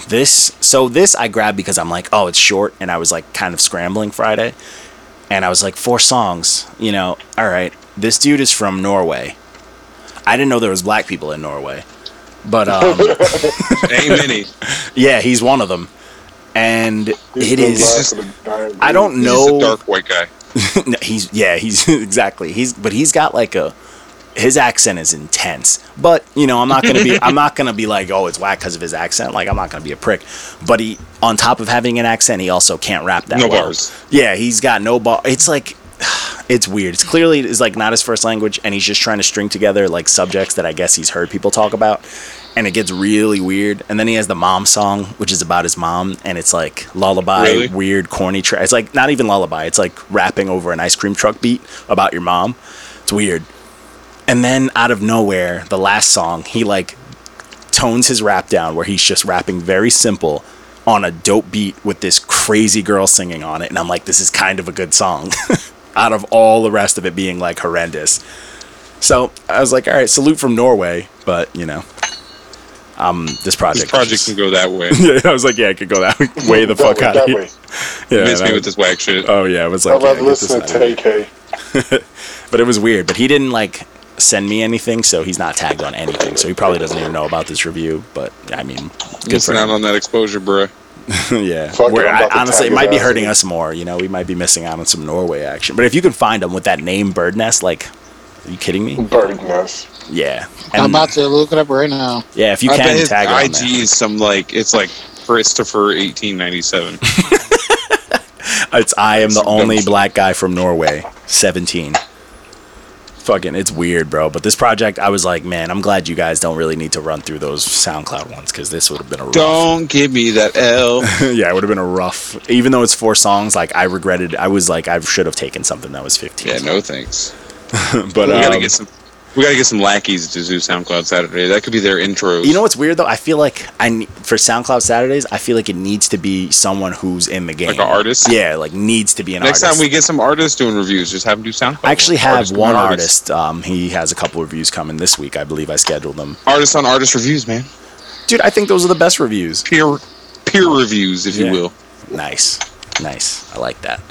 Speaker 5: this so this i grabbed because i'm like oh it's short and i was like kind of scrambling friday and i was like four songs you know all right this dude is from norway i didn't know there was black people in norway but um
Speaker 4: Ain't many.
Speaker 5: yeah he's one of them and it is i don't
Speaker 4: He's
Speaker 5: know
Speaker 4: just a dark white guy.
Speaker 5: no, he's yeah, he's exactly. He's but he's got like a his accent is intense. But you know, I'm not gonna be I'm not gonna be like oh it's whack because of his accent. Like I'm not gonna be a prick. But he on top of having an accent, he also can't rap that
Speaker 4: No
Speaker 5: well.
Speaker 4: bars.
Speaker 5: Yeah, he's got no bar. It's like. It's weird. It's clearly is like not his first language, and he's just trying to string together like subjects that I guess he's heard people talk about, and it gets really weird. And then he has the mom song, which is about his mom, and it's like lullaby,
Speaker 4: Really?
Speaker 5: weird, corny track. It's like not even lullaby. It's like rapping over an ice cream truck beat about your mom. It's weird. And then out of nowhere, the last song, he like tones his rap down where he's just rapping very simple on a dope beat with this crazy girl singing on it. And I'm like, this is kind of a good song out of all the rest of it being like horrendous. So I was like, all right, salute from Norway. But, you know, um, this
Speaker 4: This
Speaker 5: project.
Speaker 4: project can go that way.
Speaker 7: Yeah, I was like, yeah, it could go that way, way the fuck out of here. Yeah,
Speaker 4: Miss
Speaker 7: and
Speaker 4: me
Speaker 7: I-
Speaker 4: with this whack shit.
Speaker 7: oh yeah, I was like,
Speaker 3: I'd
Speaker 7: yeah,
Speaker 3: rather
Speaker 7: get this
Speaker 3: listen
Speaker 7: out
Speaker 3: to
Speaker 7: of here.
Speaker 3: TK.
Speaker 5: but it was weird. But he didn't like send me anything, so he's not tagged on anything. So he probably doesn't even know about this review. But I mean, good for
Speaker 4: Missing out
Speaker 5: him.
Speaker 4: on that exposure, bruh.
Speaker 5: yeah.
Speaker 3: Fuck it,
Speaker 5: Where
Speaker 3: I'm
Speaker 5: I,
Speaker 3: about to
Speaker 5: honestly,
Speaker 3: tag
Speaker 5: it might be
Speaker 3: it out.
Speaker 5: hurting us more. You know, we might be missing out on some Norway action. But if you can find him with that name, Bird Nest, like, are you kidding me?
Speaker 3: Bird nest.
Speaker 5: Yeah.
Speaker 6: I'm
Speaker 5: And,
Speaker 6: about to look it up right now.
Speaker 5: yeah, if you
Speaker 4: I bet
Speaker 5: can
Speaker 4: his
Speaker 5: tag it on
Speaker 4: IG
Speaker 5: there.
Speaker 4: is some like it's like Christopher 1897.
Speaker 5: It's I am the
Speaker 4: Some
Speaker 5: only
Speaker 4: dumb
Speaker 5: black guy from Norway. Seventeen. Fucking, it's weird, bro. But this project, I was like, man, I'm glad you guys don't really need to run through those SoundCloud ones because this would have been a rough.
Speaker 4: Don't give me that L.
Speaker 5: yeah, it would have been a rough. Even though it's four songs, like I regretted. I was like, I should have taken something that was fifteen.
Speaker 4: Yeah, no thanks.
Speaker 5: but
Speaker 4: we gotta
Speaker 5: um,
Speaker 4: get some. We gotta get some lackeys to do SoundCloud Saturday. That could be their intros.
Speaker 5: you know what's weird though? I feel like I ne- for SoundCloud Saturdays, I feel like it needs to be someone who's in the game,
Speaker 4: Like an artist?
Speaker 5: Yeah, like needs to be an
Speaker 4: Next
Speaker 5: artist.
Speaker 4: time we get some artists doing reviews, just have them do SoundCloud.
Speaker 5: I actually
Speaker 4: ones.
Speaker 5: have
Speaker 4: Artist on
Speaker 5: one
Speaker 4: artist.
Speaker 5: artist. Um, he has a couple reviews coming this week. I believe I scheduled them.
Speaker 4: Artist on artist reviews, man.
Speaker 5: Dude, I think those are the best reviews.
Speaker 4: Peer peer reviews, if
Speaker 5: Yeah.
Speaker 4: you will.
Speaker 5: Nice. Nice. I like that.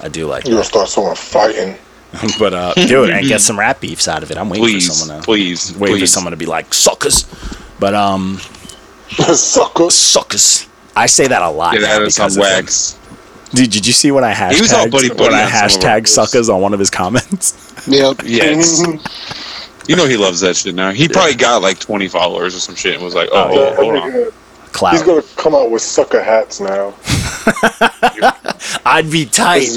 Speaker 5: I do like
Speaker 3: You're
Speaker 5: that.
Speaker 3: gonna start someone fighting.
Speaker 5: But uh dude, and get some rap beefs out of it. I'm waiting for
Speaker 4: Please,
Speaker 5: someone to
Speaker 4: please,
Speaker 5: wait for
Speaker 4: please.
Speaker 5: someone to be like suckers. But um
Speaker 3: Sucker.
Speaker 5: suckers. I say that a lot.
Speaker 4: Get
Speaker 5: now
Speaker 4: at us on
Speaker 5: because of him.
Speaker 4: wax.
Speaker 5: Dude, did you see when I hashtagged
Speaker 4: was all buddy-buddy
Speaker 5: when I
Speaker 4: on some of our
Speaker 5: hashtagged
Speaker 4: posts.
Speaker 5: suckers on one of his comments?
Speaker 6: Yep.
Speaker 4: Yes. you know he loves that shit now. He probably got like 20 followers or some shit and was like, oh,
Speaker 5: Oh, yeah.
Speaker 4: hold on.
Speaker 3: He's
Speaker 5: Cloud.
Speaker 3: gonna come out with sucker hats now.
Speaker 5: I'd be tight.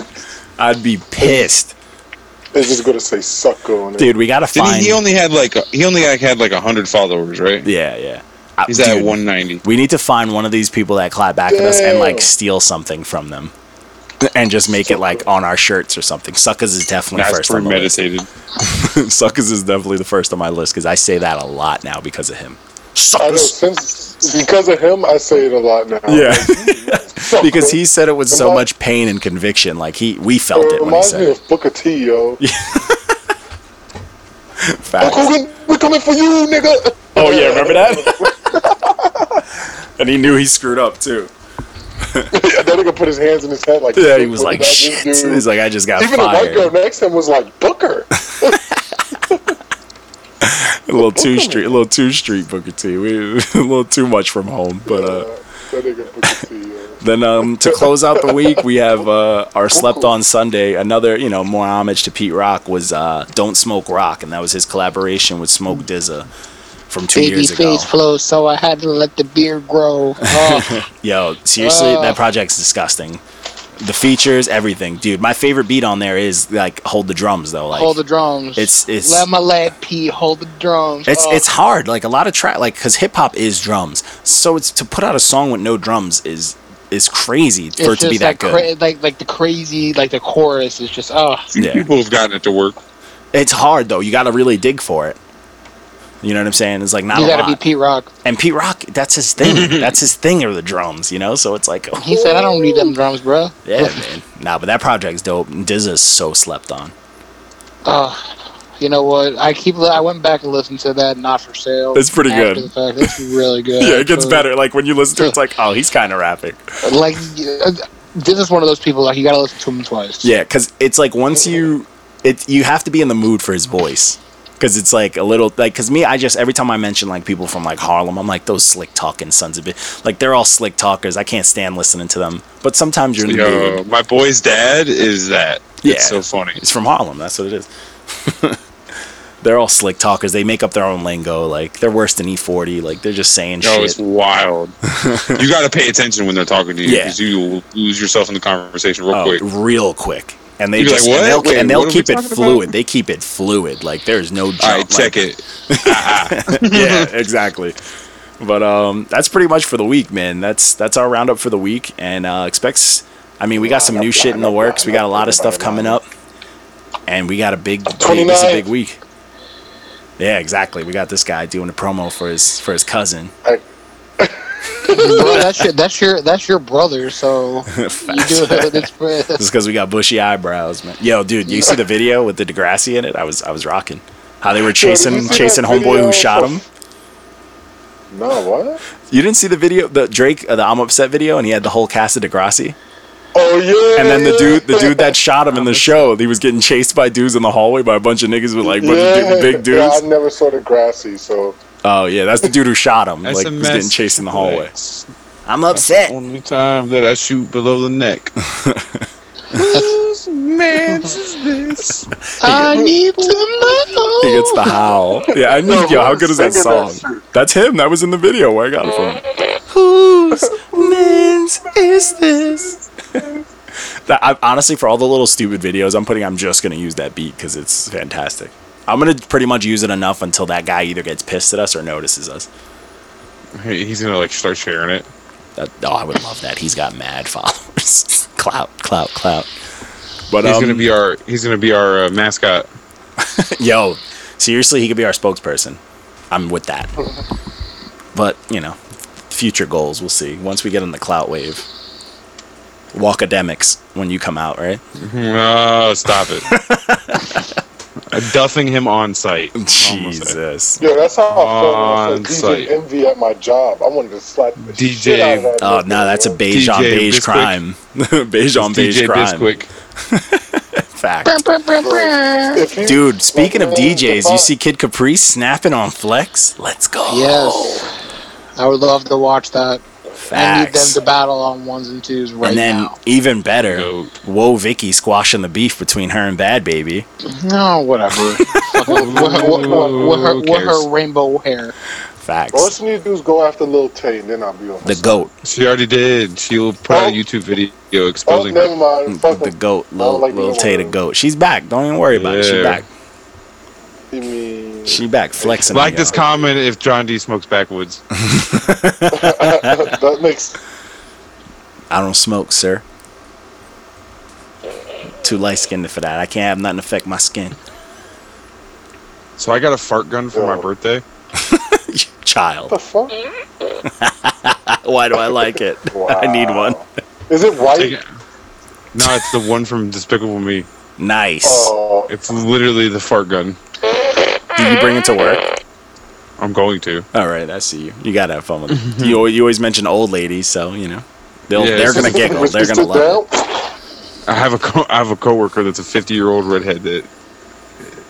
Speaker 5: I'd be pissed.
Speaker 3: It's just gonna say sucker on it.
Speaker 5: Dude, we gotta
Speaker 4: Didn't
Speaker 5: find
Speaker 4: he, he only had like a, he only like had like 100 followers, right?
Speaker 5: Yeah, yeah. I-
Speaker 4: He's at
Speaker 5: dude,
Speaker 4: 190.
Speaker 5: We need to find one of these people that clap back at us and like
Speaker 3: Damn.
Speaker 5: steal something from them, and just make it like on our shirts or something. Suckers is definitely
Speaker 4: That's
Speaker 5: first on my list.
Speaker 4: premeditated.
Speaker 5: Suckers is definitely the first on my list because I say that a lot now because of him.
Speaker 3: I know
Speaker 5: Suckers,
Speaker 3: since because of him, I say it a lot now.
Speaker 5: yeah,
Speaker 3: Sucker.
Speaker 5: because he said it with so
Speaker 3: Remi-
Speaker 5: much pain and conviction. Like he, we felt
Speaker 3: It
Speaker 5: it when he
Speaker 3: reminds
Speaker 5: said
Speaker 3: me
Speaker 5: it.
Speaker 3: of Booker T, yo. Hulk
Speaker 5: Facts.
Speaker 3: Hogan, we're coming for you, nigga.
Speaker 5: Oh yeah, remember that? and he knew he screwed up too.
Speaker 3: that nigga put his hands in his head like.
Speaker 5: Yeah, he was
Speaker 3: "What
Speaker 5: like,
Speaker 3: did I just
Speaker 5: "Shit."
Speaker 3: do?"
Speaker 5: He's like, I just got
Speaker 3: Even the white
Speaker 5: fired.
Speaker 3: girl next to him was like Booker.
Speaker 5: a little too street, a little too street Booker T. We, a little too much from home, but uh,
Speaker 3: That nigga Booker T. Yo.
Speaker 5: Then um, to close out the week, we have uh, our slept on Sunday. Another, you know, more homage to Pete Rock was uh, "Don't Smoke Rock," and that was his collaboration with Smoke Dizza from two years ago.
Speaker 6: Babyface flow, so I had to let the beard grow. Oh,
Speaker 5: Yo, seriously,
Speaker 6: Ah.
Speaker 5: that project's disgusting. The features, everything, dude. My favorite beat on there is like "Hold the Drums," though. Like,
Speaker 6: hold the drums.
Speaker 5: It's- it's-
Speaker 6: let my leg Pete hold the drums.
Speaker 5: It's
Speaker 6: Oh.
Speaker 5: it's hard. Like a lot of track, like because hip hop is drums. So it's to put out a song with no drums is is crazy for it to be
Speaker 6: Oh. just,
Speaker 5: that
Speaker 6: like,
Speaker 5: good.
Speaker 6: cra- like like the crazy like the chorus is just oh
Speaker 5: yeah,
Speaker 4: People have gotten it to work.
Speaker 5: it's hard though. You got to really dig for it. You know what I'm saying? It's like not
Speaker 6: you
Speaker 5: a
Speaker 6: gotta be
Speaker 5: lot.
Speaker 6: Pete Rock.
Speaker 5: and Pete Rock, that's his thing. that's his thing are the drums. You know, so it's like oh,
Speaker 6: He said I don't need them drums, bro.
Speaker 5: yeah, man. Nah, but that project's dope. Dizza's so slept on.
Speaker 6: Oh, You know what? I keep I went back and listened to that. Not for sale.
Speaker 8: It's pretty
Speaker 6: after
Speaker 8: good.
Speaker 6: The fact. It's really good.
Speaker 8: Yeah, it gets
Speaker 6: actually.
Speaker 8: better. Like when you listen to it, it's like, oh, he's kind of rapping.
Speaker 6: Like uh, this is one of those people like you gotta listen to him twice.
Speaker 5: Yeah, because it's like once you, it you have to be in the mood for his voice. Because it's like a little like because me, I just every time I mention like people from like Harlem, I'm like those slick talking sons of bitch. Like they're all slick talkers. I can't stand listening to them. But sometimes you're in the
Speaker 4: Yo,
Speaker 5: mood.
Speaker 4: my boy's dad is that.
Speaker 5: Yeah.
Speaker 4: It's so funny.
Speaker 5: It's from Harlem. That's what it is. they're all slick talkers. They make up their own lingo. Like they're worse than E40. Like they're just saying
Speaker 4: Yo, it's
Speaker 5: shit.
Speaker 4: wild. you got to pay attention when they're talking to you
Speaker 5: Yeah.
Speaker 4: because you will lose yourself in the conversation real
Speaker 5: Oh,
Speaker 4: quick.
Speaker 5: real quick. And they
Speaker 4: You're
Speaker 5: just
Speaker 4: like,
Speaker 5: and
Speaker 4: "What?
Speaker 5: they'll,
Speaker 4: Wait,
Speaker 5: and they'll
Speaker 4: what are we
Speaker 5: keep it
Speaker 4: talking about?"
Speaker 5: fluid. They keep it fluid. Like there's no jump.
Speaker 4: All right, check
Speaker 5: like,
Speaker 4: it.
Speaker 5: yeah, exactly. But um, that's pretty much for the week, man. That's that's our roundup for the week, and uh, expects. I mean, we got some new shit in the works. We got a lot of stuff coming up, and we got a big, big this is a big
Speaker 3: 29th.
Speaker 5: week. Yeah, exactly. We got this guy doing a promo for his for his cousin.
Speaker 6: Bro, that's your that's your that's your brother. So you do it. It's,
Speaker 5: Just because we got bushy eyebrows, man. Yo, dude, you see the video with the Degrassi in it? I was I was rocking. How they were
Speaker 3: you
Speaker 5: chasing
Speaker 3: see that
Speaker 5: chasing homeboy who
Speaker 3: video?
Speaker 5: shot him.
Speaker 3: No, what?
Speaker 5: You didn't see the video, the Drake, uh, the I'm upset video, and he had the whole cast of Degrassi.
Speaker 3: Oh yeah.
Speaker 8: And then the
Speaker 3: yeah.
Speaker 8: dude, the dude that shot him in the show, he was getting chased by dudes in the hallway by a bunch of niggas with like bunch of
Speaker 3: Yeah.
Speaker 8: du- big
Speaker 3: Yeah, I
Speaker 8: dudes.
Speaker 3: never saw the grassy, so
Speaker 8: Oh yeah, that's the dude who shot him.
Speaker 4: That's
Speaker 8: Like
Speaker 4: a
Speaker 8: he was getting
Speaker 4: mess.
Speaker 8: chased in the hallway.
Speaker 4: That's
Speaker 5: I'm
Speaker 4: the
Speaker 5: upset.
Speaker 4: Only time that I shoot below the neck. Whose man's is this?
Speaker 6: I need to know.
Speaker 8: He gets the howl. Yeah, I need yo. How good is that song?
Speaker 3: Singing that shit.
Speaker 8: That's him. That was in the video where I got it from.
Speaker 5: Whose man's is this?
Speaker 8: That, I, honestly, for all the little stupid videos I'm putting, I'm just gonna use that beat because it's fantastic.
Speaker 5: I'm gonna pretty much use it enough until that guy either gets pissed at us or notices us.
Speaker 4: Hey, he's gonna like start sharing it.
Speaker 5: That, oh, I would love that. He's got mad followers. clout, clout, clout.
Speaker 8: But
Speaker 4: He's
Speaker 8: um,
Speaker 4: gonna be our he's gonna be our uh, mascot.
Speaker 5: Yo, seriously, he could be our spokesperson. I'm with that. But you know, future goals. We'll see. Once we get on the clout wave, walkademics when you come out, right?
Speaker 4: Oh, stop it. Duffing him on site.
Speaker 5: Jesus.
Speaker 3: yeah, that's how I felt when
Speaker 4: On
Speaker 3: I saw
Speaker 4: site.
Speaker 3: DJ Envy at my job. I wanted to slap the
Speaker 4: DJ
Speaker 3: shit out of that
Speaker 5: Oh
Speaker 3: nigga,
Speaker 5: no, that's a
Speaker 3: bro.
Speaker 5: beige on
Speaker 4: DJ
Speaker 5: beige
Speaker 4: Bisquick.
Speaker 5: crime. beige on beige
Speaker 4: DJ
Speaker 5: crime.
Speaker 4: Bisquick.
Speaker 5: Fact.
Speaker 3: If he-
Speaker 5: Dude, speaking of
Speaker 3: Like, man,
Speaker 5: DJs, you see Kid Caprice snapping on Flex? Let's go.
Speaker 6: Yes, I would love to watch that. I need them
Speaker 5: Facts.
Speaker 6: to battle on ones and twos right
Speaker 5: and then
Speaker 6: now.
Speaker 5: even better,
Speaker 4: Goat.
Speaker 5: whoa Vicky squashing the beef between her and Bad Baby.
Speaker 6: No, whatever. with, her, with, her, with, her,
Speaker 4: Who
Speaker 6: with
Speaker 4: cares?
Speaker 6: her rainbow hair.
Speaker 3: All
Speaker 5: Facts.
Speaker 3: you need to do is go after Lil Tay, and then I'll be on.
Speaker 5: The goat.
Speaker 4: She already did. She'll put out a
Speaker 3: Oh.
Speaker 4: YouTube video
Speaker 3: Oh,
Speaker 4: exposing
Speaker 3: never
Speaker 4: her.
Speaker 3: mind. Fuck
Speaker 5: Mm, The
Speaker 3: him.
Speaker 5: goat.
Speaker 3: I don't
Speaker 5: Little,
Speaker 3: like
Speaker 5: little
Speaker 3: either
Speaker 5: Tay
Speaker 3: one
Speaker 5: the
Speaker 3: of them.
Speaker 5: goat. She's back. Don't even worry about it. She's
Speaker 4: Yeah.
Speaker 5: back.
Speaker 3: You mean
Speaker 5: She back flexing.
Speaker 4: Like
Speaker 5: on
Speaker 4: this
Speaker 5: y'all.
Speaker 4: comment if John D smokes backwoods.
Speaker 3: that makes
Speaker 5: I don't smoke, sir. Too light skinned for that. I can't have nothing affect my skin.
Speaker 4: So I got a fart gun for my
Speaker 3: Oh.
Speaker 4: birthday.
Speaker 5: Child.
Speaker 3: the fuck?
Speaker 5: Why do I like it? I need one.
Speaker 3: Is it
Speaker 4: Take
Speaker 3: white?
Speaker 4: it. No, it's the one from Despicable Me.
Speaker 5: Nice.
Speaker 3: Oh,
Speaker 4: It's literally the fart gun.
Speaker 5: Do you bring it to work?
Speaker 4: I'm going to.
Speaker 5: All right, I see you. You gotta have fun with it. you, al- you always mention old ladies, so you know they'll,
Speaker 4: Yeah,
Speaker 5: they're
Speaker 4: it's
Speaker 5: gonna
Speaker 4: just-
Speaker 5: giggle. They're gonna love it.
Speaker 4: I have a co- I have a coworker that's a 50 year old redhead that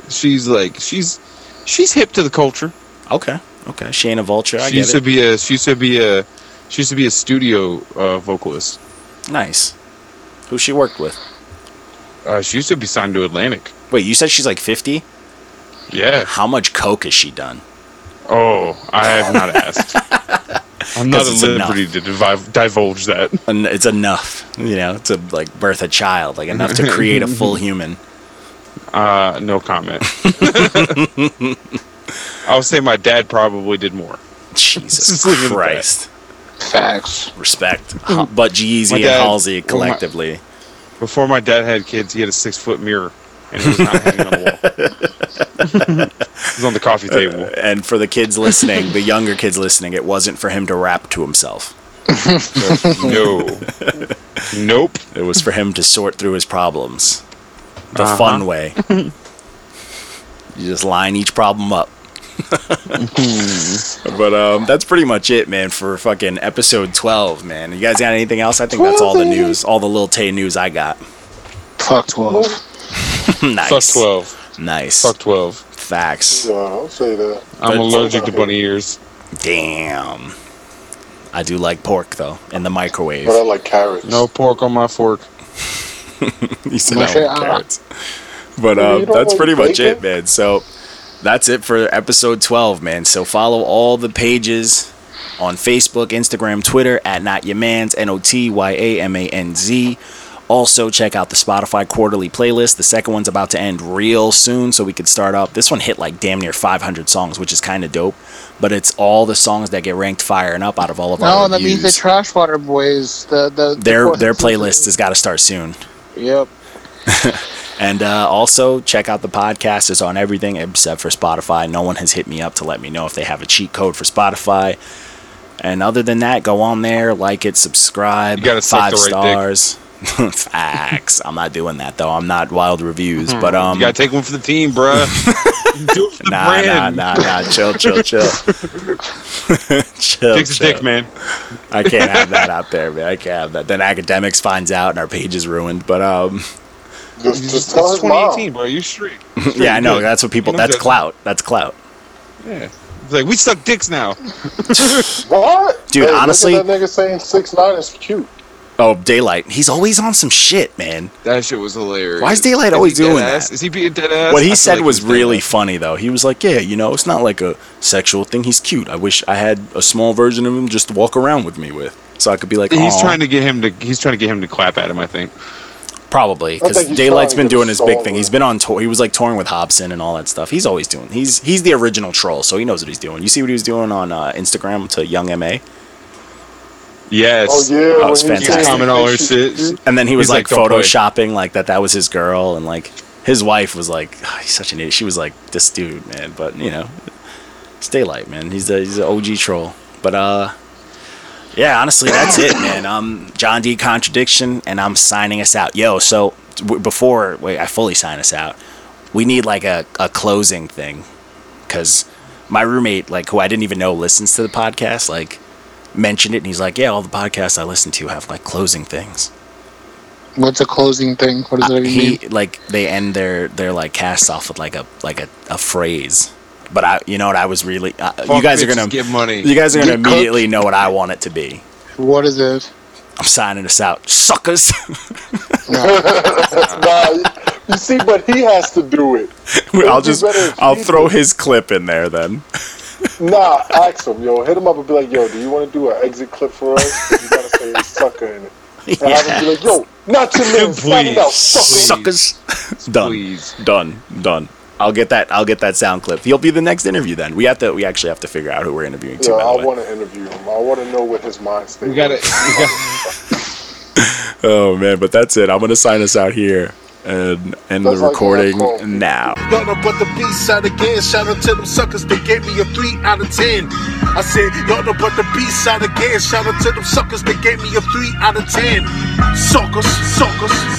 Speaker 4: she's like she's she's hip to the culture.
Speaker 5: Okay, okay. She ain't a vulture. I
Speaker 4: she
Speaker 5: get
Speaker 4: used
Speaker 5: it.
Speaker 4: to be a she used to be a She used to be a studio uh, vocalist.
Speaker 5: Nice. Who she worked with?
Speaker 4: Uh, she used to be signed to Atlantic.
Speaker 5: Wait, you said she's like 50?
Speaker 4: Yeah.
Speaker 5: How much coke has she done?
Speaker 4: Oh, I have not asked. I'm not
Speaker 5: 'Cause
Speaker 4: at
Speaker 5: it's
Speaker 4: liberty to divi- divulge that.
Speaker 5: En- It's enough, you know, to like birth a child, like enough to create a full human.
Speaker 4: Uh, no comment. I'll say my dad probably did more.
Speaker 5: Jesus
Speaker 4: Just leave it at
Speaker 5: Christ.
Speaker 6: Facts.
Speaker 5: Respect. Huh, But Jeezy
Speaker 4: My
Speaker 5: and
Speaker 4: dad-
Speaker 5: Halsey
Speaker 4: well, my-
Speaker 5: collectively.
Speaker 4: Before my dad had kids, he had a six foot mirror, and it was not hanging on the wall. it was on the coffee table.
Speaker 5: and for the kids listening, the younger kids listening, it wasn't for him to rap to himself.
Speaker 4: No. Nope.
Speaker 5: It was for him to sort through his problems the
Speaker 4: Uh-huh.
Speaker 5: fun way. you just line each problem up.
Speaker 4: Mm-hmm.
Speaker 5: but um, that's pretty much it, man, for fucking episode 12, man. You guys got anything else? I think that's all the news, all the Lil Tay news I got.
Speaker 6: Fuck 12.
Speaker 5: nice.
Speaker 4: Fuck 12.
Speaker 5: Nice.
Speaker 4: Fuck 12.
Speaker 5: Facts.
Speaker 3: Yeah, I'll say that.
Speaker 4: I'm
Speaker 5: But-
Speaker 4: allergic to bunny ears.
Speaker 5: Damn. I do like pork, though, in the microwave.
Speaker 3: But I like carrots.
Speaker 4: No pork on my fork.
Speaker 5: He said
Speaker 6: My
Speaker 5: I
Speaker 6: shit,
Speaker 5: want
Speaker 6: uh,
Speaker 5: carrots. But
Speaker 3: you
Speaker 5: um,
Speaker 3: don't
Speaker 5: that's
Speaker 3: like
Speaker 5: pretty much
Speaker 3: bacon?
Speaker 5: it, man. So that's it for episode 12, man. So follow all the pages on Facebook, Instagram, Twitter at Not Your Man's, N O T Y A M A N Z. Also, check out the Spotify quarterly playlist. The second one's about to end real soon, so we could start up. This one hit like damn near 500 songs, which is kind of dope. But it's all the songs that get ranked fire and up out of all of
Speaker 6: No,
Speaker 5: our
Speaker 6: that means
Speaker 5: reviews.
Speaker 6: the Trash Water Boys. The, the, the
Speaker 5: their
Speaker 6: fourth
Speaker 5: their
Speaker 6: season.
Speaker 5: playlist has got to start soon.
Speaker 6: Yep.
Speaker 5: And uh, also check out the podcast. It's on everything except for Spotify. No one has hit me up to let me know if they have a cheat code for Spotify. And other than that, go on there, like it, subscribe,
Speaker 4: You gotta suck
Speaker 5: five
Speaker 4: the right
Speaker 5: stars. Facts. I'm not doing that though. I'm not wild reviews, but um,
Speaker 4: You gotta take one for the team, bruh. Do it for the
Speaker 5: nah, nah,
Speaker 4: brand.
Speaker 5: nah, nah. Chill, chill, chill. chill,
Speaker 4: Dick's a
Speaker 5: chill.
Speaker 4: dick, man.
Speaker 5: I can't have that out there, man. I can't have that. Then academics finds out and our page is ruined. But um,
Speaker 3: Just,
Speaker 4: It's
Speaker 3: just tell his mom.
Speaker 4: 2018, bro. You straight.
Speaker 5: yeah, I know that's what people.
Speaker 4: You know
Speaker 5: That's
Speaker 4: that-
Speaker 5: clout. That's clout.
Speaker 4: Yeah. It's like, we suck dicks now.
Speaker 3: What?
Speaker 5: Dude,
Speaker 3: look at
Speaker 5: honestly-
Speaker 3: that nigga saying six nine is cute.
Speaker 5: Oh, Daylight. He's always on some shit, man.
Speaker 4: That shit was hilarious.
Speaker 5: Why is Daylight always
Speaker 4: he dead
Speaker 5: doing
Speaker 4: ass?
Speaker 5: that?
Speaker 4: Is he being dead ass?
Speaker 5: what
Speaker 4: I
Speaker 5: he
Speaker 4: feel
Speaker 5: said
Speaker 4: like
Speaker 5: was
Speaker 4: he's dead
Speaker 5: really
Speaker 4: ass.
Speaker 5: funny, though. He was like, yeah, you know, it's not like a sexual thing. He's cute. I wish I had a small version of him just to walk around with me with. So I could be like,
Speaker 4: He's
Speaker 5: "Aw."
Speaker 4: trying to get him to. He's trying to get him to clap at him. I think.
Speaker 5: probably
Speaker 3: I
Speaker 5: because
Speaker 3: think he's
Speaker 5: Daylight's
Speaker 3: trying
Speaker 5: been
Speaker 3: to get
Speaker 5: doing his big
Speaker 3: stolen.
Speaker 5: thing. He's been on tour. He was like touring with Hobson and all that stuff. He's always doing. He's he's the original troll, so he knows what he's doing. You see what he was doing on uh, Instagram to Young Ma,
Speaker 4: Yes.
Speaker 3: Oh yeah, when
Speaker 5: Oh, it's
Speaker 3: he was
Speaker 5: fantastic.
Speaker 3: saying
Speaker 4: Comment all her
Speaker 3: she's
Speaker 4: shit.
Speaker 3: cute.
Speaker 5: and then he was
Speaker 4: He's
Speaker 5: like,
Speaker 4: like, "Don't play."
Speaker 5: photoshopping like that. That was his girl, and like his wife was like, "Ah, he's such an idiot. She was like, this dude, man. But you know, it's Daylight, man. He's a he's an OG troll. But uh, yeah, honestly, that's it, man. I'm John D Contradiction, and I'm signing us out. Yo, so w- before wait, I fully sign us out, we need like a, a closing thing because my roommate, like who I didn't even know listens to the podcast, like mentioned it, and he's like, yeah, all the podcasts I listen to have like closing things.
Speaker 6: What's a closing thing? What does
Speaker 5: Uh,
Speaker 6: that even
Speaker 5: he
Speaker 6: mean?
Speaker 5: like they end their their like cast off with like a like a, a phrase but i you know what i was really uh, you
Speaker 4: Fuck
Speaker 5: guys are
Speaker 4: bitches,
Speaker 5: gonna
Speaker 4: get money.
Speaker 5: you guys are gonna
Speaker 6: Get
Speaker 5: immediately know what i want it to be
Speaker 6: What is it?
Speaker 5: i'm signing us out suckers
Speaker 3: Nah, you- you see, but he has to do it.
Speaker 9: I'll
Speaker 3: would be
Speaker 9: just
Speaker 3: better if
Speaker 9: I'll
Speaker 3: he
Speaker 9: throw
Speaker 3: did.
Speaker 9: his clip in there then.
Speaker 3: Nah, ask him, yo. Hit him up and be like, yo, do you want to do an exit clip for us? You gotta say sucker in it. And have him be like, yo, not your man, signing out, sucker.
Speaker 5: suckers done
Speaker 4: Please.
Speaker 5: done done i'll get that i'll get that sound clip he'll be the next interview then we have to we actually have to figure out who we're interviewing too
Speaker 3: Yo,
Speaker 5: by the
Speaker 3: I
Speaker 5: way.
Speaker 3: want to interview him. I want to know what his mind state.
Speaker 4: We gotta. We gotta
Speaker 9: Oh man, but that's it. I'm gonna sign us out here and end
Speaker 3: That's
Speaker 9: the
Speaker 3: like what I
Speaker 9: recording
Speaker 3: call-
Speaker 9: now.
Speaker 10: Nothing but the peace out again. Shout out to them suckers, they gave me a 3 out of 10. I said, nothing but the peace out again. Shout out to them suckers, they gave me a 3 out of 10. Suckers, suckers.